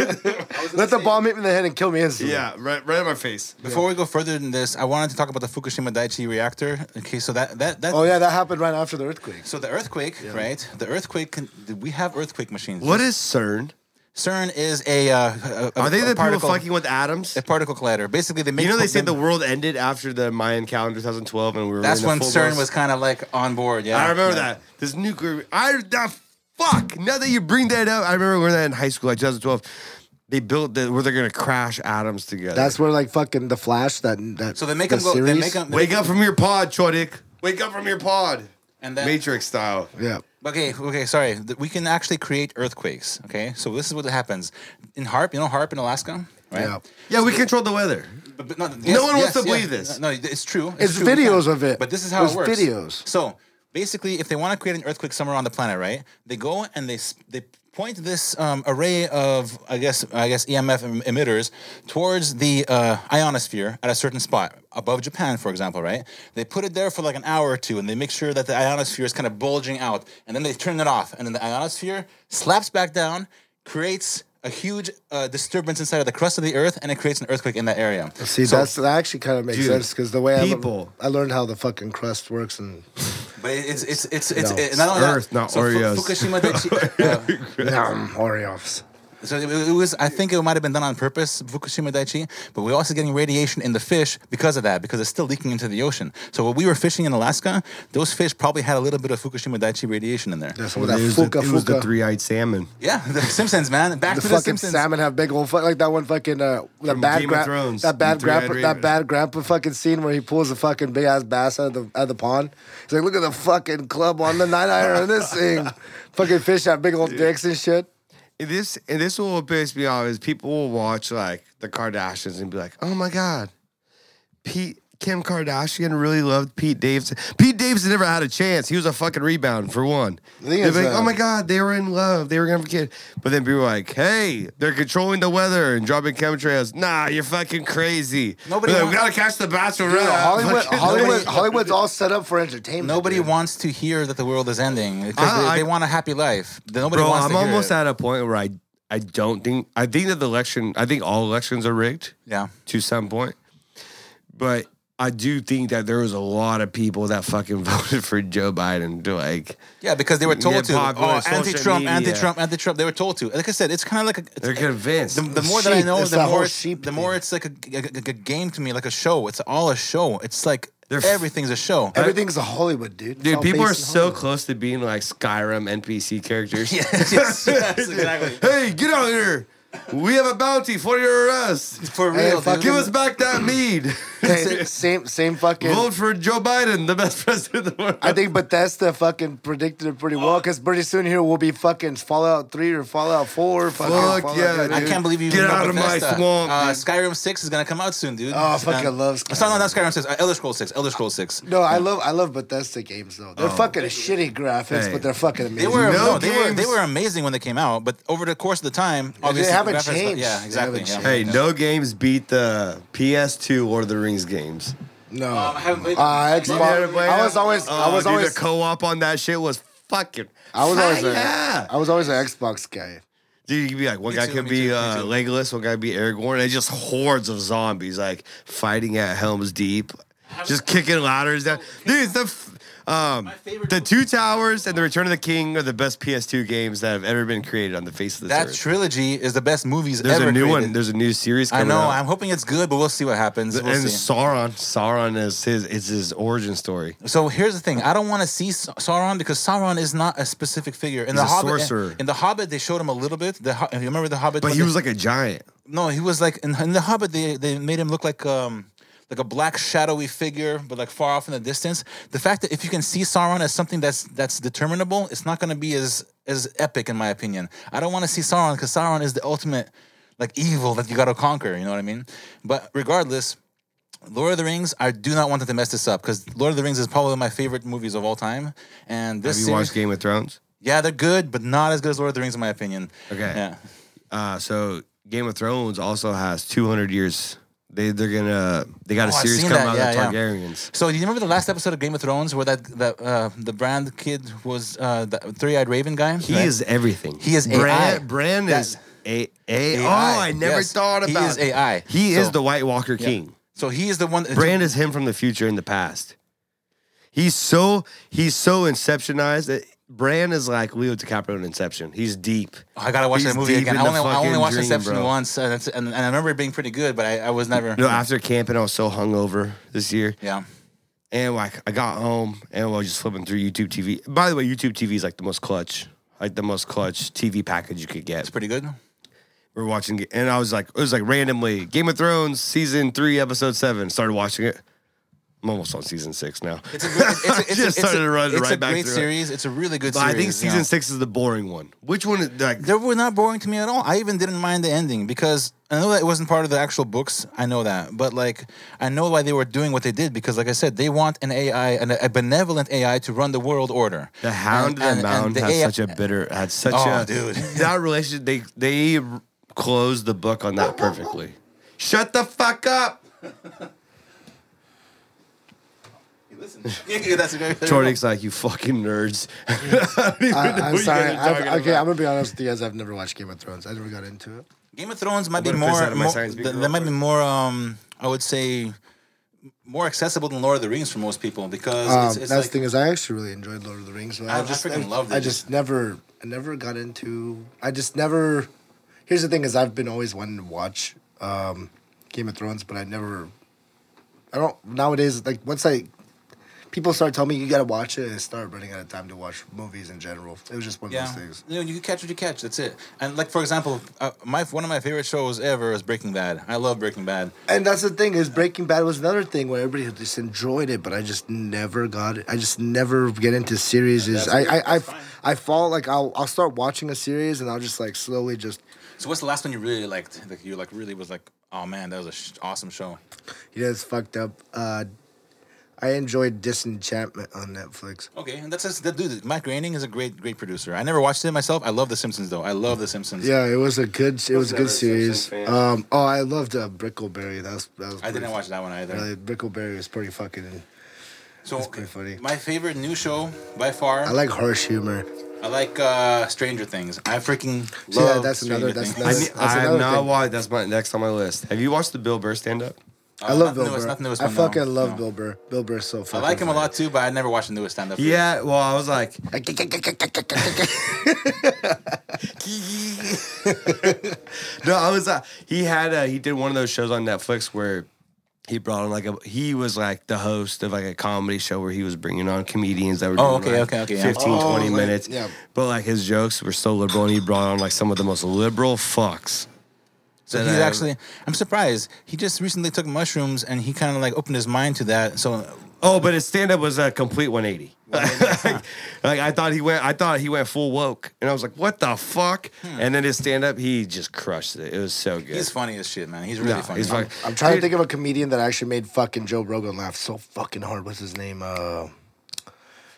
Speaker 6: Let the bomb hit me in the head and kill me instantly.
Speaker 4: yeah, right, right in my face.
Speaker 3: before we go further than this, I wanted to talk about the Fukushima Daiichi reactor. Okay, so that that that.
Speaker 6: Oh yeah, that happened right after the earthquake.
Speaker 3: So the earthquake, right? The earthquake. Can, we have earthquake machines.
Speaker 4: What is CERN?
Speaker 3: CERN is a. Uh, a- a-
Speaker 4: Are they
Speaker 3: a
Speaker 4: the people
Speaker 3: particle-
Speaker 4: fucking with atoms?
Speaker 3: a particle collider? Basically, they make.
Speaker 4: You know they said the world ended after the Mayan calendar 2012, and we were.
Speaker 3: That's
Speaker 4: in the
Speaker 3: when
Speaker 4: full
Speaker 3: CERN
Speaker 4: blast-
Speaker 3: was kind of like on board. Yeah,
Speaker 4: I remember
Speaker 3: Yeah.
Speaker 4: that. This nuclear. I the fuck. Now that you bring that up, I remember when that in high school, like 2012. They built the, where they're gonna crash atoms together.
Speaker 6: That's where like fucking the Flash that that.
Speaker 3: So they make
Speaker 6: the
Speaker 3: them go. They
Speaker 6: series?
Speaker 3: make them
Speaker 4: wake up from your pod, Chodik. Wake up from your pod.
Speaker 3: And then,
Speaker 4: Matrix style.
Speaker 6: Yeah.
Speaker 3: Okay, okay, sorry. Th- We can actually create earthquakes. Okay, so this is what happens in Harp. You know Harp in Alaska, right?
Speaker 6: Yeah.
Speaker 4: Yeah, we control the weather.
Speaker 3: But, but no, yes,
Speaker 4: one wants
Speaker 3: yes,
Speaker 4: to
Speaker 3: yes.
Speaker 4: believe this.
Speaker 3: No, it- it's true.
Speaker 6: It's
Speaker 3: true, we
Speaker 6: videos
Speaker 3: can.
Speaker 6: of it.
Speaker 3: But this is how
Speaker 6: There's
Speaker 3: it works.
Speaker 6: videos.
Speaker 3: So basically, if they want to create an earthquake somewhere on the planet, right? They go and they s- they point this um, array of I guess I guess EMF em- emitters towards the uh, ionosphere at a certain spot above Japan, for example, right? They put it there for like an hour or two, and they make sure that the ionosphere is kind of bulging out, and then they turn it off, and then the ionosphere slaps back down, creates. A huge uh, disturbance inside of the crust of the Earth, and it creates an earthquake in that area.
Speaker 6: See,
Speaker 3: So-
Speaker 6: that's that actually kind of makes
Speaker 4: Dude,
Speaker 6: sense because the way
Speaker 4: people-
Speaker 6: I, learned, I learned how the fucking crust works and
Speaker 3: But it's it's it's it's,
Speaker 6: No.
Speaker 3: it's not only
Speaker 4: Earth,
Speaker 3: that,
Speaker 4: not
Speaker 3: so Fu-
Speaker 4: Oreos.
Speaker 3: Fukushima Daiichi. yeah.
Speaker 6: um, Oreos.
Speaker 3: So it, it was. I think it might have been done on purpose, Fukushima Daiichi. But we're also getting radiation in the fish because of that, because it's still leaking into the ocean. So when we were fishing in Alaska, those fish probably had a little bit of Fukushima Daiichi radiation in there.
Speaker 6: That's what that fuka
Speaker 4: it was the
Speaker 6: fuka.
Speaker 4: three-eyed salmon.
Speaker 3: Yeah, the Simpsons, man. Back
Speaker 6: The
Speaker 3: to the
Speaker 6: fucking
Speaker 3: Simpsons.
Speaker 6: salmon have big old fuck like that one fucking uh, that
Speaker 4: From
Speaker 6: bad
Speaker 4: Game of
Speaker 6: grandpa
Speaker 4: Thrones,
Speaker 6: that bad
Speaker 4: the three-eyed
Speaker 6: grandpa that
Speaker 4: raven.
Speaker 6: bad grandpa fucking scene where he pulls the fucking big ass bass out of the out of the pond. He's like, look at the fucking club on the nine iron on this thing. fucking fish have big old dicks and shit.
Speaker 4: And this and this will piss me off is people will watch like the Kardashians and be like, oh my god, Pete Kim Kardashian really loved Pete Davidson. Pete Davidson never had a chance. He was a fucking rebound for one.
Speaker 6: thing
Speaker 4: They'd be
Speaker 6: is,
Speaker 4: like,
Speaker 6: uh,
Speaker 4: oh my god, they were in love. They were gonna have a kid. But then people are like, hey, they're controlling the weather and dropping chemtrails. Nah, you're fucking crazy.
Speaker 3: Nobody
Speaker 4: They're like, we
Speaker 3: wants-
Speaker 4: gotta catch the bachelorette.
Speaker 6: Dude, Hollywood,
Speaker 4: Fucking-
Speaker 6: Hollywood, Hollywood's all set up for entertainment.
Speaker 3: Nobody
Speaker 6: dude.
Speaker 3: wants to hear that the world is ending because
Speaker 4: I-
Speaker 3: they,
Speaker 4: Ah, I-
Speaker 3: they want a happy life. Nobody
Speaker 4: Bro,
Speaker 3: wants
Speaker 4: I'm
Speaker 3: to hear
Speaker 4: almost
Speaker 3: it.
Speaker 4: at a point where I I don't think I think that the election I think all elections are rigged.
Speaker 3: Yeah.
Speaker 4: to some point. But I do think that there was a lot of people that fucking voted for Joe Biden to like
Speaker 3: Yeah, because they were told
Speaker 4: Get
Speaker 3: to.
Speaker 4: popular,
Speaker 3: Oh,
Speaker 4: social
Speaker 3: anti-Trump,
Speaker 4: media.
Speaker 3: anti-Trump, anti-Trump. They were told to. Like I said, it's kind of like a. it's-
Speaker 4: they're convinced.
Speaker 3: the, the more that I
Speaker 6: Sheep.
Speaker 3: know,
Speaker 6: It's
Speaker 3: the
Speaker 6: that whole
Speaker 3: more
Speaker 6: sheep
Speaker 3: the more
Speaker 6: thing.
Speaker 3: it's like a, a- a- a game to me, like a show. It's all a show. It's like
Speaker 4: They're f-
Speaker 3: everything's a show.
Speaker 6: Everything's a Hollywood, dude. It's
Speaker 4: Dude,
Speaker 6: all
Speaker 4: people are
Speaker 6: based in
Speaker 4: so
Speaker 6: Hollywood.
Speaker 4: close to being like Skyrim NPC characters.
Speaker 3: yes, yes, yes, exactly.
Speaker 4: Hey, get out here. We have a bounty for your arrest.
Speaker 3: For
Speaker 6: Hey,
Speaker 3: real,
Speaker 6: fuck
Speaker 3: dude.
Speaker 4: Give us back that mead.
Speaker 6: Sa- same, same fucking.
Speaker 4: Vote for Joe Biden, the best president of the world.
Speaker 6: I think Bethesda fucking predicted it pretty well because pretty soon here will be fucking Fallout 3 or Fallout 4. Fucking
Speaker 4: Fuck
Speaker 6: Fallout,
Speaker 4: yeah,
Speaker 6: dude.
Speaker 3: I can't believe you
Speaker 4: Get
Speaker 3: even know
Speaker 4: out of my
Speaker 3: Bethesda.
Speaker 4: swamp,
Speaker 3: Uh,
Speaker 4: dude.
Speaker 3: Skyrim Six is gonna come out soon, dude.
Speaker 6: Oh, I fucking love Skyrim.
Speaker 3: Sorry, no, not Skyrim Six. Uh, Elder Scrolls Six. Elder Scrolls Six.
Speaker 6: No, I love I love Bethesda games though. They're fucking shitty graphics,
Speaker 4: Oh. Hey.
Speaker 6: but they're fucking amazing.
Speaker 3: They were
Speaker 4: No
Speaker 3: no, they were they
Speaker 4: games.
Speaker 3: were amazing when they came out, but over the course of the time, obviously
Speaker 6: haven't
Speaker 3: the graphics-
Speaker 6: changed.
Speaker 3: Yeah,
Speaker 6: They
Speaker 3: exactly.
Speaker 6: haven't
Speaker 3: yeah.
Speaker 6: changed.
Speaker 4: Hey, no games beat the PS2 Lord of the Rings games.
Speaker 6: no.
Speaker 3: Um, I haven't played.
Speaker 6: uh,
Speaker 4: You ever
Speaker 6: Xbox.
Speaker 4: play
Speaker 6: I was
Speaker 4: that?
Speaker 6: always I
Speaker 4: Oh,
Speaker 6: was
Speaker 4: dude,
Speaker 6: always
Speaker 4: the co-op on that shit was fucking.
Speaker 6: I was always
Speaker 4: fire.
Speaker 6: a, I was always an Xbox guy.
Speaker 4: Dude, you could be like, one
Speaker 3: Me
Speaker 4: guy
Speaker 3: too,
Speaker 4: could
Speaker 3: me
Speaker 4: be
Speaker 3: too, me
Speaker 4: uh,
Speaker 3: too.
Speaker 4: Legolas, one guy be Aragorn, and just hordes of zombies like fighting at Helm's Deep, just kicking ladders down. Dude, it's the f- Um, the Two Towers and The Return of the King are the best PS2 games that have ever been created on the face of this
Speaker 3: That
Speaker 4: earth.
Speaker 3: trilogy is the best movies
Speaker 4: There's
Speaker 3: ever.
Speaker 4: a new one.
Speaker 3: created.
Speaker 4: There's a new series
Speaker 3: I
Speaker 4: coming
Speaker 3: know.
Speaker 4: out.
Speaker 3: I'm hoping it's good, but we'll see what happens. We'll
Speaker 4: and
Speaker 3: see.
Speaker 4: Sauron. Sauron is his. It's his origin story.
Speaker 3: So here's the thing: I don't want to see Sa- Sauron because Sauron is not a specific figure. In the
Speaker 4: He's a
Speaker 3: Hobbit,
Speaker 4: sorcerer.
Speaker 3: in the Hobbit, they showed him a little bit. The, Ho- you remember the Hobbit?
Speaker 4: But
Speaker 3: when
Speaker 4: he
Speaker 3: they-
Speaker 4: was like a giant.
Speaker 3: no, he was like in, in the Hobbit. They they made him look like um like a black shadowy figure, but like far off in the distance. The fact that if you can see Sauron as something that's that's determinable, it's not going to be as as epic in my opinion. I don't want to see Sauron because Sauron is the ultimate like evil that you got to conquer. You know what I mean? But regardless. Lord of the Rings, I do not want them to mess this up because Lord of the Rings is probably my favorite movies of all time. And this
Speaker 4: Have you
Speaker 3: series-
Speaker 4: watched Game of Thrones?
Speaker 3: yeah, they're good, but not as good as Lord of the Rings in my opinion.
Speaker 4: Okay.
Speaker 3: Yeah.
Speaker 4: Uh, so Game of Thrones also has 200 years. They they're gonna they got a
Speaker 3: Oh, I've
Speaker 4: series
Speaker 3: seen
Speaker 4: coming
Speaker 3: that.
Speaker 4: out
Speaker 3: Yeah,
Speaker 4: of the
Speaker 3: yeah.
Speaker 4: Targaryens.
Speaker 3: So you remember the last episode of Game of Thrones where that that uh, the Brand kid was uh, the three-eyed raven guy?
Speaker 4: He is everything.
Speaker 3: He is AI.
Speaker 4: Bran. Bran
Speaker 3: That-
Speaker 4: is a, a,
Speaker 3: AI,
Speaker 4: Oh, I never
Speaker 3: yes.
Speaker 4: thought
Speaker 3: He
Speaker 4: about.
Speaker 3: is AI.
Speaker 4: He is
Speaker 3: So-
Speaker 4: the White Walker King.
Speaker 3: So he is the one.
Speaker 4: Bran is him from the future and the past. He's so he's so inceptionized. That Bran is like Leo DiCaprio in Inception. He's deep.
Speaker 3: I gotta watch
Speaker 4: He's
Speaker 3: that movie
Speaker 4: deep
Speaker 3: again.
Speaker 4: in
Speaker 3: I
Speaker 4: the
Speaker 3: only, I only
Speaker 4: fucking
Speaker 3: watched
Speaker 4: dream,
Speaker 3: Inception
Speaker 4: bro.
Speaker 3: once, and, it's, and, and I remember it being pretty good, but I, I was never.
Speaker 4: No, after camping, I was so hungover this year,
Speaker 3: yeah.
Speaker 4: and like I got home and I was just flipping through YouTube TV. By the way, YouTube TV is like the most clutch, like the most clutch TV package you could get.
Speaker 3: It's pretty good.
Speaker 4: We're watching, and I was like, it was like randomly Game of Thrones season three, episode seven. Started watching it. I'm almost on season six now.
Speaker 3: It's a great, it's a, it's a,
Speaker 4: Just
Speaker 3: it's a-
Speaker 4: started running
Speaker 3: it's
Speaker 4: right
Speaker 3: a
Speaker 4: back
Speaker 3: great
Speaker 4: through it.
Speaker 3: series. It's a really good
Speaker 4: But
Speaker 3: series.
Speaker 4: I think
Speaker 3: yeah.
Speaker 4: season six is the boring one. Which one? is- Like,
Speaker 3: they were not boring to me at all. I even didn't mind the ending because I know that it wasn't part of the actual books. I know that, but like I know why they were doing what they did because, like I said, they want an AI, an, a benevolent AI, to run the world order.
Speaker 4: The Hound and, the Mound had
Speaker 3: AI
Speaker 4: such a bitter, had such
Speaker 3: Oh,
Speaker 4: a
Speaker 3: dude.
Speaker 4: that relationship. They they r- closed the book on that perfectly. Shut the fuck up,
Speaker 3: That's a great-
Speaker 4: Tornick's like you fucking nerds.
Speaker 6: I, I'm
Speaker 4: What you
Speaker 6: sorry.
Speaker 4: guys are
Speaker 6: I've,
Speaker 4: talking
Speaker 6: okay,
Speaker 4: about?
Speaker 6: I'm gonna be honest with you guys. I've never watched Game of Thrones. I never got into it.
Speaker 3: Game of Thrones might be
Speaker 4: gonna piss out
Speaker 3: more.
Speaker 4: of my
Speaker 3: more
Speaker 4: science beaker
Speaker 3: th-
Speaker 4: real
Speaker 3: that might be
Speaker 4: quick.
Speaker 3: more. Um, I would say more accessible than Lord of the Rings for most people because
Speaker 6: Um,
Speaker 3: it's, it's
Speaker 6: that's
Speaker 3: like,
Speaker 6: the thing is, I actually really enjoyed Lord of the Rings. But
Speaker 3: I-
Speaker 6: I,
Speaker 3: I
Speaker 6: just
Speaker 3: freaking
Speaker 6: I,
Speaker 3: loved it.
Speaker 6: I just never, I never got into. I just never. Here's the thing: is I've been always wanting to watch um, Game of Thrones, but I never. I don't nowadays. Like once I, people start telling me you gotta watch it, I start running out of time to watch movies in general. It was just one
Speaker 3: Yeah,
Speaker 6: of those things.
Speaker 3: you know, you catch what you catch. That's it. And like for example, uh, my one of my favorite shows ever is Breaking Bad. I love Breaking Bad.
Speaker 6: And that's the thing is Breaking Bad was another thing where everybody had just enjoyed it, but I just never got it. I just never get into series. I I, I, I fall like I'll I'll start watching a series and I'll just like slowly just
Speaker 3: So what's the last one you really liked? Like you like really was like, oh man, that was an sh- awesome show.
Speaker 6: you know it's fucked up. Uh, I enjoyed Disenchantment on Netflix.
Speaker 3: Okay, and that's just, that dude. Mike Groening is a great, great producer. I never watched it myself. I love The Simpsons though. I love The Simpsons.
Speaker 6: Yeah, it was a good it was a
Speaker 4: never
Speaker 6: good
Speaker 4: a Simpsons
Speaker 6: series.
Speaker 4: fan.
Speaker 6: Um, oh, I loved uh, Brickleberry. That was that was.
Speaker 3: I didn't
Speaker 6: pretty-
Speaker 3: watch that one either.
Speaker 6: Really, Brickleberry was pretty fucking.
Speaker 3: so
Speaker 6: pretty funny.
Speaker 3: my favorite new show by far.
Speaker 6: I like harsh humor.
Speaker 3: I like uh, Stranger Things. I freaking love.
Speaker 6: See, yeah, that's
Speaker 3: Stranger
Speaker 6: another. That's
Speaker 3: Things.
Speaker 6: another.
Speaker 4: I,
Speaker 6: that's
Speaker 4: ne- I have
Speaker 6: another
Speaker 4: not
Speaker 6: thing.
Speaker 4: watched. That's my next on my list. Have you watched the Bill Burr stand up?
Speaker 3: Uh,
Speaker 6: I love
Speaker 3: nothing
Speaker 6: Bill
Speaker 3: newest- nothing
Speaker 6: Burr.
Speaker 3: newest
Speaker 6: I
Speaker 3: one, no.
Speaker 6: fucking love
Speaker 3: No.
Speaker 6: Bill Burr. Bill Burr's so
Speaker 3: I
Speaker 6: fucking.
Speaker 3: like him a lot too, but I never watched the newest stand-up.
Speaker 4: Yeah. Well, I was like, no, I was. Uh, he had. Uh, he did one of those shows on Netflix where he brought on like a. He was like the host of like a comedy show where he was bringing on comedians that were.
Speaker 3: Oh,
Speaker 4: doing,
Speaker 3: okay,
Speaker 4: like,
Speaker 3: okay, okay, yeah.
Speaker 4: 15,
Speaker 6: Oh,
Speaker 4: 20
Speaker 6: like,
Speaker 4: minutes.
Speaker 6: yeah.
Speaker 4: But like his jokes were so liberal, and he brought on like some of the most liberal fucks.
Speaker 3: So
Speaker 4: that
Speaker 3: he's
Speaker 4: I-
Speaker 3: actually. I'm surprised. He just recently took mushrooms and he kind of like opened his mind to that. So
Speaker 4: Oh, but his stand up was a complete 180. like, like, I thought he went I thought he went full woke and I was like, "What the fuck?"
Speaker 6: Hmm.
Speaker 4: And then his stand up, he just crushed it. It was so good.
Speaker 3: he's funny as shit, man. He's really
Speaker 4: No,
Speaker 3: funny.
Speaker 4: he's fuck-
Speaker 6: I'm trying to
Speaker 4: Dude,
Speaker 6: think of a comedian that actually made fucking Joe Rogan laugh so fucking hard. What's his name? Uh,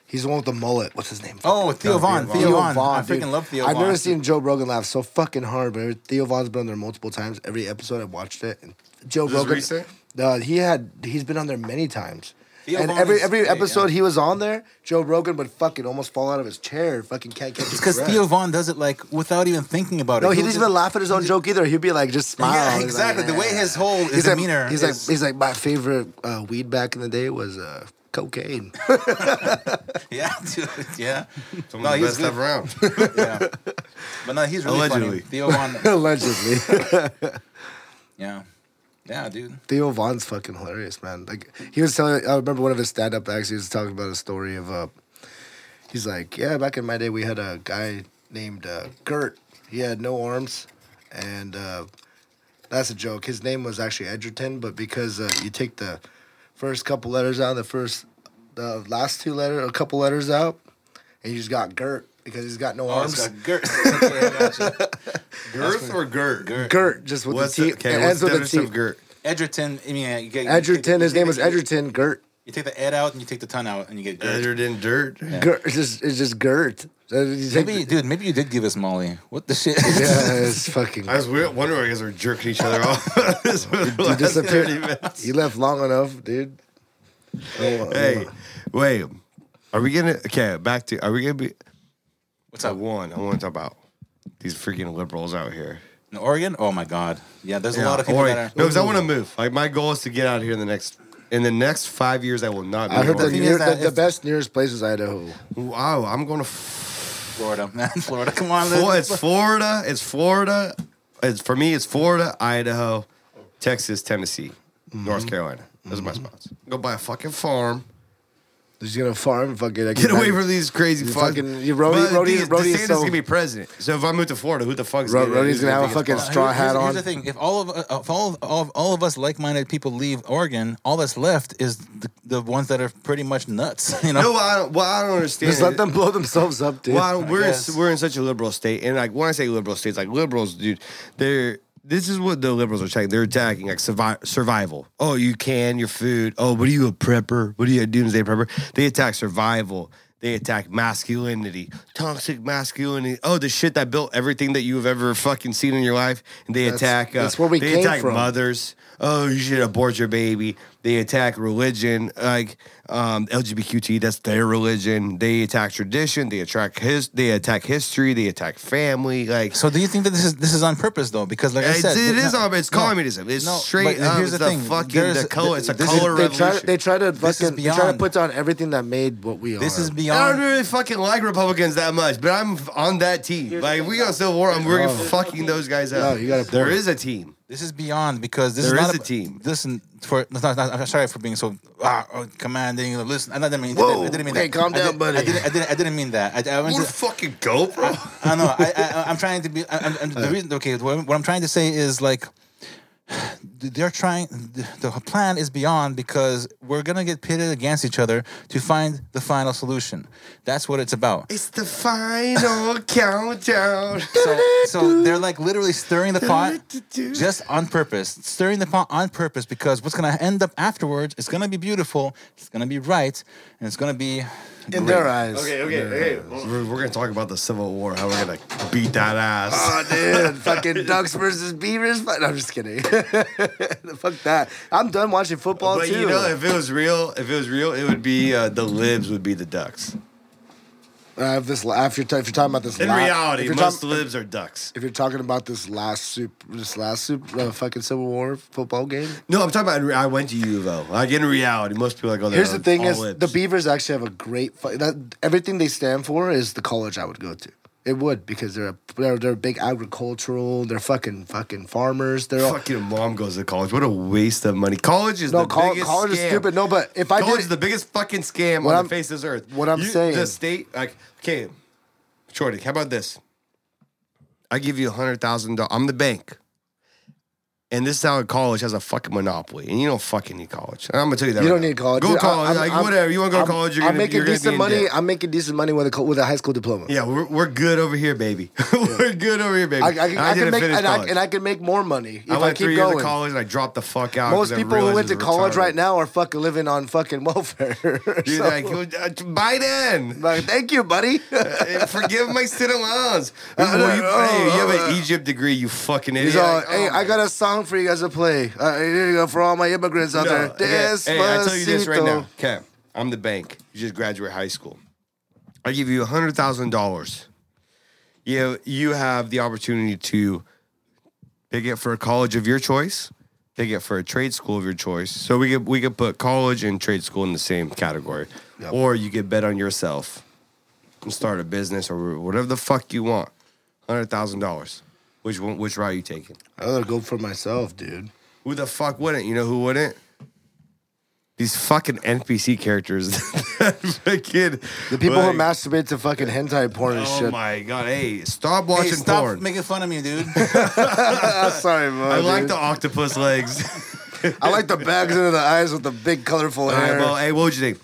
Speaker 6: he's the one with the mullet. What's his name?
Speaker 3: Oh, Theo Vaughn. Theo Vaughn. I freaking
Speaker 6: dude.
Speaker 3: love Theo
Speaker 6: I've
Speaker 3: Vaughn.
Speaker 6: never seen Joe Rogan laugh so fucking hard, but Theo Vaughn's been on there multiple times. Every episode I watched it. And Joe
Speaker 4: this
Speaker 6: Rogan.
Speaker 4: recent?
Speaker 6: Uh, he had he's been on there many times.
Speaker 3: Theo
Speaker 6: and
Speaker 3: Vaughn
Speaker 6: every
Speaker 3: is
Speaker 6: every
Speaker 3: great,
Speaker 6: episode
Speaker 3: yeah.
Speaker 6: he was on there, Joe Rogan would fucking almost fall out of his chair. Fucking can't catch his
Speaker 3: It's because
Speaker 6: breath.
Speaker 3: Theo Vaughn does it like without even thinking about it.
Speaker 6: No, he
Speaker 3: He'll
Speaker 6: didn't
Speaker 3: just-
Speaker 6: even laugh at his own joke either. He'd be like, just smile.
Speaker 3: Yeah,
Speaker 6: He's like,
Speaker 3: exactly. The way his whole
Speaker 6: he's like,
Speaker 3: demeanor
Speaker 6: He's
Speaker 3: is-
Speaker 6: like, he's like, my favorite uh, weed back in the day was uh, cocaine.
Speaker 3: Yeah, dude. Yeah.
Speaker 4: Some
Speaker 3: No,
Speaker 4: of the
Speaker 3: he's
Speaker 4: best stuff
Speaker 3: good.
Speaker 4: around.
Speaker 3: yeah. But no, he's really funny.
Speaker 4: Allegedly.
Speaker 3: Theo Von.
Speaker 6: Allegedly.
Speaker 3: Yeah. Yeah, dude.
Speaker 6: Theo Vaughn's fucking hilarious, man. Like he was telling, I remember one of his stand-up acts. He was talking about a story of, uh, he's like, yeah, back in my day, we had a guy named uh, Gert. He had no arms, and uh, that's a joke. His name was actually Edgerton, but because uh, you take the first couple letters out, the first, the last two letter, a couple letters out, and you just got Gert because he's got no
Speaker 3: Oh,
Speaker 6: arms.
Speaker 3: it's got Gert. Okay, I gotcha.
Speaker 4: Girth or Gert? Gert.
Speaker 6: Gert just with
Speaker 4: What's
Speaker 6: the T.
Speaker 4: the, okay,
Speaker 6: it
Speaker 4: what's
Speaker 6: ends
Speaker 4: the
Speaker 6: with a
Speaker 4: definition
Speaker 6: T.
Speaker 4: of Gert?
Speaker 3: Edgerton. I mean, you get, you
Speaker 6: Edgerton.
Speaker 3: take-
Speaker 6: His name was
Speaker 3: you take-
Speaker 6: Edgerton. Gert.
Speaker 3: You take the Ed out and you take the ton out and you get Gert.
Speaker 4: Better than dirt.
Speaker 6: Gert, it's just it's just Gert. Uh, you take
Speaker 3: Maybe,
Speaker 6: the-
Speaker 3: dude, maybe you did give us Molly. What the shit?
Speaker 6: yeah, it's fucking.
Speaker 4: I was weird- wondering why you guys were jerking each other off. you
Speaker 6: disappeared. You left long enough, dude. Oh,
Speaker 4: Hey, wait. Are we gonna okay? Back to are we gonna be?
Speaker 3: What's
Speaker 4: I
Speaker 3: up?
Speaker 4: won. I want to talk about these freaking liberals out here.
Speaker 3: In Oregon? Oh, my God. Yeah, there's a lot of people
Speaker 4: Or-
Speaker 3: that are.
Speaker 4: no, because I want to move. Like my goal is to get out here in the next in the next five years. I will not. Be
Speaker 6: I heard
Speaker 4: in
Speaker 6: the,
Speaker 4: Oregon.
Speaker 3: thing is
Speaker 6: near,
Speaker 3: that
Speaker 6: the, the
Speaker 3: if-
Speaker 6: best nearest place is Idaho.
Speaker 4: Wow, I'm going to. F-
Speaker 3: Florida, man. Florida, come on.
Speaker 4: Flo-
Speaker 3: let's-
Speaker 4: it's Florida. It's Florida. It's for me. It's Florida, Idaho, Texas, Tennessee,
Speaker 6: Mm-hmm.
Speaker 4: North Carolina. Those are my spots. Go buy a fucking farm.
Speaker 6: Just gonna farm, fucking like,
Speaker 4: Get away from these crazy
Speaker 6: You
Speaker 4: fucking.
Speaker 6: fucking- you- Rhodey-
Speaker 4: But
Speaker 6: Rhodey-
Speaker 4: the-
Speaker 6: Rhodey is
Speaker 4: DeSantis
Speaker 6: so-
Speaker 4: gonna be president. So if I move to Florida, who the fuck's
Speaker 6: Rho-
Speaker 4: gonna,
Speaker 6: Rhodey's
Speaker 4: who's
Speaker 6: gonna have a
Speaker 4: think it's
Speaker 6: fucking
Speaker 4: fun?
Speaker 6: straw
Speaker 3: here's,
Speaker 6: hat
Speaker 3: here's
Speaker 6: on.
Speaker 3: the thing: if all of uh, if all of, all of all of us like-minded people leave Oregon, all that's left is the, the ones that are pretty much nuts. You know,
Speaker 4: No, I don't. Well, I don't understand.
Speaker 6: Just let
Speaker 4: it.
Speaker 6: them blow themselves up, dude.
Speaker 4: Well, I don't- we're
Speaker 3: guess.
Speaker 4: in, we're in such a liberal state, and like when I say liberal states, like liberals, dude, they're this is what the liberals are attacking. They're attacking like survi- survival. Oh, you can your food. Oh, what are you a prepper? What are you a doomsday prepper? They attack survival. They attack masculinity, toxic masculinity. Oh, the shit that built everything that you have ever fucking seen in your life. And they
Speaker 6: That's-
Speaker 4: attack. Uh,
Speaker 6: that's where we
Speaker 4: they
Speaker 6: came
Speaker 4: attack
Speaker 6: from.
Speaker 4: mothers. Oh, you should abort your baby. They attack religion, like um, LGBTQT. That's their religion. They attack tradition. They attack his. They attack history. They attack family. Like
Speaker 3: So do you think that this is this is on purpose though? Because like I
Speaker 4: it's,
Speaker 3: said,
Speaker 4: it
Speaker 3: no-
Speaker 4: is all. It's
Speaker 3: no,
Speaker 4: communism. It's
Speaker 3: no,
Speaker 4: straight
Speaker 3: but
Speaker 4: up.
Speaker 3: Here's
Speaker 4: it's
Speaker 3: the
Speaker 4: a
Speaker 3: thing:
Speaker 4: fucking
Speaker 3: There's-
Speaker 4: the color. It's a
Speaker 3: this is-
Speaker 4: color
Speaker 6: they try.
Speaker 4: revolution.
Speaker 6: They try to
Speaker 3: This is
Speaker 6: fucking. They try to
Speaker 3: beyond-
Speaker 6: put down everything that made what we are.
Speaker 3: This is
Speaker 4: I don't
Speaker 3: beyond.
Speaker 4: really fucking like Republicans that much, but I'm on that team. Like if we go civil war, I'm we're fucking those guys up.
Speaker 6: No, you got a
Speaker 4: there
Speaker 6: point.
Speaker 4: is a team.
Speaker 3: This is beyond because this
Speaker 4: There
Speaker 3: is not
Speaker 4: is a
Speaker 3: ab-
Speaker 4: team.
Speaker 3: Listen for. Not, not, I'm sorry for being so ah, oh, commanding. Listen, I didn't mean.
Speaker 6: Whoa,
Speaker 3: I didn't mean
Speaker 6: okay,
Speaker 3: that.
Speaker 6: calm
Speaker 3: I
Speaker 6: down,
Speaker 3: did,
Speaker 6: buddy.
Speaker 3: I didn't. I didn't. I didn't mean that. I, I went
Speaker 4: What
Speaker 3: to,
Speaker 4: a fucking go, bro.
Speaker 3: I know. I, I, I'm trying to be. I, I'm, I'm- the reason, okay, what I'm, what I'm trying to say is like, they're trying. The the plan is beyond because we're gonna get pitted against each other to find the final solution. That's what it's about.
Speaker 4: It's the final countdown.
Speaker 3: So, so they're like literally stirring the pot just on purpose, stirring the pot on purpose because what's gonna end up afterwards is gonna be beautiful, it's gonna be right, and it's gonna be
Speaker 6: in
Speaker 3: great.
Speaker 6: their eyes.
Speaker 4: Okay, okay, okay. We're, we're gonna talk about the Civil War, how we're gonna beat that ass.
Speaker 6: Oh, dude, fucking ducks versus beavers. Fuck- no, I'm just kidding. Fuck that. I'm done watching football
Speaker 4: but
Speaker 6: too.
Speaker 4: you know, if it was real, if it was real, it would be uh, the libs would be the ducks.
Speaker 6: Uh, if this, la- if you're, ta- if you're talking about this,
Speaker 4: In
Speaker 6: la- if
Speaker 4: reality,
Speaker 6: you're
Speaker 4: most
Speaker 6: talking-
Speaker 4: libs are ducks.
Speaker 6: if you're talking about this last super, this last super, uh, fucking Civil War football game.
Speaker 4: No, I'm talking about. in re- I went to U of O. Like in reality, most people like go there.
Speaker 6: Here's the
Speaker 4: are
Speaker 6: thing:
Speaker 4: all
Speaker 6: is
Speaker 4: libs.
Speaker 6: the Beavers actually have a great fu- that everything they stand for is the college I would go to. It would because they're a, they're they're big agricultural. They're fucking fucking farmers. They're all,
Speaker 4: fucking mom goes to college. What a waste of money. College is
Speaker 6: no
Speaker 4: the
Speaker 6: col-
Speaker 4: biggest
Speaker 6: college
Speaker 4: scam.
Speaker 6: is stupid. No, but if I
Speaker 4: college
Speaker 6: did
Speaker 4: is the biggest fucking scam
Speaker 6: What
Speaker 4: on
Speaker 6: I'm-
Speaker 4: the face of this earth.
Speaker 6: what I'm
Speaker 4: You-
Speaker 6: saying-
Speaker 4: the state, like, okay, Shorty, how about this? I give you a hundred thousand dollars. I'm the bank, and this is how college has a fucking monopoly, and you don't fucking need college. And I'm gonna tell you that.
Speaker 6: You
Speaker 4: right
Speaker 6: don't
Speaker 4: now.
Speaker 6: need college.
Speaker 4: Go
Speaker 6: Dude,
Speaker 4: to college,
Speaker 6: I'm-
Speaker 4: like
Speaker 6: I'm-
Speaker 4: whatever. You want to go
Speaker 6: I'm-
Speaker 4: to college? You're
Speaker 6: I'm
Speaker 4: gonna,
Speaker 6: making
Speaker 4: you're gonna be
Speaker 6: decent
Speaker 4: in
Speaker 6: money.
Speaker 4: debt.
Speaker 6: I'm making decent money with a co- with a high school diploma.
Speaker 4: Yeah, we're, we're good over here, baby. we're good over here, baby.
Speaker 6: I, I, can-
Speaker 4: And
Speaker 6: I can
Speaker 4: didn't
Speaker 6: make
Speaker 4: finish
Speaker 6: and I,
Speaker 4: college.
Speaker 6: and I can make more money if
Speaker 4: I
Speaker 6: I,
Speaker 4: went
Speaker 6: keep
Speaker 4: three years
Speaker 6: going.
Speaker 4: of college and I dropped the fuck out.
Speaker 6: Most
Speaker 4: 'cause I
Speaker 6: people who
Speaker 4: realized
Speaker 6: went
Speaker 4: it
Speaker 6: to
Speaker 4: was
Speaker 6: college
Speaker 4: retarded.
Speaker 6: right now are fucking living on fucking welfare.
Speaker 4: Dude,
Speaker 6: So,
Speaker 4: like, uh, Biden.
Speaker 6: like, thank you, buddy.
Speaker 4: Hey, Forgive my student loans.
Speaker 6: Uh,
Speaker 4: Well, you,
Speaker 6: uh,
Speaker 4: hey, you have
Speaker 6: uh,
Speaker 4: an Egypt degree, you fucking idiot.
Speaker 6: He's all,
Speaker 4: Like,
Speaker 6: hey,
Speaker 4: oh
Speaker 6: I
Speaker 4: my
Speaker 6: got a song for you guys to play. Uh, here you go for all my immigrants out there.
Speaker 4: God. Okay, Hey, I tell you this right
Speaker 6: Despacito.
Speaker 4: now. Okay, I'm the bank. You just graduate high school. I give you hundred thousand dollars. You you have the opportunity to pick it for a college of your choice, They get for a trade school of your choice. So we could we could put college and trade school in the same category, or you could bet on yourself and start a business or whatever the fuck you want. Hundred thousand dollars. Which one? Which route you taking?
Speaker 6: I'd rather go for myself, dude.
Speaker 4: Who the fuck wouldn't? You know who wouldn't? These fucking NPC characters. that fucking,
Speaker 6: The people
Speaker 4: like,
Speaker 6: who masturbate to fucking hentai porn and
Speaker 4: Oh
Speaker 6: shit.
Speaker 4: my god! Hey, stop
Speaker 3: Hey,
Speaker 4: watching
Speaker 3: stop
Speaker 4: porn.
Speaker 3: making fun of me, dude.
Speaker 6: Ah, sorry, bro.
Speaker 4: I like
Speaker 6: dude.
Speaker 4: the octopus legs.
Speaker 6: I like the bags under the eyes with the big colorful
Speaker 4: All right,
Speaker 6: hair.
Speaker 4: well, hey, what would you think?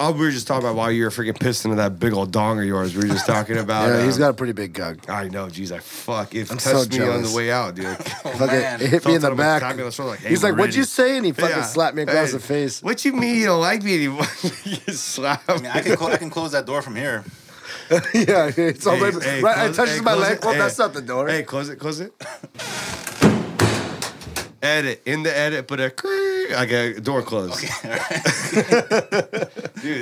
Speaker 4: Oh, we were just talking about why you were freaking pissed into that big old dong of yours. We were just talking about.
Speaker 6: yeah, he's
Speaker 4: um,
Speaker 6: got a pretty big cock.
Speaker 4: I know, jeez, I fuck. It touched
Speaker 6: so
Speaker 4: me on
Speaker 6: jealous.
Speaker 4: the way out, dude.
Speaker 6: Fuck
Speaker 3: man.
Speaker 6: it, it hit me in
Speaker 4: Sometimes
Speaker 6: the
Speaker 4: I'm
Speaker 6: back.
Speaker 4: tapping on the shoulder Oh, like, hey,
Speaker 6: he's like,
Speaker 4: we're
Speaker 6: "What'd you
Speaker 4: ready."
Speaker 6: say?" And he fucking
Speaker 4: Yeah.
Speaker 6: slapped me across
Speaker 4: Hey,
Speaker 6: the face.
Speaker 4: What you mean you don't like me anymore? you slap
Speaker 3: I mean, I
Speaker 4: me.
Speaker 3: can, clo- I can close that door from here.
Speaker 6: yeah, it's all right.
Speaker 4: hey,
Speaker 6: Oh, right, it
Speaker 4: close-
Speaker 6: touches
Speaker 4: hey,
Speaker 6: my
Speaker 4: close
Speaker 6: leg.
Speaker 4: it.
Speaker 6: Well,
Speaker 4: Hey.
Speaker 6: that's not the door.
Speaker 4: Hey, close it, close it. edit in the edit, put a creak. I got door closed. Dude,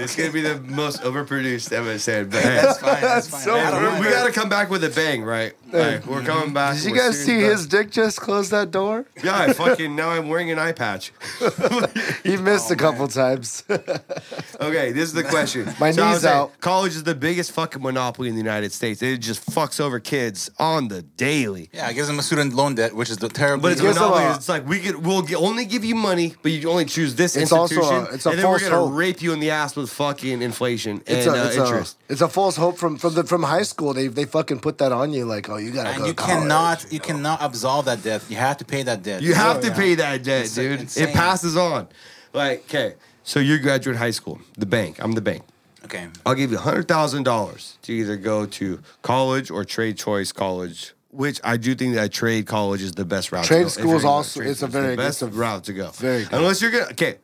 Speaker 4: it's gonna be the most overproduced episode. But hey,
Speaker 3: That's fine. That's fine.
Speaker 6: so
Speaker 3: I don't
Speaker 4: we,
Speaker 3: mind
Speaker 4: we
Speaker 3: that.
Speaker 4: gotta come back with a bang, right? Like, we're coming back.
Speaker 6: Mm-hmm. Did you
Speaker 4: we're serious
Speaker 6: guys see
Speaker 4: about-
Speaker 6: his dick just close that door?
Speaker 4: Yeah, I fucking now I'm wearing an eye patch.
Speaker 6: He missed
Speaker 4: Oh,
Speaker 6: a couple times.
Speaker 4: Okay, this is the question.
Speaker 6: My
Speaker 4: I
Speaker 6: knee's
Speaker 4: was saying,
Speaker 6: out.
Speaker 4: College is the biggest fucking monopoly in the United States. It just fucks over kids on the daily.
Speaker 3: Yeah, it gives them a student loan debt, which is the terrible.
Speaker 4: But it's
Speaker 6: Yes,
Speaker 4: monopoly.
Speaker 6: uh,
Speaker 4: It's like we could we'll g- only give you money, but you only choose this
Speaker 6: It's also a-
Speaker 4: institution,
Speaker 6: it's a
Speaker 4: and then we're
Speaker 6: false
Speaker 4: gonna
Speaker 6: hope.
Speaker 4: rape you in the ass with fucking inflation
Speaker 6: It's
Speaker 4: and
Speaker 6: a,
Speaker 4: uh,
Speaker 6: it's, a,
Speaker 4: interest.
Speaker 6: it's a false hope from from the from high school. They they fucking put that on you. Like, oh, you gotta go.
Speaker 3: and you
Speaker 6: to college.
Speaker 3: cannot, you cannot absolve that debt. You have to pay that debt.
Speaker 4: you
Speaker 6: Oh,
Speaker 4: have to pay that debt,
Speaker 3: It's, uh,
Speaker 4: dude.
Speaker 3: insane.
Speaker 4: It passes on. Like, okay, so you graduate high school. The bank. I'm the bank.
Speaker 3: Okay.
Speaker 4: I'll give you hundred thousand dollars to either go to college or trade choice college. Which I do think that trade college is the best route. to
Speaker 6: Trade
Speaker 4: go.
Speaker 6: school is
Speaker 4: If you're gonna go
Speaker 6: also-
Speaker 4: trade
Speaker 6: it's a
Speaker 4: school, the
Speaker 6: very- it's
Speaker 4: best
Speaker 6: a
Speaker 4: route to go.
Speaker 6: very good.
Speaker 4: unless you're gonna okay,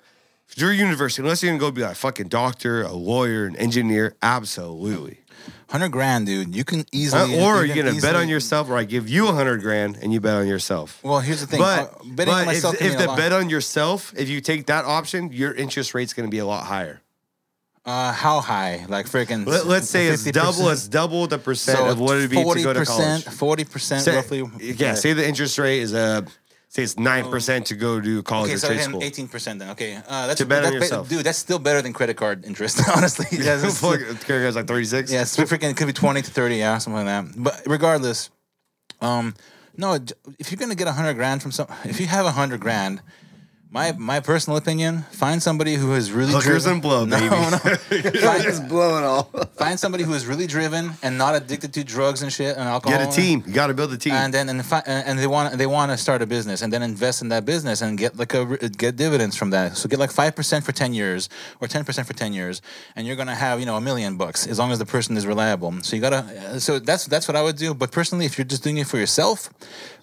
Speaker 4: if you're a university. Unless you're gonna go be like a fucking doctor, a lawyer, an engineer, absolutely.
Speaker 3: Hundred grand, dude. You can
Speaker 4: Uh,
Speaker 3: easily.
Speaker 4: or
Speaker 3: you
Speaker 4: you're
Speaker 3: can
Speaker 4: gonna bet
Speaker 3: easily-
Speaker 4: on yourself, or I give you a hundred grand and you bet on yourself.
Speaker 3: Well, here's the thing.
Speaker 4: But,
Speaker 3: Uh, betting on
Speaker 4: but if-
Speaker 3: myself can
Speaker 4: if,
Speaker 3: mean a
Speaker 4: the
Speaker 3: lot.
Speaker 4: bet on yourself, if you take that option, your interest rate's gonna be a lot higher.
Speaker 3: Uh, how high? Like freaking.
Speaker 4: Let, let's say it's
Speaker 3: 50%?
Speaker 4: double. It's double the percent
Speaker 3: So
Speaker 4: of what it'd be to go to college.
Speaker 3: Forty percent,
Speaker 4: Say-
Speaker 3: roughly. Oh.
Speaker 4: Yeah. Say the interest rate is uh, say it's nine percent to go to college
Speaker 3: Okay,
Speaker 4: or
Speaker 3: so
Speaker 4: trade
Speaker 3: then
Speaker 4: school.
Speaker 3: 18% then. Okay. Uh, that's
Speaker 4: To bet on
Speaker 3: that's ba-
Speaker 4: yourself.
Speaker 3: Dude, that's still better than credit card interest, honestly. Yeah, that's-
Speaker 4: Fuck, it's gonna go like thirty six.
Speaker 3: Yeah, it's freaking it could be twenty to thirty, yeah, something like that. But regardless, um, no, j- if you're gonna get a hundred grand from some, if you have a hundred grand, my my personal opinion, find somebody who is really
Speaker 4: Hookers
Speaker 3: driven.
Speaker 4: and blow,
Speaker 3: no,
Speaker 4: baby.
Speaker 3: no.
Speaker 6: just blow it all.
Speaker 3: find somebody who is really driven and not addicted to drugs and shit and alcohol.
Speaker 4: Get a team. You got to build a team.
Speaker 3: And then and, fi- and they want they want to start a business and then invest in that business and get like a re- get dividends from that. So get like five percent for ten years or ten percent for ten years, and you're gonna have you know a million bucks as long as the person is reliable. So you gotta uh, so that's that's what I would do. But personally, if you're just doing it for yourself,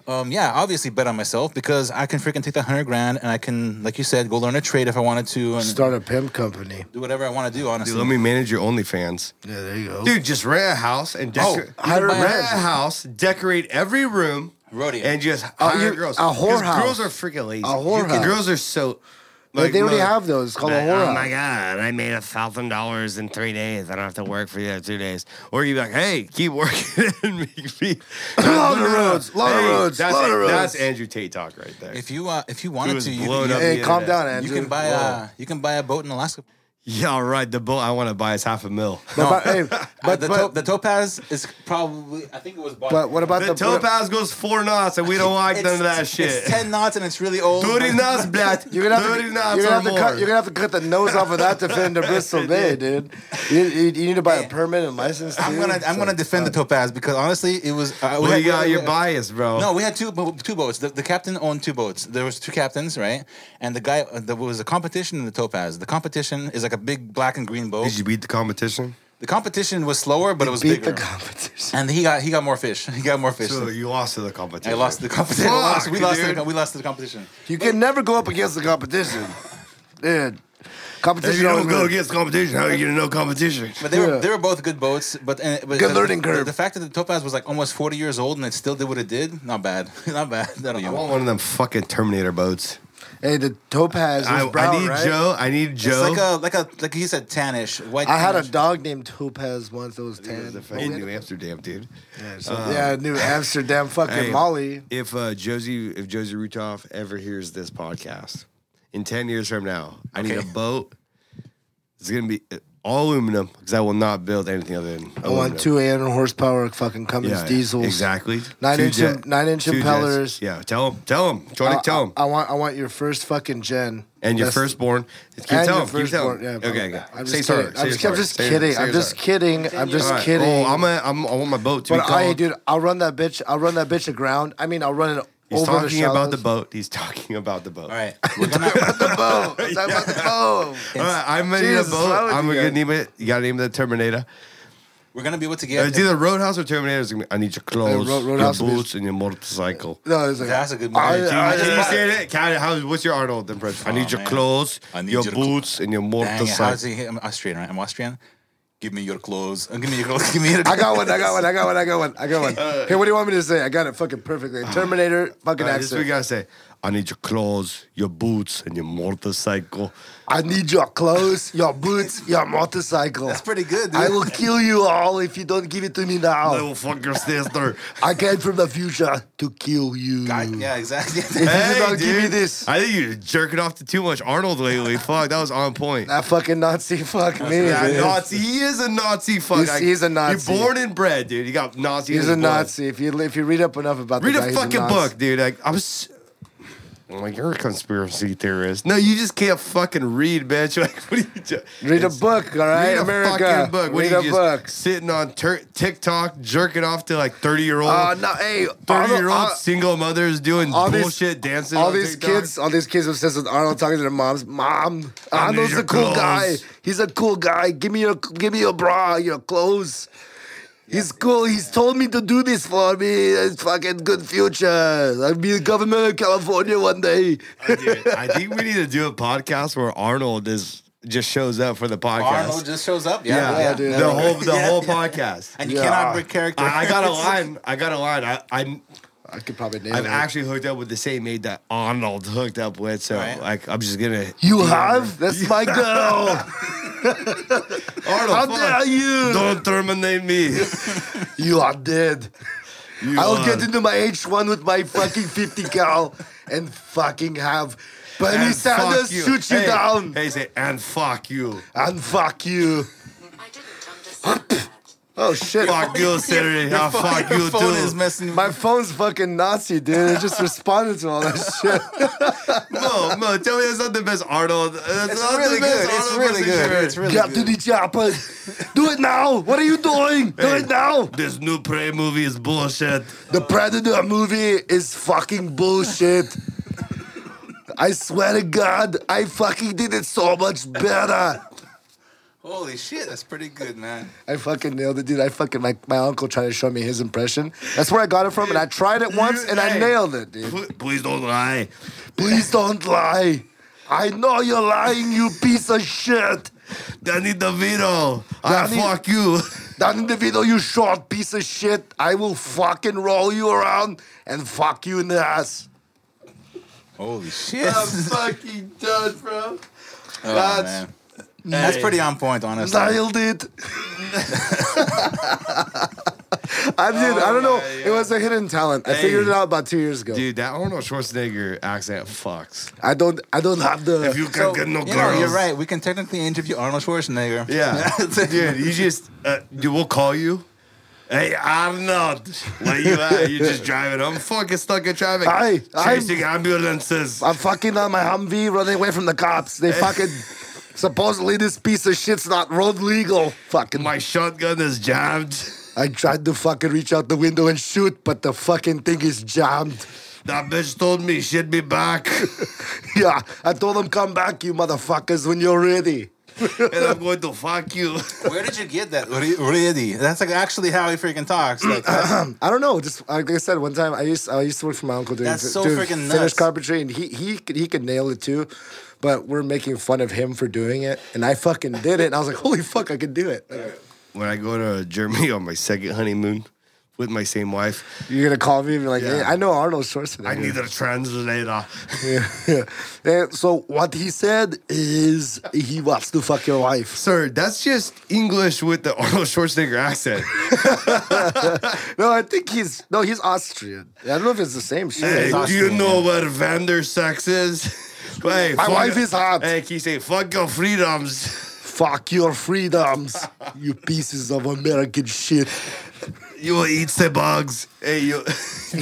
Speaker 3: um, yeah, obviously bet on myself because I can freaking take that hundred grand and I can like you said go learn a trade if I wanted to and
Speaker 6: Start a pimp company.
Speaker 3: do whatever I want to do. Honestly,
Speaker 4: Dude, let me manage your OnlyFans,
Speaker 6: Yeah, there you go.
Speaker 4: dude. Just rent a house and decorate.
Speaker 6: Oh, hire
Speaker 4: rent
Speaker 6: men.
Speaker 4: a house, decorate every room,
Speaker 3: Rodeo.
Speaker 4: and just hire
Speaker 6: you-
Speaker 4: girls.
Speaker 6: a
Speaker 4: 'Cause
Speaker 6: whorehouse.
Speaker 4: Girls are freaking lazy.
Speaker 6: A
Speaker 4: You can-
Speaker 6: whorehouse.
Speaker 4: Girls are so.
Speaker 6: Like, they already
Speaker 4: no-
Speaker 6: have those. It's called a
Speaker 4: Like,
Speaker 6: horror.
Speaker 4: Oh my god, I made a thousand dollars in three days. I don't have to work for the other two days. Or you'd be like, hey, keep working and make me
Speaker 6: Lot of roads, lot of roads,
Speaker 4: That's,
Speaker 6: lot of
Speaker 4: that's
Speaker 6: roads.
Speaker 4: Andrew Tate talk right there.
Speaker 3: if you uh, if you
Speaker 4: He
Speaker 3: wanted
Speaker 4: was
Speaker 3: to, you,
Speaker 4: blown
Speaker 3: you,
Speaker 4: up.
Speaker 6: hey,
Speaker 4: the
Speaker 6: calm
Speaker 4: internet.
Speaker 6: down,
Speaker 3: you
Speaker 6: Andrew.
Speaker 3: can buy
Speaker 6: Whoa.
Speaker 3: a you can buy a boat in Alaska.
Speaker 4: yeah, all right. The boat I want to buy is half a mil.
Speaker 6: But, but, hey,
Speaker 3: Uh,
Speaker 6: but,
Speaker 3: the,
Speaker 6: but,
Speaker 3: to- the topaz is probably I think it was bought.
Speaker 6: but what about
Speaker 4: The
Speaker 6: the,
Speaker 4: topaz goes four knots, and we don't like
Speaker 3: It's-
Speaker 4: none of that
Speaker 3: it's
Speaker 4: shit.
Speaker 3: ten knots and it's really old.
Speaker 4: Thirty knots, blat.
Speaker 6: You're gonna have to,
Speaker 4: Thirty
Speaker 6: you're
Speaker 4: knots
Speaker 6: gonna
Speaker 4: or
Speaker 6: have to
Speaker 4: more.
Speaker 6: cut. You're gonna have to cut the nose off of that to fit into Bristol Bay, dude. You, you, you need to buy a permit and license.
Speaker 3: I'm
Speaker 6: too.
Speaker 3: gonna I'm gonna defend the topaz because honestly it was. Uh, we
Speaker 4: Well,
Speaker 3: had-
Speaker 4: you got
Speaker 3: we-
Speaker 4: your bias, bro.
Speaker 3: No, we had two bo- two boats. The, the captain owned two boats. There was two captains, right? And the guy uh, there was a competition in the topaz. The competition is like a big black and green boat.
Speaker 4: Did you beat the competition?
Speaker 3: the competition was slower, but it was
Speaker 6: beat
Speaker 3: bigger.
Speaker 6: the competition.
Speaker 3: and he got he got more fish. He got more fish.
Speaker 4: So you lost to the competition.
Speaker 3: I lost the competition.
Speaker 4: Fuck,
Speaker 3: we lost. To
Speaker 4: dude.
Speaker 3: the, we lost to the competition.
Speaker 6: You can never go up against the competition, dude. Competition. always wins.
Speaker 4: against competition, how are you gonna know competition?
Speaker 3: But they were
Speaker 6: Yeah.
Speaker 3: they were both good boats. But, and, but
Speaker 6: Good
Speaker 3: the,
Speaker 6: learning
Speaker 3: The,
Speaker 6: curve.
Speaker 3: the fact that the Topaz was like almost forty years old and it still did what it did, not bad, not bad. I don't
Speaker 4: I
Speaker 3: know.
Speaker 4: want one of them fucking Terminator boats.
Speaker 6: Hey, the topaz is
Speaker 4: I, I
Speaker 6: brown,
Speaker 4: need
Speaker 6: right?
Speaker 4: Joe. I need Joe.
Speaker 3: It's like a like a like he said tannish white.
Speaker 6: I had a
Speaker 3: tannish.
Speaker 6: dog named Topaz once that was tan.
Speaker 4: in New Amsterdam, dude.
Speaker 6: yeah, New Amsterdam, fucking
Speaker 4: uh, Hey,
Speaker 6: Molly.
Speaker 4: If uh, Josie, if Josie Rutoff ever hears this podcast in ten years from now, I need a boat. It's gonna be uh, all aluminum because I will not build anything other than
Speaker 6: I want two 800 horsepower fucking Cummins diesels.
Speaker 4: exactly.
Speaker 6: Nine
Speaker 4: Two
Speaker 6: inch- nine inch
Speaker 4: two jets.
Speaker 6: impellers. Uh,
Speaker 4: Yeah, tell him, tell him, Jordan,
Speaker 6: I,
Speaker 4: tell him,
Speaker 6: I, I want I want your first fucking gen.
Speaker 4: and your
Speaker 6: That's-
Speaker 4: firstborn. Keep telling,
Speaker 6: and your
Speaker 4: him, keep telling.
Speaker 6: firstborn, yeah,
Speaker 4: him. okay,
Speaker 6: probably.
Speaker 4: okay.
Speaker 6: I'm
Speaker 4: Say
Speaker 6: just
Speaker 4: sorry,
Speaker 6: kidding.
Speaker 4: say
Speaker 6: I'm just,
Speaker 4: sorry,
Speaker 6: I'm just
Speaker 4: say
Speaker 6: kidding.
Speaker 4: sorry,
Speaker 6: I'm
Speaker 4: say
Speaker 6: just
Speaker 4: sorry.
Speaker 6: kidding. I'm just
Speaker 4: All right,
Speaker 6: kidding.
Speaker 4: Oh, I'm a, I'm, I want my boat to be
Speaker 6: but
Speaker 4: called.
Speaker 6: I, dude, I'll run that bitch. I'll run that bitch aground. I mean, I'll run it
Speaker 4: He's
Speaker 6: over
Speaker 4: talking about the
Speaker 6: shallows.
Speaker 4: boat. He's talking about the boat.
Speaker 3: All right, we're gonna.
Speaker 6: boat. I'm talking about the boat.
Speaker 4: All right, I'm ready
Speaker 6: Jesus,
Speaker 4: to vote.
Speaker 6: why would
Speaker 4: I'm
Speaker 6: you
Speaker 4: gonna
Speaker 6: guys-
Speaker 4: name it. You gotta name the Terminator.
Speaker 3: we're gonna be able to
Speaker 4: Uh,
Speaker 3: get.
Speaker 4: It's either Roadhouse or Terminator. It's gonna be, I need your clothes,
Speaker 6: Road- Uh, Roadhouse
Speaker 4: your
Speaker 6: would be-
Speaker 4: boots, and your motorcycle.
Speaker 6: No, it's like,
Speaker 3: that's a good
Speaker 6: I-
Speaker 3: movie.
Speaker 6: I-
Speaker 4: Can you
Speaker 6: I-
Speaker 4: say it? Can I, how, what's your Arnold impression? I need your
Speaker 3: Oh, man.
Speaker 4: clothes,
Speaker 3: I need
Speaker 4: your,
Speaker 3: your cl-
Speaker 4: boots, and your
Speaker 3: Dang it, how does
Speaker 4: motorcycle.
Speaker 3: he? I'm Austrian, right? I'm Austrian. Give me your clothes. Uh, Give me your clothes. Give me your.
Speaker 6: I got one. I got one. I got one. I got one. I got one. Hey, what do you want me to say? I got it fucking perfectly. Terminator fucking
Speaker 4: All right, this is what
Speaker 6: accent.
Speaker 4: we gotta say. I need your clothes, your boots, and your motorcycle.
Speaker 6: I need your clothes, your boots, your motorcycle.
Speaker 3: That's pretty good, dude.
Speaker 6: I will kill you all if you don't give it to me now.
Speaker 4: I will fuck your sister.
Speaker 6: I came from the future to kill you.
Speaker 3: God, yeah, exactly.
Speaker 6: Hey, did not give me this.
Speaker 4: I think you're jerking off to too much Arnold lately. fuck, that was on point.
Speaker 6: That fucking Nazi, fuck me.
Speaker 4: Yeah,
Speaker 6: dude.
Speaker 4: Nazi. He is a Nazi. Fuck,
Speaker 6: He's-
Speaker 4: I-
Speaker 6: he's a Nazi.
Speaker 4: You're born and bred, dude. You got Nazi. in
Speaker 6: He's
Speaker 4: his
Speaker 6: a
Speaker 4: blood.
Speaker 6: Nazi. If you if you read up enough about
Speaker 4: Read
Speaker 6: the
Speaker 4: a
Speaker 6: guy, he's
Speaker 4: fucking
Speaker 6: Nazi.
Speaker 4: book, dude. Like I'm, s- I'm like you're a conspiracy theorist. No, you just can't fucking read, bitch. Like what are you? Ju-
Speaker 6: Read a
Speaker 4: it's-
Speaker 6: book, all right,
Speaker 4: Read a
Speaker 6: America.
Speaker 4: fucking book. What
Speaker 6: Read
Speaker 4: are you
Speaker 6: a
Speaker 4: just
Speaker 6: book.
Speaker 4: sitting on tur- TikTok, jerking off to like thirty year old,
Speaker 6: Uh, no, hey, uh, all
Speaker 4: thirty
Speaker 6: the-
Speaker 4: year
Speaker 6: all-
Speaker 4: old single mothers doing
Speaker 6: all these-
Speaker 4: bullshit dances.
Speaker 6: All
Speaker 4: on
Speaker 6: these
Speaker 4: TikTok.
Speaker 6: kids, all these kids obsessed with Arnold talking to their moms. Mom,
Speaker 4: I need
Speaker 6: Arnold's
Speaker 4: your
Speaker 6: a cool
Speaker 4: clothes."
Speaker 6: guy. He's a cool guy. Give me your, give me your bra, your clothes. He's cool. He's told me to do this for me. It's fucking good future. I'll be the governor of California one day.
Speaker 4: Dude, I think we need to do a podcast where Arnold is just shows up for the podcast.
Speaker 3: Arnold just shows up. Yeah,
Speaker 4: yeah,
Speaker 6: Yeah, dude.
Speaker 4: the whole the
Speaker 3: Yeah,
Speaker 4: whole
Speaker 3: yeah.
Speaker 4: podcast.
Speaker 3: And you
Speaker 6: Yeah.
Speaker 3: cannot break character.
Speaker 4: I, I got a line. I got a line. I, I
Speaker 6: I could probably name
Speaker 4: I've
Speaker 6: it.
Speaker 4: actually hooked up with the same maid that Arnold hooked up with. So
Speaker 3: Right.
Speaker 4: like, I'm just gonna
Speaker 6: you have? That's my girl. How
Speaker 4: Arnold.
Speaker 6: dare
Speaker 4: fuck,
Speaker 6: you?
Speaker 4: Don't terminate me.
Speaker 6: You are dead.
Speaker 4: You
Speaker 6: I'll
Speaker 4: are-
Speaker 6: get into my H1 with my fucking 50 cal and fucking have Bernie
Speaker 4: and fuck
Speaker 6: Sanders shoot you
Speaker 4: Hey,
Speaker 6: down
Speaker 4: Hey, say and fuck you.
Speaker 6: and fuck you.
Speaker 8: I didn't understand that.
Speaker 6: Oh shit.
Speaker 4: Fuck you, Siri.
Speaker 3: Your
Speaker 4: I'll
Speaker 3: phone-
Speaker 4: fuck
Speaker 3: your
Speaker 4: you
Speaker 3: phone
Speaker 4: too.
Speaker 3: is messing.
Speaker 6: My phone's fucking Nazi, dude. It just responded to all that shit.
Speaker 4: no, no. Tell me that's not the best Arnold. That's
Speaker 3: It's
Speaker 4: not
Speaker 3: really
Speaker 4: the best
Speaker 3: good. It's
Speaker 4: Arnold
Speaker 3: really
Speaker 4: impression
Speaker 3: good.
Speaker 4: ever.
Speaker 3: It's really
Speaker 6: Get to
Speaker 3: good.
Speaker 6: the chopper. Do it now. What are you doing? Do
Speaker 4: Hey.
Speaker 6: it now.
Speaker 4: This new Prey movie is bullshit.
Speaker 6: The Predator movie is fucking bullshit. I swear to God, I fucking did it so much better.
Speaker 3: Holy shit, that's pretty good, man.
Speaker 6: I fucking nailed it, dude. I fucking my, my uncle tried to show me his impression. That's where I got it from, and I tried it once, and I
Speaker 4: hey.
Speaker 6: nailed it, dude.
Speaker 4: Pl- Please don't lie.
Speaker 6: Please don't lie. I know you're lying, you piece of shit.
Speaker 4: Danny DeVito. I
Speaker 6: Danny-
Speaker 4: fuck you.
Speaker 6: Danny DeVito, you short piece of shit. I will fucking roll you around and fuck you in the ass.
Speaker 3: Holy shit.
Speaker 4: fucking done, bro.
Speaker 3: Oh, man. That's pretty on point, honestly.
Speaker 6: Nailed it. I did. I don't know. It was a hidden talent. I figured it out about two years ago.
Speaker 4: Dude, that Arnold Schwarzenegger accent fucks.
Speaker 6: I don't. I don't have the.
Speaker 4: If you can
Speaker 3: So,
Speaker 4: get no
Speaker 3: you
Speaker 4: girls.
Speaker 3: know, you're right. We can technically interview Arnold Schwarzenegger.
Speaker 4: Yeah. dude, you just, uh, dude, we'll call you. Hey, Arnold, where you at? You're just driving. I'm fucking stuck in traffic.
Speaker 6: Hey, I'm-
Speaker 4: Chasing ambulances.
Speaker 6: I'm fucking on my Humvee running away from the cops. They fucking supposedly this piece of shit's not road legal. Fucking
Speaker 4: My shotgun is jammed.
Speaker 6: I tried to fucking reach out the window and shoot, but the fucking thing is jammed.
Speaker 4: That bitch told me she'd be back.
Speaker 6: Yeah, I told them come back, you motherfuckers, when you're ready.
Speaker 4: and I'm going to fuck you.
Speaker 3: Where did you get that? Re- Really? That's like actually how he freaking talks. Like, uh, that's-
Speaker 6: I don't know. Just like I said, one time I used I used to work for my uncle doing,
Speaker 3: That's so
Speaker 6: doing
Speaker 3: freaking
Speaker 6: Finnish
Speaker 3: nuts.
Speaker 6: carpentry, and he he could, he could nail it too. But we're making fun of him for doing it, and I fucking did it. And I was like, holy fuck, I could do it. Like,
Speaker 4: when I go to Germany on my second honeymoon, with my same wife.
Speaker 6: You're gonna call me and be like,
Speaker 4: Yeah.
Speaker 6: hey, I know Arnold Schwarzenegger.
Speaker 4: I need a translator.
Speaker 6: Yeah. And so what he said is he wants to fuck your wife.
Speaker 4: Sir, that's just English with the Arnold Schwarzenegger accent.
Speaker 6: No, I think he's no, he's Austrian. I don't know if it's the same shit.
Speaker 4: Hey, do you
Speaker 3: Austrian,
Speaker 4: know where Vander Sachs is? hey,
Speaker 6: My
Speaker 4: fuck-
Speaker 6: wife is hot.
Speaker 4: Hey, can you say fuck your freedoms?
Speaker 6: Fuck your freedoms, you pieces of American shit.
Speaker 4: You will eat the bugs. Hey, you.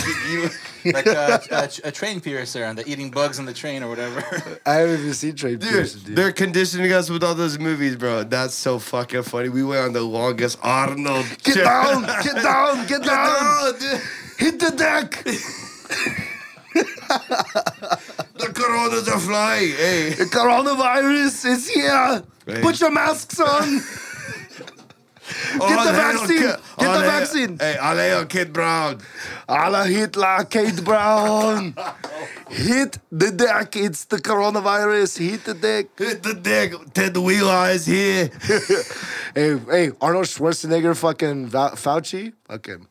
Speaker 4: you
Speaker 3: like uh, a, a, a train piercer and the eating bugs on the train or whatever.
Speaker 6: I haven't even seen Trey
Speaker 4: dude,
Speaker 6: Pearson, dude.
Speaker 4: they're conditioning us with all those movies, bro. That's so fucking funny. We went on the longest Arnold.
Speaker 6: Get
Speaker 4: trip.
Speaker 6: down! Get down! Get down!
Speaker 4: No, dude.
Speaker 6: Hit the deck!
Speaker 4: The coronas are flying. Hey.
Speaker 6: The coronavirus is here!
Speaker 4: Hey.
Speaker 6: Put your masks on!
Speaker 4: Get
Speaker 6: the vaccine. Get the vaccine.
Speaker 4: Hey, Aleo Kid Brown.
Speaker 6: Allah Hitler, Kate Brown! Hit the deck! It's the coronavirus! Hit the deck!
Speaker 4: Hit the dick. Ted Wheeler is here.
Speaker 6: Hey, hey, Arnold Schwarzenegger, fucking Va- Fauci, fucking.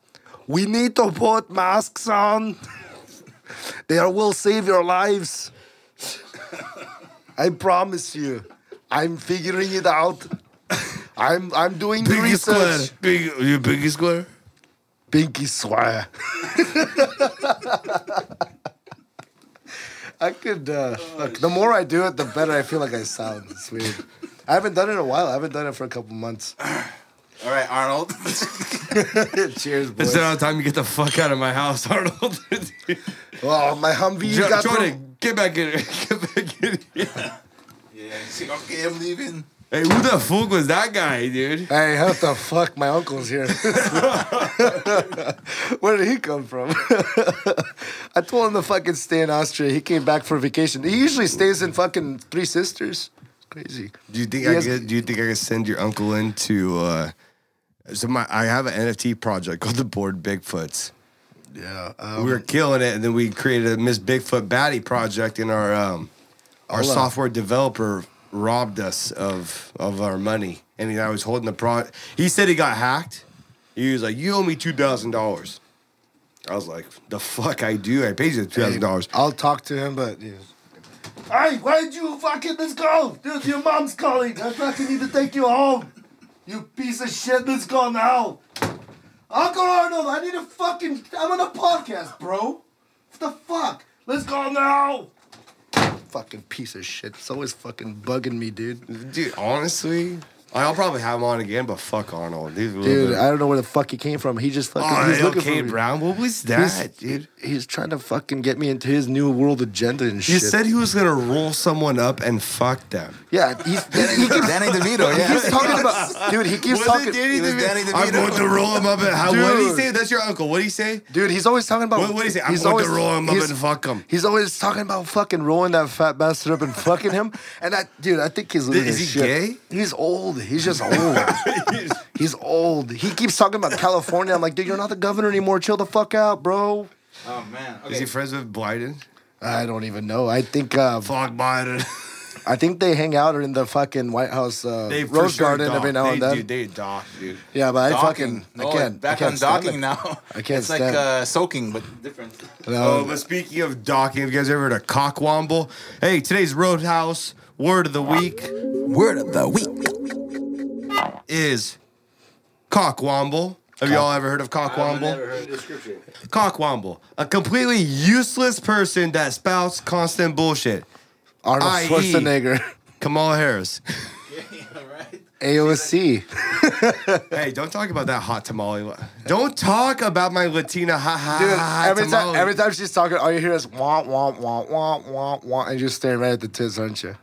Speaker 6: We need to put masks on. they are, will save your lives. I promise you. I'm figuring it out. I'm I'm doing the
Speaker 4: Pinky square.
Speaker 6: research.
Speaker 4: Big, you pinky square?
Speaker 6: Pinky swear. I could. Uh, fuck. The more I do it, the better I feel like I sound. It's weird. I haven't done it in a while. I haven't done it for a couple months.
Speaker 3: All right, Arnold.
Speaker 6: Cheers, boys.
Speaker 4: It's now time to get the fuck out of my house, Arnold.
Speaker 6: Oh, my Humvee
Speaker 4: Jo-
Speaker 6: got through.
Speaker 4: Jordan, get back in here. Get back in here.
Speaker 3: yeah. see, Okay, I'm leaving.
Speaker 4: Hey, who the fuck was that guy, dude?
Speaker 6: Hey, what the fuck? My uncle's here. Where did he come from? I told him to fucking stay in Austria. He came back for vacation. He usually stays in fucking Three Sisters. Crazy.
Speaker 4: Do you think
Speaker 6: He
Speaker 4: I
Speaker 6: has-
Speaker 4: could, do you think I could send your uncle in to uh so my I have an NFT project called the Board Bigfoots.
Speaker 6: Yeah. um,
Speaker 4: we were killing it, and then we created a Miss Bigfoot Batty project, and our um, our
Speaker 6: Hold on.
Speaker 4: software developer robbed us of of our money, and he, I was holding the pro. He said he got hacked. He was like, "You owe me two thousand dollars." I was like, "The fuck I do? I paid you two thousand dollars."
Speaker 6: I'll talk to him, but. Yeah. Hey, why'd you fucking let's go? Dude, your mom's calling. I fucking need to take you home. You piece of shit, let's go now. Uncle Arnold, I need a fucking. I'm on a podcast, bro. What the fuck? Let's go now. Fucking piece of shit. It's always fucking bugging me, dude.
Speaker 4: Dude, honestly, I'll probably have him on again, but fuck Arnold, He's a little
Speaker 6: Dude,
Speaker 4: bit-
Speaker 6: I don't know where the fuck he came from. He just fucking.
Speaker 4: Oh,
Speaker 6: he's looking
Speaker 4: okay,
Speaker 6: for me.
Speaker 4: Brown. What was
Speaker 6: He's-
Speaker 4: that, dude?
Speaker 6: He's trying to fucking get me into his new world agenda and
Speaker 4: You
Speaker 6: shit.
Speaker 4: said he was gonna roll someone up and fuck them.
Speaker 6: yeah, he's, he keeps
Speaker 3: Danny DeVito. Yeah.
Speaker 6: keeps talking about, dude. He keeps
Speaker 4: Was
Speaker 6: talking.
Speaker 4: it Danny
Speaker 3: It was
Speaker 4: DeVito?
Speaker 3: Danny DeVito.
Speaker 4: I'm going to roll him up and how, what did he
Speaker 6: Dude.
Speaker 4: say? That's your uncle. What did he say?
Speaker 6: Dude, he's always talking about.
Speaker 4: What- what do you say? I'm
Speaker 6: he's
Speaker 4: going to
Speaker 6: always-
Speaker 4: roll him up
Speaker 6: he's-
Speaker 4: and fuck him.
Speaker 6: He's always talking about fucking rolling that fat bastard up and fucking him. And I, dude, I think he's losing
Speaker 4: Is
Speaker 6: his
Speaker 4: he
Speaker 6: shit. He's old. He's just old. he's old. He keeps talking about California. I'm like, dude, you're not the governor anymore. Chill the fuck out, bro.
Speaker 3: Oh man.
Speaker 4: Is
Speaker 3: Okay.
Speaker 4: he friends with Biden?
Speaker 6: I don't even know. I think uh,
Speaker 4: Fuck Biden.
Speaker 6: I think they hang out in the fucking White House uh,
Speaker 4: They for
Speaker 6: rose
Speaker 4: sure
Speaker 6: garden
Speaker 4: dock.
Speaker 6: every now
Speaker 4: they,
Speaker 6: and then.
Speaker 4: Dude, they dock, dude.
Speaker 6: yeah, but I
Speaker 3: Docking.
Speaker 6: fucking I
Speaker 3: Oh,
Speaker 6: can't.
Speaker 3: Back
Speaker 6: I can't
Speaker 3: on
Speaker 6: stand
Speaker 3: docking
Speaker 6: it.
Speaker 3: now.
Speaker 6: I can't
Speaker 3: It's like
Speaker 6: stand it.
Speaker 3: uh, soaking, but different.
Speaker 4: Oh, but speaking of docking, have you guys ever heard of cockwomble? Hey, today's Roadhouse word of the week
Speaker 2: Word of the week.
Speaker 4: is cockwomble. Have y'all ever heard of cockwomble? Cockwomble, a completely useless person that spouts constant bullshit.
Speaker 6: Arnold
Speaker 4: IE.
Speaker 6: Schwarzenegger,
Speaker 4: Kamala Harris.
Speaker 6: AOC.
Speaker 4: Hey, don't talk about that hot tamale. Don't talk about my Latina ha ha
Speaker 6: Dude,
Speaker 4: ha
Speaker 6: every time,
Speaker 4: tamale.
Speaker 6: every time she's talking, all you hear is womp womp womp womp womp womp, and you're staring right at the tits, aren't you?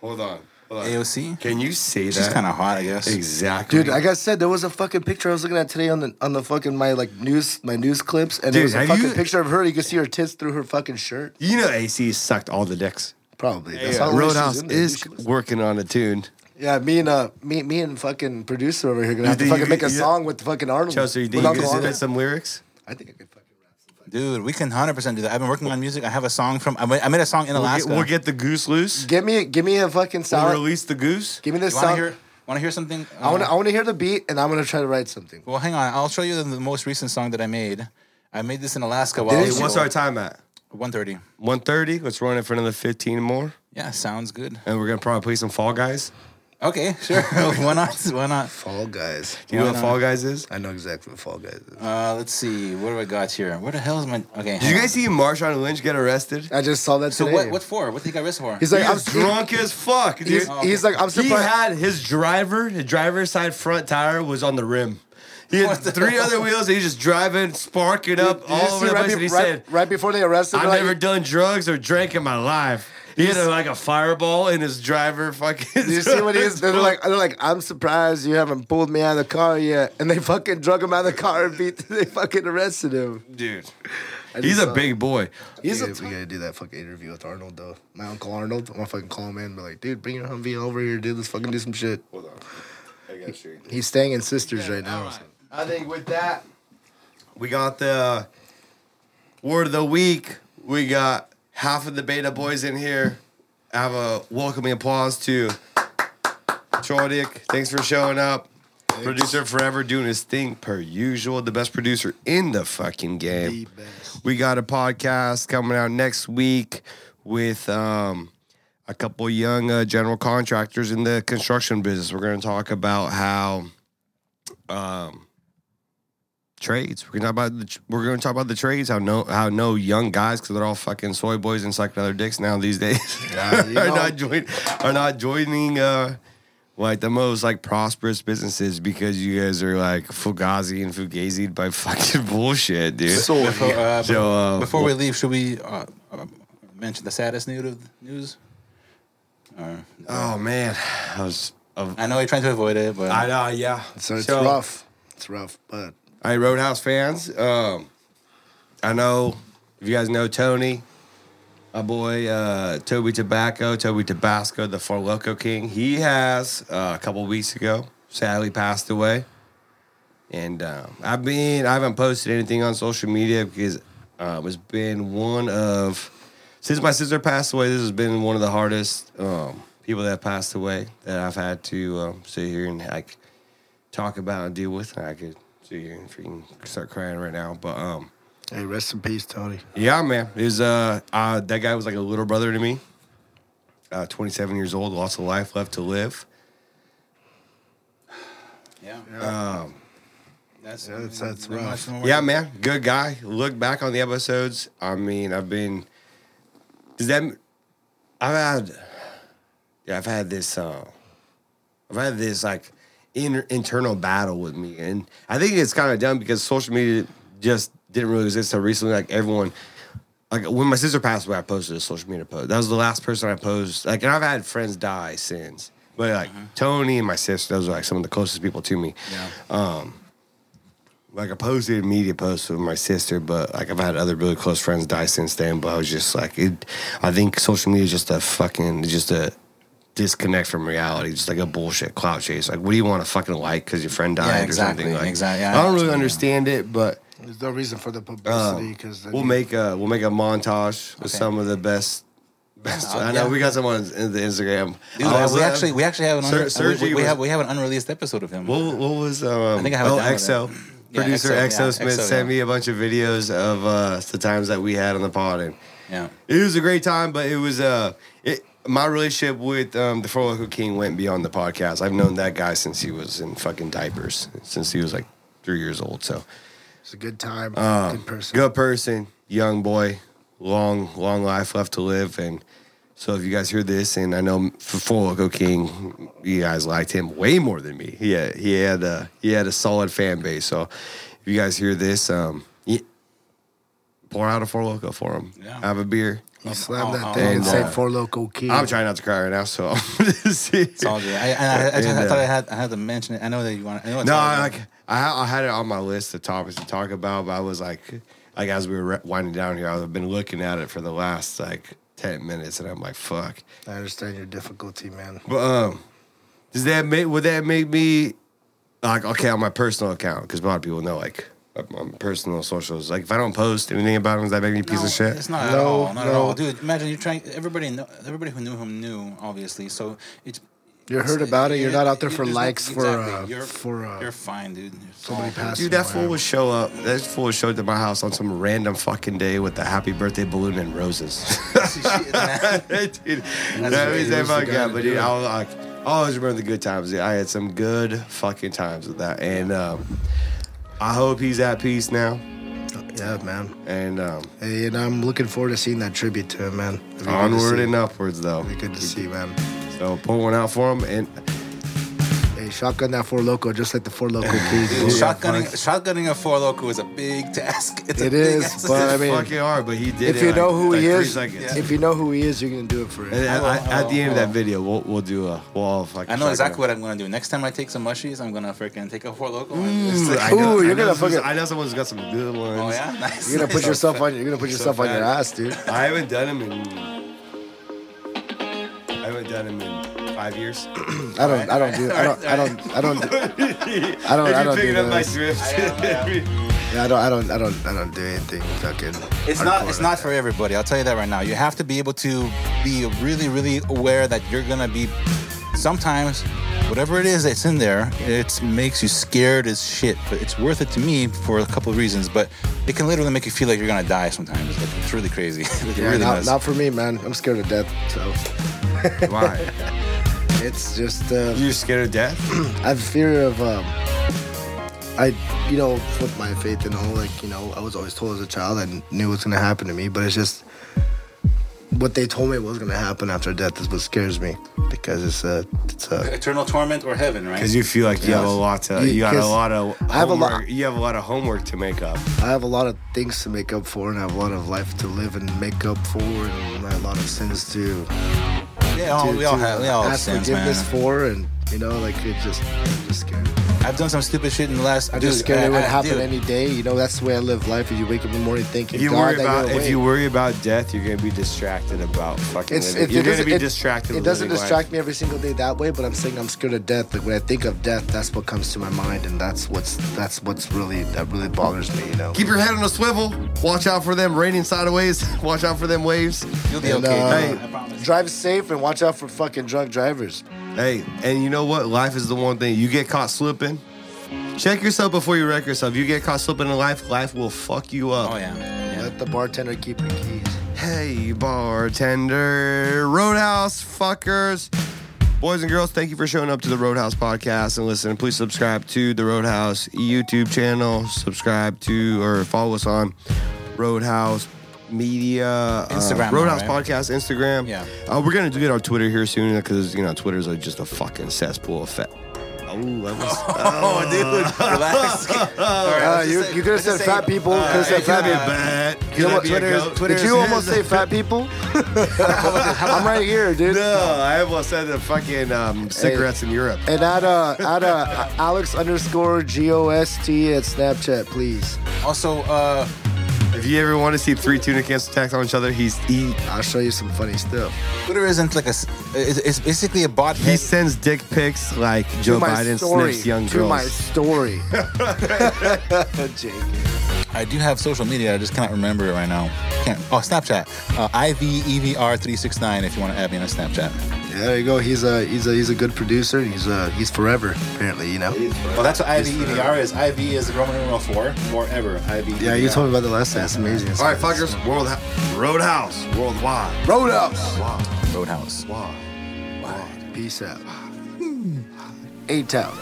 Speaker 4: Hold on. Hold on.
Speaker 3: AOC.
Speaker 4: Can you say that?
Speaker 3: She's kind of hot, I guess.
Speaker 4: Exactly.
Speaker 6: Dude, like I said, there was a fucking picture I was looking at today on the on the fucking my like news my news clips, and
Speaker 4: Dude,
Speaker 6: there was a
Speaker 4: have
Speaker 6: fucking
Speaker 4: you-
Speaker 6: picture of her. You could see her tits through her fucking shirt.
Speaker 4: you know AC sucked all the dicks.
Speaker 6: Probably. That's how long she's
Speaker 4: Roadhouse
Speaker 6: in there.
Speaker 4: is working on a tune.
Speaker 6: Yeah, me and uh, me me and fucking producer over here gonna
Speaker 4: You
Speaker 6: have to
Speaker 4: think
Speaker 6: fucking
Speaker 4: you
Speaker 6: make
Speaker 4: could-
Speaker 6: a
Speaker 4: you-
Speaker 6: song with fucking Arnold.
Speaker 4: Chelsea, you
Speaker 6: with
Speaker 4: think you
Speaker 6: Uncle
Speaker 4: can
Speaker 6: Arnold.
Speaker 4: spit some lyrics?
Speaker 6: I think I could fucking rap. some fucking-
Speaker 3: Dude, we can 100% do that. I've been working on music. I have a song from, I made, I made a song in
Speaker 4: We'll
Speaker 3: Alaska.
Speaker 4: get, we'll get the goose loose.
Speaker 6: Give me give me a fucking
Speaker 4: We'll
Speaker 6: sour.
Speaker 4: release the goose.
Speaker 6: Give me this
Speaker 3: You wanna
Speaker 6: sour.
Speaker 3: hear- Want to hear something? Uh,
Speaker 6: I want to I want to hear the beat, and I'm gonna try to write something.
Speaker 3: Well, hang on. I'll show you the most recent song that I made. I made this in Alaska while I
Speaker 4: Hey,
Speaker 3: was
Speaker 4: what's our time at?
Speaker 3: 130.
Speaker 4: 1.30. Let's run it for another 15 more.
Speaker 3: Yeah, sounds good.
Speaker 4: And we're going to probably play some Fall Guys.
Speaker 3: Okay, sure. Why not? Why not?
Speaker 6: Fall Guys.
Speaker 4: Do you know what Fall Guys is?
Speaker 6: I know exactly what Fall Guys is.
Speaker 3: Uh, let's see. What do I got here? Where the hell is my? Okay.
Speaker 4: Did you guys see Marshawn Lynch get arrested?
Speaker 6: I just saw that
Speaker 3: So
Speaker 6: today.
Speaker 3: what? What for? What did he got arrested for?
Speaker 6: He's like,
Speaker 4: He
Speaker 6: I'm
Speaker 4: was drunk as fuck, dude.
Speaker 6: He's, he's like, I'm
Speaker 4: He
Speaker 6: surprised.
Speaker 4: had his driver, his driver's side front tire was on the rim. He had
Speaker 3: What the
Speaker 4: three
Speaker 3: hell?
Speaker 4: other wheels. And he was just driving, sparking
Speaker 6: Did-
Speaker 4: up
Speaker 6: did you
Speaker 4: all over
Speaker 6: see
Speaker 4: the place.
Speaker 6: be-
Speaker 4: and he
Speaker 6: right,
Speaker 4: said,
Speaker 6: right before they arrested him,
Speaker 4: "I've
Speaker 6: like,
Speaker 4: never done drugs or drank in my life." He had a, like a fireball in his driver. Fucking.
Speaker 6: "Do you see what he is? They're like, they're like, I'm surprised you haven't pulled me out of the car yet. And they fucking drug him out of the car and beat. They fucking arrested him.
Speaker 4: dude.
Speaker 6: I just
Speaker 4: He's a
Speaker 6: saw-
Speaker 4: big boy.
Speaker 6: He's a. we gotta do that fucking interview with Arnold though. My uncle Arnold. I'm gonna fucking call him in and be like, dude, bring your Humvee over here, dude. Let's fucking do some shit. Hold on. I got you. He's staying in Sisters right now.
Speaker 4: I think with that, we got the uh, word of the week. We got half of the beta boys in here. Have a welcoming applause to Troy Dick. Thanks for showing up. Producer forever doing his thing per usual. The best producer in the fucking game. We got a podcast coming out next week with um, a couple young uh, general contractors in the construction business. We're going to talk about how um, trades. We're going to talk about the, we're going to talk about the trades. How no how no young guys because they're all fucking soy boys and sucking other dicks now these days are not join, are not joining. Uh, like the most like prosperous businesses because you guys are like fugazi and fugazi by fucking bullshit, dude.
Speaker 3: so, before, uh,
Speaker 4: So, uh,
Speaker 3: before we leave, should we uh, uh, mention the saddest news? Of news?
Speaker 4: Oh man, I was. Of,
Speaker 3: I know you're trying to avoid it, but
Speaker 4: I know, yeah.
Speaker 6: So it's
Speaker 4: So,
Speaker 6: rough. It's rough, but
Speaker 4: Hey, Roadhouse fans. Um, I know if you guys know Tony, my boy uh, Toby Tobacco, Toby Tabasco, the Four Loco King. He has uh, a couple weeks ago sadly passed away, and um, I've been I haven't posted anything on social media because um, it's been one of since my sister passed away. This has been one of the hardest um, people that passed away that I've had to um, sit here and like talk about and deal with. And I could sit here and freaking start crying right now, but um.
Speaker 6: hey, rest in peace, Tony.
Speaker 4: Yeah, man. Is uh, uh, that guy was like a little brother to me. Uh, 27 years old, lost a life left to live.
Speaker 3: yeah. that's
Speaker 6: Um, that's- that's
Speaker 3: not
Speaker 6: rough.
Speaker 3: much more-
Speaker 4: Yeah, man. Good guy. Look back on the episodes. I mean, I've been. Does that? I've had. Yeah, I've had this. Uh, I've had this like inner internal battle with me, and I think it's kind of dumb because social media just didn't really exist so recently. Like everyone, like when my sister passed away, I posted a social media post. That was the last person I posted. Like, and I've had friends die since, but like Tony and my sister, those are like some of the closest people to me
Speaker 3: Mm-hmm.
Speaker 4: Um,
Speaker 3: Yeah.
Speaker 4: like I posted a media post with my sister, but like I've had other really close friends die since then. But I was just like, it, I think social media is just a fucking, just a disconnect from reality, just like a bullshit clout chase. Like, what do you want to fucking like because your friend died
Speaker 3: exactly,
Speaker 4: or something? Like,
Speaker 3: exactly. Yeah, I
Speaker 4: I don't really
Speaker 3: understand,
Speaker 4: understand it, but
Speaker 6: There's no reason for the publicity because
Speaker 4: Um, we'll make a we'll make a montage with
Speaker 3: Okay.
Speaker 4: some of the best. Best.
Speaker 3: Uh,
Speaker 4: I know
Speaker 3: yeah.
Speaker 4: we got someone in the Instagram.
Speaker 3: Dude,
Speaker 6: Oh,
Speaker 4: I was,
Speaker 3: we
Speaker 4: uh,
Speaker 3: actually we actually have an
Speaker 4: Ser-
Speaker 3: unre-
Speaker 4: Sergi
Speaker 3: we, we
Speaker 4: was-
Speaker 3: have we have an unreleased episode of him.
Speaker 4: What, what was um,
Speaker 3: I think I have it
Speaker 4: oh
Speaker 3: downloaded.
Speaker 4: XO
Speaker 3: Yeah,
Speaker 4: producer
Speaker 3: XO, yeah,
Speaker 4: XO, Smith
Speaker 3: XO,
Speaker 4: sent
Speaker 3: yeah.
Speaker 4: me a bunch of videos of uh, the times that we had on the pod, and
Speaker 3: yeah.
Speaker 4: it was a great time. But it was uh, it, my relationship with um, the Four Loco King went beyond the podcast. I've known that guy since he was in fucking diapers, since he was like three years old. So
Speaker 6: it's a good time. good person.
Speaker 4: good person, young boy, long long life left to live, and. So if you guys hear this, and I know for Four Loco King, you guys liked him way more than me. He had, he had a he had a solid fan base. So if you guys hear this, um, yeah, pour out a Four Loco for him.
Speaker 3: Yeah.
Speaker 4: Have a beer.
Speaker 6: You slam
Speaker 3: I'll-
Speaker 6: that thing and
Speaker 4: I'll-
Speaker 6: say
Speaker 4: I'll-
Speaker 6: four local key.
Speaker 4: Uh-huh. uh, I'm trying not to cry right now, so I'm just
Speaker 3: It's all good. I, and I, I, just,
Speaker 4: And,
Speaker 3: I
Speaker 4: uh,
Speaker 3: thought I had I had to mention it. I know that you want. I know it's
Speaker 4: No,
Speaker 3: all
Speaker 4: I,
Speaker 3: good.
Speaker 4: like I, ha- I had it on my list of topics to talk about, but I was like, like as we were re- winding down here, I've been looking at it for the last like ten minutes, and I'm like, fuck.
Speaker 6: I understand your difficulty, man.
Speaker 4: But um, does that make would that make me like okay on my personal account? Because a lot of people know like on personal socials. Like if I don't post anything about them, does that make me a piece
Speaker 3: No,
Speaker 4: of shit?
Speaker 3: It's not at
Speaker 6: No,
Speaker 3: all. Not at
Speaker 6: no.
Speaker 3: all, dude. Imagine you're trying. Everybody, know, everybody who knew him knew, obviously. So it's
Speaker 6: You heard about it. You're not out there
Speaker 3: You-
Speaker 6: for
Speaker 3: there's no-
Speaker 6: likes for
Speaker 3: exactly.
Speaker 6: uh,
Speaker 3: you're,
Speaker 6: for uh,
Speaker 3: you're fine, dude. You're
Speaker 6: somebody passing.
Speaker 4: Dude, that
Speaker 6: away.
Speaker 4: fool would show up. That fool showed up to my house on some random fucking day with a happy birthday balloon and roses.
Speaker 3: piece of shit, man.
Speaker 4: dude,
Speaker 3: what
Speaker 4: that
Speaker 3: he
Speaker 4: was
Speaker 3: was
Speaker 4: that
Speaker 3: the
Speaker 4: fucking
Speaker 3: guy
Speaker 4: guy.
Speaker 3: to
Speaker 4: But
Speaker 3: do
Speaker 4: dude,
Speaker 3: it.
Speaker 4: I was like, I always remember the good times. Dude. I had some good fucking times with that, and um, I hope he's at peace now.
Speaker 6: Yeah, man.
Speaker 4: And um,
Speaker 6: Hey, and I'm looking forward to seeing that tribute to him, man. It'd be good to
Speaker 4: onward
Speaker 6: see.
Speaker 4: and upwards, though.
Speaker 6: It'd be good to see, man.
Speaker 4: So pull one out for him, and
Speaker 6: Hey, shotgun that four loco, just like the four loco keys.
Speaker 3: Dude,
Speaker 6: bro.
Speaker 3: shotgunning, shotgunning a four loco is a big task. It's a
Speaker 6: It
Speaker 3: big
Speaker 6: is,
Speaker 3: ass-
Speaker 6: but I
Speaker 4: it's
Speaker 6: mean,
Speaker 4: fucking hard. But he did.
Speaker 6: if
Speaker 4: it
Speaker 6: you
Speaker 4: like-
Speaker 6: know who
Speaker 4: like
Speaker 6: he
Speaker 4: three
Speaker 6: is,
Speaker 4: seconds.
Speaker 6: if you know who he is, you're gonna do it for
Speaker 4: And
Speaker 6: him.
Speaker 4: at, at- at the end of
Speaker 3: I
Speaker 4: that
Speaker 3: will.
Speaker 4: video, we'll we'll do a we'll all fucking.
Speaker 3: I know
Speaker 4: check it
Speaker 3: exactly
Speaker 4: out.
Speaker 3: what I'm gonna do. Next time I take some mushies, I'm gonna freaking take a four loco.
Speaker 4: Ooh,
Speaker 6: Mm.
Speaker 4: I
Speaker 6: Ooh,
Speaker 4: know,
Speaker 6: you're
Speaker 4: I know
Speaker 6: gonna
Speaker 4: someone's-
Speaker 6: fucking-
Speaker 4: I know someone's got some good ones.
Speaker 3: Oh yeah, nice.
Speaker 6: You're gonna put
Speaker 3: nice.
Speaker 6: yourself on. You're gonna put yourself on your
Speaker 4: fat.
Speaker 6: ass, dude.
Speaker 4: I haven't done them in. I haven't done them in five years.
Speaker 6: I don't. I don't do. I don't. I don't. I don't. do- I don't.
Speaker 4: if
Speaker 6: I
Speaker 4: you're
Speaker 6: don't do
Speaker 4: picking up my
Speaker 6: those.
Speaker 4: drift,
Speaker 6: Yeah, I don't. I don't. I don't. I don't do anything fucking.
Speaker 3: It's not.
Speaker 6: hardcore
Speaker 3: It's
Speaker 6: like
Speaker 3: not for everybody. I'll tell you that right now. You have to be able to be really, really aware that you're gonna be. Sometimes, whatever it is that's in there, it makes you scared as shit. But it's worth it to me for a couple of reasons. But it can literally make you feel like you're gonna die sometimes. Like, it's really crazy. it
Speaker 6: that. Yeah,
Speaker 3: really
Speaker 6: not,
Speaker 3: does.
Speaker 6: not for me, man. I'm scared of death. So
Speaker 4: why?
Speaker 6: it's just. Uh,
Speaker 4: You're scared of death?
Speaker 6: I have fear of um, I you know with my faith and all like you know I was always told as a child I knew what's gonna happen to me but it's just what they told me was gonna happen after death is what scares me because it's a it's a
Speaker 3: Eternal torment or heaven, right?
Speaker 4: Because you feel like you have a lot to.
Speaker 6: You-
Speaker 4: You got a
Speaker 6: 'cause
Speaker 4: lot of. Homework,
Speaker 6: I have a lot-
Speaker 4: You have a lot of homework to make up.
Speaker 6: I have a lot of things to make up for and I have a lot of life to live and make up for and I have a lot of sins to
Speaker 3: yeah, all,
Speaker 6: to-
Speaker 3: Oh, we all
Speaker 6: to
Speaker 3: have. We all have
Speaker 6: ask
Speaker 3: sins, man.
Speaker 6: forgiveness for and you know like it just it just scares. me.
Speaker 3: I've done some stupid shit in the last.
Speaker 6: I'm just scared it would happen
Speaker 3: dude,
Speaker 6: any day. You know that's the way I live life. Is you wake up in the morning thinking
Speaker 4: If you
Speaker 6: God,
Speaker 4: worry
Speaker 6: that you're
Speaker 4: about if
Speaker 6: awake."
Speaker 4: you worry about death, you're gonna be distracted about fucking.
Speaker 6: It's,
Speaker 4: living.
Speaker 6: it,
Speaker 4: you're
Speaker 6: it
Speaker 4: gonna
Speaker 6: doesn't-
Speaker 4: be
Speaker 6: it-
Speaker 4: distracted.
Speaker 6: It doesn't distract me every single day that way, but I'm saying I'm scared of death. Like when I think of death, that's what comes to my mind, and that's what's that's what's really that really bothers me. You know.
Speaker 4: Keep your head on a swivel. Watch out for them raining sideways. Watch out for them waves.
Speaker 3: You'll be
Speaker 6: And,
Speaker 3: okay.
Speaker 6: uh,
Speaker 3: dude, I promise.
Speaker 6: Drive safe and watch out for fucking drunk drivers.
Speaker 4: Hey, and you know what? Life is the one thing. You get caught slipping. Check yourself before you wreck yourself. You get caught slipping in life, life will fuck you up.
Speaker 3: Oh yeah. yeah.
Speaker 6: Let the bartender keep your keys.
Speaker 4: Hey, bartender, roadhouse fuckers. Boys and girls, thank you for showing up to the Roadhouse podcast and listening. Please subscribe to the Roadhouse YouTube channel. Subscribe to or follow us on Roadhouse Media, uh,
Speaker 3: Instagram,
Speaker 4: Roadhouse
Speaker 3: right?
Speaker 4: Podcast, Instagram.
Speaker 3: Yeah.
Speaker 4: uh, we're gonna get our Twitter here soon because you know Twitter's like just a fucking cesspool of fat. Oh, that was
Speaker 3: Oh, dude, relax.
Speaker 6: Uh, you you could have said fat people. Could have said fat people.
Speaker 4: bad.
Speaker 6: You know what Uh, Twitter is- Did you almost say fat people? I'm right here, dude.
Speaker 4: No, I almost said the fucking um, cigarettes in Europe.
Speaker 6: And add uh add uh Alex underscore G O S T at Snapchat, please.
Speaker 3: Also, uh,
Speaker 4: If you ever want to see three tuna cans attack on each other, he's he
Speaker 6: I'll show you some funny stuff.
Speaker 3: Twitter isn't like a. s- It's, it's basically a bot.
Speaker 4: he sends dick pics like Joe Biden sniffs young
Speaker 6: to
Speaker 4: girls.
Speaker 6: my story. Jake.
Speaker 3: I do have social media. I just cannot remember it right now. Can't. Oh, Snapchat. Uh, IVEVR369 if you want to add me on Snapchat.
Speaker 6: Yeah, there you go. He's a he's a he's a good producer. and He's uh he's forever apparently. You know.
Speaker 3: Well, that's what IVEVR is. IV is Roman numeral 4, forever. IV.
Speaker 6: Yeah, you told me about the last time. It's amazing.
Speaker 4: All right, fuckers, world roadhouse worldwide.
Speaker 6: Road up.
Speaker 3: Roadhouse.
Speaker 4: Wow.
Speaker 6: Peace out. Hmm. Eight out.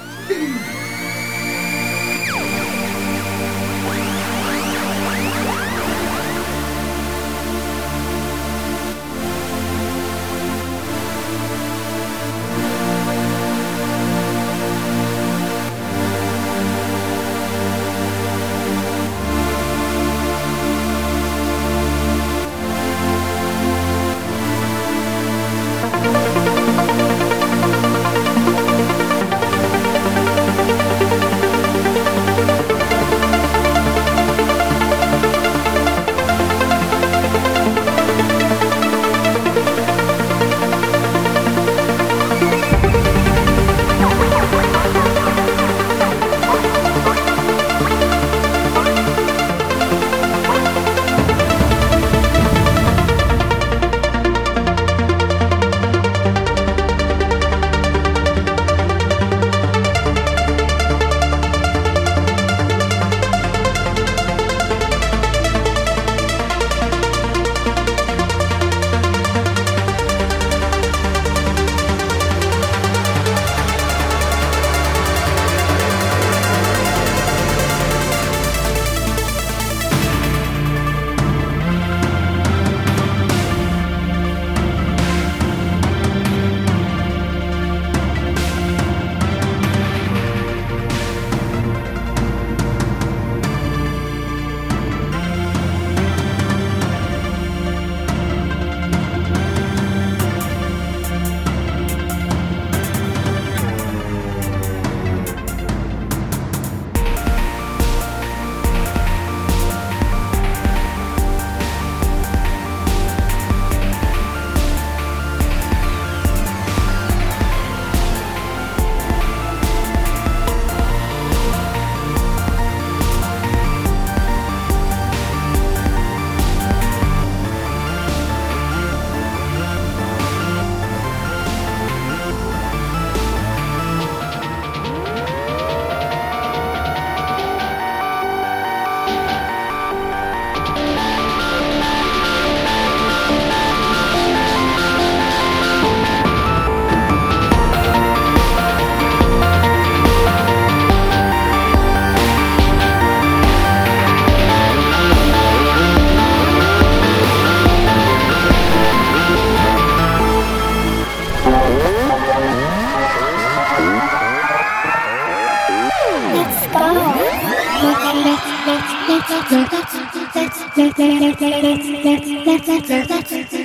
Speaker 9: Let's